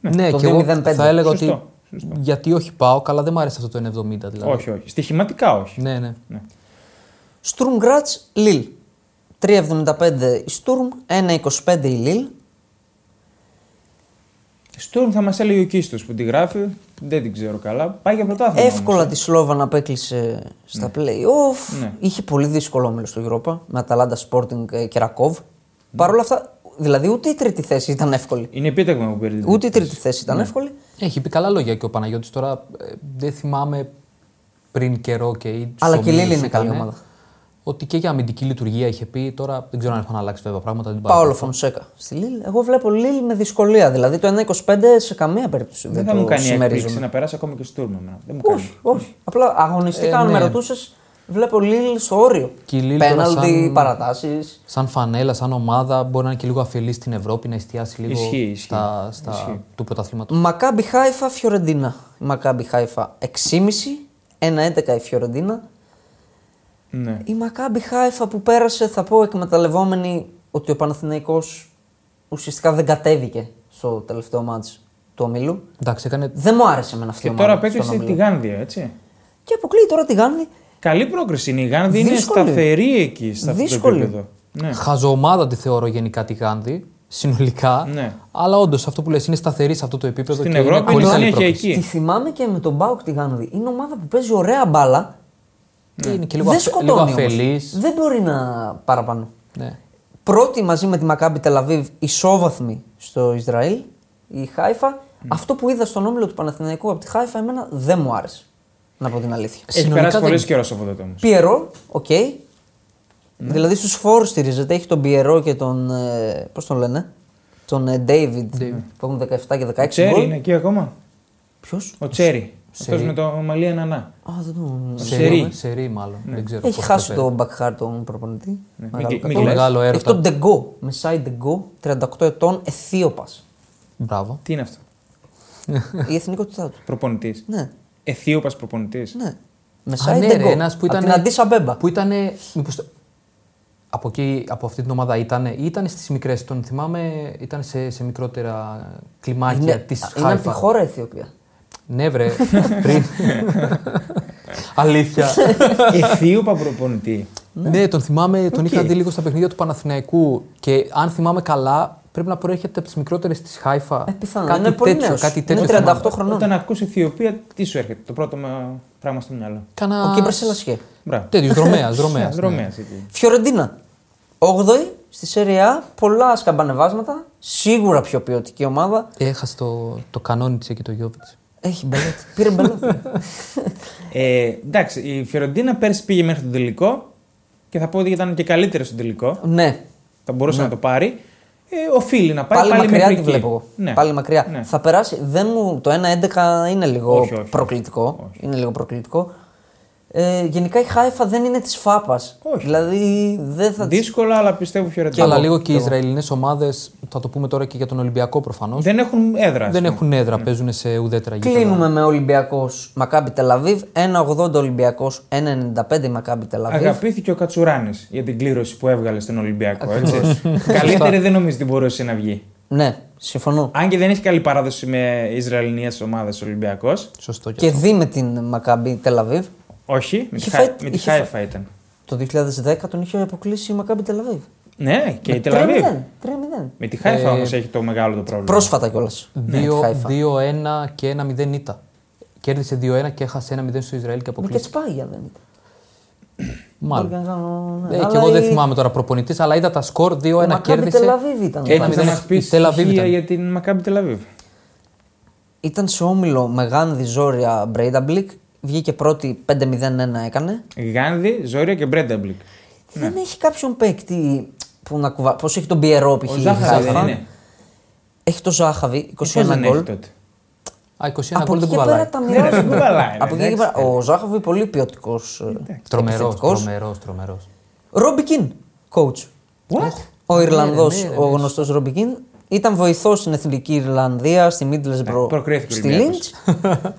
Speaker 3: Ναι,
Speaker 2: Το
Speaker 3: και εγώ
Speaker 2: 2-0-5.
Speaker 3: θα έλεγα
Speaker 1: Σωστό,
Speaker 3: ότι. Γιατί όχι πάω, καλά δεν μου άρεσε αυτό το 1,70
Speaker 2: Ναι.
Speaker 3: δηλαδή.
Speaker 1: Όχι, όχι. Στοιχηματικά όχι.
Speaker 3: Ναι, ναι.
Speaker 2: Στουρμ Γκράτ Λίλ. 3,75 η Στουρμ, 1,25 η Λίλ.
Speaker 1: Στουρμ θα μας έλεγε ο Κίστος που τη γράφει. Δεν την ξέρω καλά. Πάει για πρωτάθλημα.
Speaker 2: Εύκολα τη Σλόβα να απέκλεισε στα play-off.
Speaker 1: Ναι.
Speaker 2: Είχε πολύ δύσκολο όμιλο στο Europa με Αταλάντα Sporting ε, και Ρακόβ. Παρ' όλα αυτά, δηλαδή ούτε η τρίτη θέση ήταν εύκολη.
Speaker 1: Είναι επίτευγμα που παίρνει.
Speaker 2: Ούτε η τρίτη θέση
Speaker 1: Ναι.
Speaker 2: ήταν εύκολη.
Speaker 3: Έχει πει καλά λόγια και ο Παναγιώτης τώρα. ε, δεν θυμάμαι πριν καιρό και ή στους
Speaker 2: Αλλά και η
Speaker 3: ομίλους
Speaker 2: Λίλη είναι καλή
Speaker 3: ήτανε,
Speaker 2: ομάδα.
Speaker 3: Ότι και για αμυντική λειτουργία είχε πει. Τώρα δεν ξέρω αν έχουν αλλάξει βέβαια πράγματα. δεν την
Speaker 2: Πάολο
Speaker 3: παρακολουθώ.
Speaker 2: Φονσέκα στη Λίλ. Εγώ βλέπω Λίλ με δυσκολία. Δηλαδή το 1,25 σε καμία περίπτωση
Speaker 1: Δεν
Speaker 2: δεν,
Speaker 1: θα μου
Speaker 2: το
Speaker 1: κάνει έκπληξη
Speaker 2: συμμερίζομαι.
Speaker 1: να περάσει ακόμα και Στουρμ. εμένα. Δεν μου κάνει.
Speaker 2: Όχι, όχι. Απλά αγωνιστικά,
Speaker 3: Ε,
Speaker 2: αν με
Speaker 3: ναι.
Speaker 2: ρωτούσες, βλέπω Λίλ στο όριο.
Speaker 3: Και η Lille τώρα
Speaker 2: Πέναλτι,
Speaker 3: σαν-
Speaker 2: παρατάσεις.
Speaker 3: Σαν φανέλα, σαν ομάδα, μπορεί να είναι και λίγο αφελή στην Ευρώπη, να εστιάσει λίγο
Speaker 1: Ισχύει, ισχύει.
Speaker 3: στα, στα του πρωταθλήματος.
Speaker 2: Μακάμπι Χάιφα, Φιωρεντίνα. Η Μακάμπι Χάιφα 6,5, 1,11 η Φιωρεντίνα.
Speaker 1: Ναι.
Speaker 2: Η Μακάμπι Χάιφα που πέρασε, θα πω εκμεταλλευόμενη ότι ο Παναθηναϊκός ουσιαστικά δεν κατέβηκε στο τελευταίο μάτς του ομίλου.
Speaker 3: Εντάξει, έκανε.
Speaker 2: Δεν μου άρεσε εμένα αυτή η
Speaker 1: Και
Speaker 2: ομάδα.
Speaker 1: τώρα
Speaker 2: στον
Speaker 1: απέκλεισε
Speaker 2: ομίλο.
Speaker 1: τη Γάνδια, έτσι.
Speaker 2: Και αποκλείει τώρα τη Γάνδη.
Speaker 1: Καλή πρόκριση είναι. Η Γάνδη είναι
Speaker 2: Δύσκολη.
Speaker 1: σταθερή εκεί, σε αυτό το
Speaker 2: Δύσκολη.
Speaker 1: επίπεδο. Ναι.
Speaker 3: Χαζομάδα τη θεωρώ γενικά τη Γάνδη, συνολικά.
Speaker 1: Ναι.
Speaker 3: Αλλά όντως αυτό που λες είναι σταθερή σε αυτό το επίπεδο
Speaker 1: Στην
Speaker 3: και είναι
Speaker 1: Ευρώπη ναι,
Speaker 3: πολύ
Speaker 1: είναι
Speaker 3: καλή
Speaker 1: συνέχεια
Speaker 3: πρόκληση.
Speaker 1: εκεί.
Speaker 2: Τη θυμάμαι και με τον Μπάουκ τη Γάνδη. Είναι ομάδα που παίζει ωραία μπάλα.
Speaker 1: ναι.
Speaker 3: Είναι και λίγο,
Speaker 2: δεν
Speaker 3: αφε... λίγο
Speaker 2: σκοτώνει. όμως.
Speaker 3: αφελής.
Speaker 2: Δεν μπορεί να παραπάνω.
Speaker 3: Ναι.
Speaker 2: Πρώτη μαζί με τη Μακάμπη Τελαβίβ ισόβαθμη στο Ισραήλ, η Χάιφα. Αυτό που είδα στον όμιλο του Παναθηναϊκού από τη Χάιφα, εμένα δεν μου άρεσε. Να πω την αλήθεια.
Speaker 1: Έχει
Speaker 3: Συνολικά
Speaker 1: περάσει
Speaker 3: δεν-
Speaker 1: πολύ καιρός από τότε όμως.
Speaker 2: Πιερό, οκ. Δηλαδή στους φόρους στηρίζεται. Έχει τον Πιερό και τον. Ε, Πώς τον λένε, τον ε, David, που έχουν 17 και 16
Speaker 1: Τσέρι
Speaker 2: γκολ.
Speaker 1: είναι εκεί ακόμα.
Speaker 2: Ποιος?
Speaker 1: Ο Τσέρι. Αυτό
Speaker 3: Σερί.
Speaker 1: με το μαλλί ενανά.
Speaker 2: Α, δεν τον.
Speaker 1: Σερί.
Speaker 3: Σερή. Σερή, μάλλον. Δεν ξέρω
Speaker 2: Έχει
Speaker 3: πώς
Speaker 2: χάσει
Speaker 3: το φέρει.
Speaker 2: τον Μπακχάρ τον προπονητή.
Speaker 1: Ναι,
Speaker 2: Μεγάλο
Speaker 1: μην- μην
Speaker 2: κακό.
Speaker 3: Το μεγάλο
Speaker 2: Έχει
Speaker 3: έρωτα.
Speaker 2: τον Ντεγκό, Μεσάι Ντεγκό, 38 ετών, Αιθίωπα.
Speaker 3: Μπράβο.
Speaker 1: Τι είναι αυτό.
Speaker 2: η εθνικότητά του.
Speaker 1: Προπονητής.
Speaker 2: Ναι,
Speaker 1: Αιθίωπα προπονητής.
Speaker 2: ναι.
Speaker 3: Α,
Speaker 2: Μεσάι
Speaker 3: ναι,
Speaker 2: Ντεγκό.
Speaker 3: ρε, ένας που
Speaker 2: Απ'
Speaker 3: ήταν.
Speaker 2: την Αντίσα Μπέμπα.
Speaker 3: Που ήταν. Μήπως, το- από, εκεί, από αυτή την ομάδα ήταν ή ήταν στις μικρές. Τον θυμάμαι, ήταν σε, σε μικρότερα κλιμάκια της
Speaker 2: είναι από τη χώρα Αιθιοπία.
Speaker 3: Ναι, βρε. πριν. Αλήθεια.
Speaker 1: Αιθίωπα προπονητή.
Speaker 3: ναι, τον θυμάμαι, τον
Speaker 1: Οκ.
Speaker 3: είχα δει λίγο στα παιχνίδια του Παναθηναϊκού και αν θυμάμαι καλά, πρέπει να προέρχεται από τις μικρότερες της Χάιφα.
Speaker 2: Ε, πιθανό.
Speaker 3: Κάτι
Speaker 2: είναι πολύ
Speaker 3: τέτοιο,
Speaker 2: νέος.
Speaker 3: κάτι τέτοιο.
Speaker 2: Είναι 38
Speaker 3: θυμάμαι.
Speaker 2: χρονών.
Speaker 1: Όταν ακούς Αιθιοπία, τι σου έρχεται το πρώτο με- πράγμα στο μυαλό.
Speaker 3: Κάνα...
Speaker 2: Ο Κύπρος Ελασχέ.
Speaker 1: Μπράβο.
Speaker 3: Τέτοιος, δρομέα. δρομέα.
Speaker 1: Δρομέα εκεί.
Speaker 2: Φιωρεντίνα. 8η στη Σεριά. Πολλά σκαμπανεβάσματα. Σίγουρα πιο ποιοτική ομάδα.
Speaker 3: ναι. Έχασε το, το κανόνιτσε και το Γιώβιτ.
Speaker 2: Έχει μπελέτ. Πήρε μπελέτ.
Speaker 1: Ε, εντάξει, η Φιωρεντίνα πέρσι πήγε μέχρι τον τελικό και θα πω ότι ήταν και καλύτερη στον τελικό.
Speaker 2: ναι.
Speaker 1: Θα μπορούσε να το πάρει. Ε, οφείλει να πάει
Speaker 2: Πάλι, μακριά
Speaker 1: μέχρι
Speaker 2: τη
Speaker 1: εκεί.
Speaker 2: βλέπω εγώ.
Speaker 1: Ναι.
Speaker 2: Πάλι μακριά.
Speaker 1: Ναι.
Speaker 2: Θα περάσει. Δεν μου, το 1-11 είναι λίγο
Speaker 1: Όχι, όχι.
Speaker 2: προκλητικό. Είναι λίγο προκλητικό. Ε, γενικά η Χάιφα δεν είναι της Φάπας.
Speaker 1: Όχι.
Speaker 2: Δηλαδή δεν θα. της-
Speaker 1: Δύσκολα, αλλά πιστεύω Φιωρεντίνα.
Speaker 3: Αλλά λίγο και οι Ισραηλινές ομάδες, θα το πούμε τώρα και για τον Ολυμπιακό προφανώς, δεν,
Speaker 1: Δεν έχουν έδρα. ας πούμε.
Speaker 3: έχουν έδρα,
Speaker 2: Ναι.
Speaker 3: παίζουν σε ουδέτερα γήπεδα.
Speaker 2: Κλείνουμε με Ολυμπιακός Μακάμπι Τελαβίβ. 1,80 Ολυμπιακό, 1,95 η Μακάμπι Τελαβίβ.
Speaker 1: Αγαπήθηκε ο Κατσουράνης για την κλήρωση που έβγαλε στον Ολυμπιακό. Έτσι. Καλύτερη δεν νομίζω ότι μπορούσε να βγει.
Speaker 2: Ναι, Συμφωνώ.
Speaker 1: Αν και δεν έχει καλή παράδοση με Ισραηλινές ομάδες ο Ολυμπιακός.
Speaker 3: Σωστό και,
Speaker 2: Και
Speaker 3: αυτό.
Speaker 2: δει με την Μακάμπη Τελαβίβ.
Speaker 1: Όχι, με τη
Speaker 2: Είχε
Speaker 1: Χάι-
Speaker 2: φάει-
Speaker 1: με τη
Speaker 2: είχε
Speaker 1: Χάιφα
Speaker 2: φάει.
Speaker 1: ήταν.
Speaker 2: Το 2010 τον είχε αποκλείσει η Μακάμπη Τελαβίβ.
Speaker 1: Ναι, και η Ναι.
Speaker 2: Με
Speaker 1: Τελαβίβ.
Speaker 2: 3-0, 3-0.
Speaker 1: Με τη Χάιφα
Speaker 3: Ε,
Speaker 1: όμως έχει το μεγάλο το πρόβλημα.
Speaker 2: Πρόσφατα κιόλας. Ναι,
Speaker 3: Δύο- 2-1 και 1-0 ήττα. Κέρδισε 2-1 και έχασε 1-0 στο Ισραήλ και
Speaker 2: Με Ναι, και
Speaker 3: αποκλείστηκε.
Speaker 2: τσπάγια δεν ήταν.
Speaker 3: Μάλλον.
Speaker 2: Όργαν κάνω, ναι.
Speaker 3: Ε, και
Speaker 2: Αλλά
Speaker 3: εγώ δεν
Speaker 2: η-
Speaker 3: θυμάμαι τώρα προπονητής, αλλά είδα τα σκορ. 2-1
Speaker 2: η Maccabi
Speaker 3: κέρδισε.
Speaker 2: Tel Aviv ήταν.
Speaker 3: Και
Speaker 2: Έχει
Speaker 1: Έχει
Speaker 3: ένα
Speaker 1: να
Speaker 3: μηδέν
Speaker 1: μα πει
Speaker 3: η Tel Aviv
Speaker 1: στοιχεία
Speaker 3: ήταν.
Speaker 1: για την Μακάμπη Τελαβίβ.
Speaker 2: Ήταν σε όμιλο με Γάνδη, Ζόρια, Μπρέινταμπλικ. Βγήκε πρώτη 5-0-1
Speaker 3: Ναι.
Speaker 2: έκανε.
Speaker 1: Γάνδη, Ζόρια και Μπρένταμπλικ.
Speaker 2: Δεν έχει κάποιον παίκτη που να κουβά... Πώς έχει τον Πιερό π.χ.
Speaker 1: Ο
Speaker 2: η
Speaker 1: Ζάχαρη δεν
Speaker 2: Χάιφα.
Speaker 1: είναι.
Speaker 2: Έχει τον
Speaker 3: Ε,
Speaker 2: Ζάχαβη, 21
Speaker 1: Πώ δεν έχει
Speaker 2: γκολ.
Speaker 1: τότε.
Speaker 3: Α, 21
Speaker 2: Από
Speaker 3: γκολ
Speaker 2: εκεί
Speaker 3: δεν
Speaker 2: και πέρα
Speaker 3: κουβαλάει.
Speaker 2: τα μοιράζονται.
Speaker 1: κουβαλάει,
Speaker 2: Από εκεί
Speaker 1: εντάξει.
Speaker 2: και πέρα. Ο Ζάχαβη πολύ ε, ποιοτικό.
Speaker 3: Τρομερός, τρομερός, τρομερός.
Speaker 2: Ρόμπικιν, coach.
Speaker 1: What?
Speaker 2: Ο Ιρλανδός,
Speaker 3: ναι, ναι,
Speaker 2: ο γνωστό Ρόμπικιν, ήταν βοηθός στην εθνική Ιρλανδία, στη Μίτλεσμπρο,
Speaker 3: Ε,
Speaker 1: Ναι, προκρίθηκε ο
Speaker 2: στη Λίντ.
Speaker 1: Ολυμπιακός.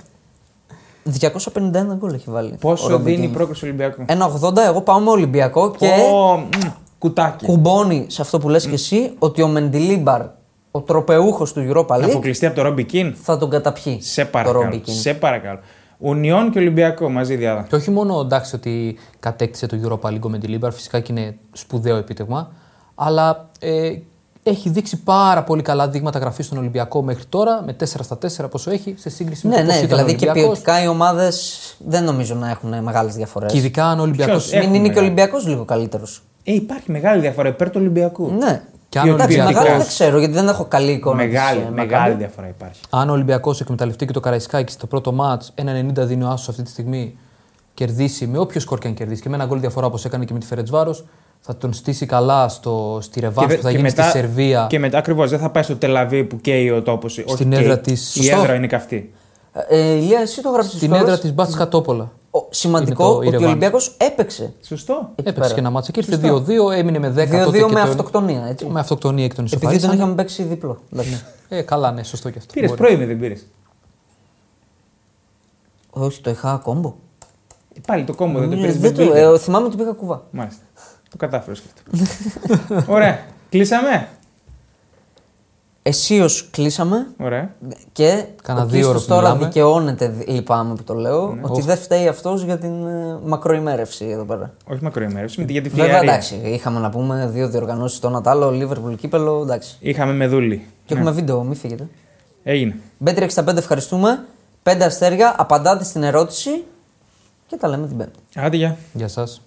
Speaker 2: 251 γκολ έχει βάλει. ο
Speaker 1: Πόσο
Speaker 2: Ρόμπικιν.
Speaker 1: δίνει η πρόκληση Ολυμπιακού.
Speaker 2: 1,80. Εγώ πάω με Ολυμπιακό και
Speaker 1: Ω, μ, Κουτάκι.
Speaker 2: κουμπώνει σε αυτό που λες και εσύ ότι ο Μεντιλίμπαρ, ο τροπεούχος του Europa
Speaker 1: Να
Speaker 2: League,
Speaker 1: αποκλειστεί από το Ρόμπικιν.
Speaker 2: θα τον καταπιεί.
Speaker 1: Σε
Speaker 2: ε. Το
Speaker 1: παρακαλώ.
Speaker 2: Ρόμπικιν.
Speaker 1: Σε παρακαλώ. Ουνιόν και Ολυμπιακό μαζί διάδα.
Speaker 3: Και όχι μόνο εντάξει ότι κατέκτησε το Europa League με τη Λίμπαρ, φυσικά και είναι σπουδαίο επίτευγμα, αλλά ε, έχει δείξει πάρα πολύ καλά δείγματα γραφής στον Ολυμπιακό μέχρι τώρα, με 4 στα 4 πόσο έχει, σε σύγκριση με
Speaker 2: Ναι,
Speaker 3: το πώς
Speaker 2: ναι,
Speaker 3: ήταν
Speaker 2: δηλαδή
Speaker 3: ο
Speaker 2: και
Speaker 3: Ολυμπιακός.
Speaker 2: ποιοτικά οι ομάδες δεν νομίζω να έχουν μεγάλες διαφορές.
Speaker 3: Και ειδικά αν ο Ολυμπιακός.
Speaker 1: Ποιος, ε,
Speaker 2: Μην
Speaker 1: έχουν
Speaker 2: είναι και ο
Speaker 1: μεγάλη.
Speaker 2: Ολυμπιακός λίγο καλύτερος.
Speaker 1: Ε, υπάρχει μεγάλη διαφορά υπέρ του Ολυμπιακού.
Speaker 2: Ναι.
Speaker 3: Και αν ο
Speaker 2: Εντάξει,
Speaker 3: Ολυμπιακός-
Speaker 2: μεγάλο δεν ξέρω γιατί δεν έχω καλή εικόνα. της,
Speaker 1: Μεγάλη,
Speaker 2: ε,
Speaker 1: μεγάλη
Speaker 2: Maccabi.
Speaker 1: διαφορά υπάρχει.
Speaker 3: Αν ο Ολυμπιακός εκμεταλλευτεί και το Καραϊσκάκι στο πρώτο μάτ, 1,90 δίνει ο Άσος αυτή τη στιγμή, κερδίσει με όποιο σκορ και αν κερδίσει και με ένα γκολ διαφορά όπως έκανε και με τη Φερετσβάρο, θα τον στήσει καλά στο, στη ρεβάνς
Speaker 1: δε-
Speaker 3: που θα γίνει στη Σερβία.
Speaker 1: Και μετά ακριβώς δεν θα πάει στο Τελαβή που καίει ο τόπος.
Speaker 3: Στην έδρα της-
Speaker 1: Η
Speaker 3: Σωστό.
Speaker 1: έδρα είναι καυτή.
Speaker 2: Ε, ε, Ηλία, εσύ το γράψει
Speaker 3: Στην έδρα τη Μπάτ Κατόπολα.
Speaker 2: Σημαντικό
Speaker 3: Είναι το-
Speaker 2: ότι
Speaker 3: η
Speaker 2: ο
Speaker 3: Ρεβάνς.
Speaker 2: Ολυμπιακός έπαιξε.
Speaker 1: Σωστό.
Speaker 2: εκεί
Speaker 3: Έπαιξε
Speaker 2: πέρα.
Speaker 3: και ένα μάτσα και ήρθε 2-2, έμεινε με 10 τότε
Speaker 2: 2-2
Speaker 3: και
Speaker 2: με
Speaker 3: τον-
Speaker 2: αυτοκτονία. Έτσι.
Speaker 3: Με αυτοκτονία εκ των
Speaker 2: Επειδή δεν
Speaker 3: ισοπαλίσεων.
Speaker 2: είχαμε παίξει διπλό. εντάξει.
Speaker 3: Ε, καλά, ναι, σωστό και αυτό.
Speaker 1: Πήρες
Speaker 3: Μπορεί.
Speaker 1: πρώιμη, δεν πήρες.
Speaker 2: Όχι, το είχα κόμπο.
Speaker 1: Πάλι το κόμμα δεν το
Speaker 2: Ε,
Speaker 1: πήρες.
Speaker 2: δεν το- ε, θυμάμαι ότι πήγα κουβά.
Speaker 1: Μάλιστα. Το κατάφερες και αυτό. Ωραία. Κλείσαμε.
Speaker 2: Εσίω κλείσαμε
Speaker 1: Ωραία.
Speaker 2: και
Speaker 3: Κάνα
Speaker 2: ο
Speaker 3: δύο
Speaker 2: Κίστος
Speaker 3: ώρα που
Speaker 2: τώρα
Speaker 3: μιλάμε. Ναι.
Speaker 2: δικαιώνεται, δι- λυπάμαι που το λέω, ότι
Speaker 3: Οχ.
Speaker 2: δεν φταίει αυτός για την ε, μακροημέρευση εδώ πέρα.
Speaker 1: Όχι μακροημέρευση, με τη- για τη
Speaker 2: Βέβαια,
Speaker 1: Villarreal.
Speaker 2: εντάξει, είχαμε να πούμε δύο διοργανώσεις το ένα το άλλο, Liverpool κύπελο, εντάξει.
Speaker 1: Είχαμε με δούλη.
Speaker 3: Ναι.
Speaker 2: Και έχουμε βίντεο, μην φύγετε.
Speaker 1: Έγινε.
Speaker 2: Bet365 ευχαριστούμε. Πέντε αστέρια, απαντάτε στην ερώτηση και τα λέμε την Πέμπτη.
Speaker 1: Άντε, γεια.
Speaker 3: Γεια σας.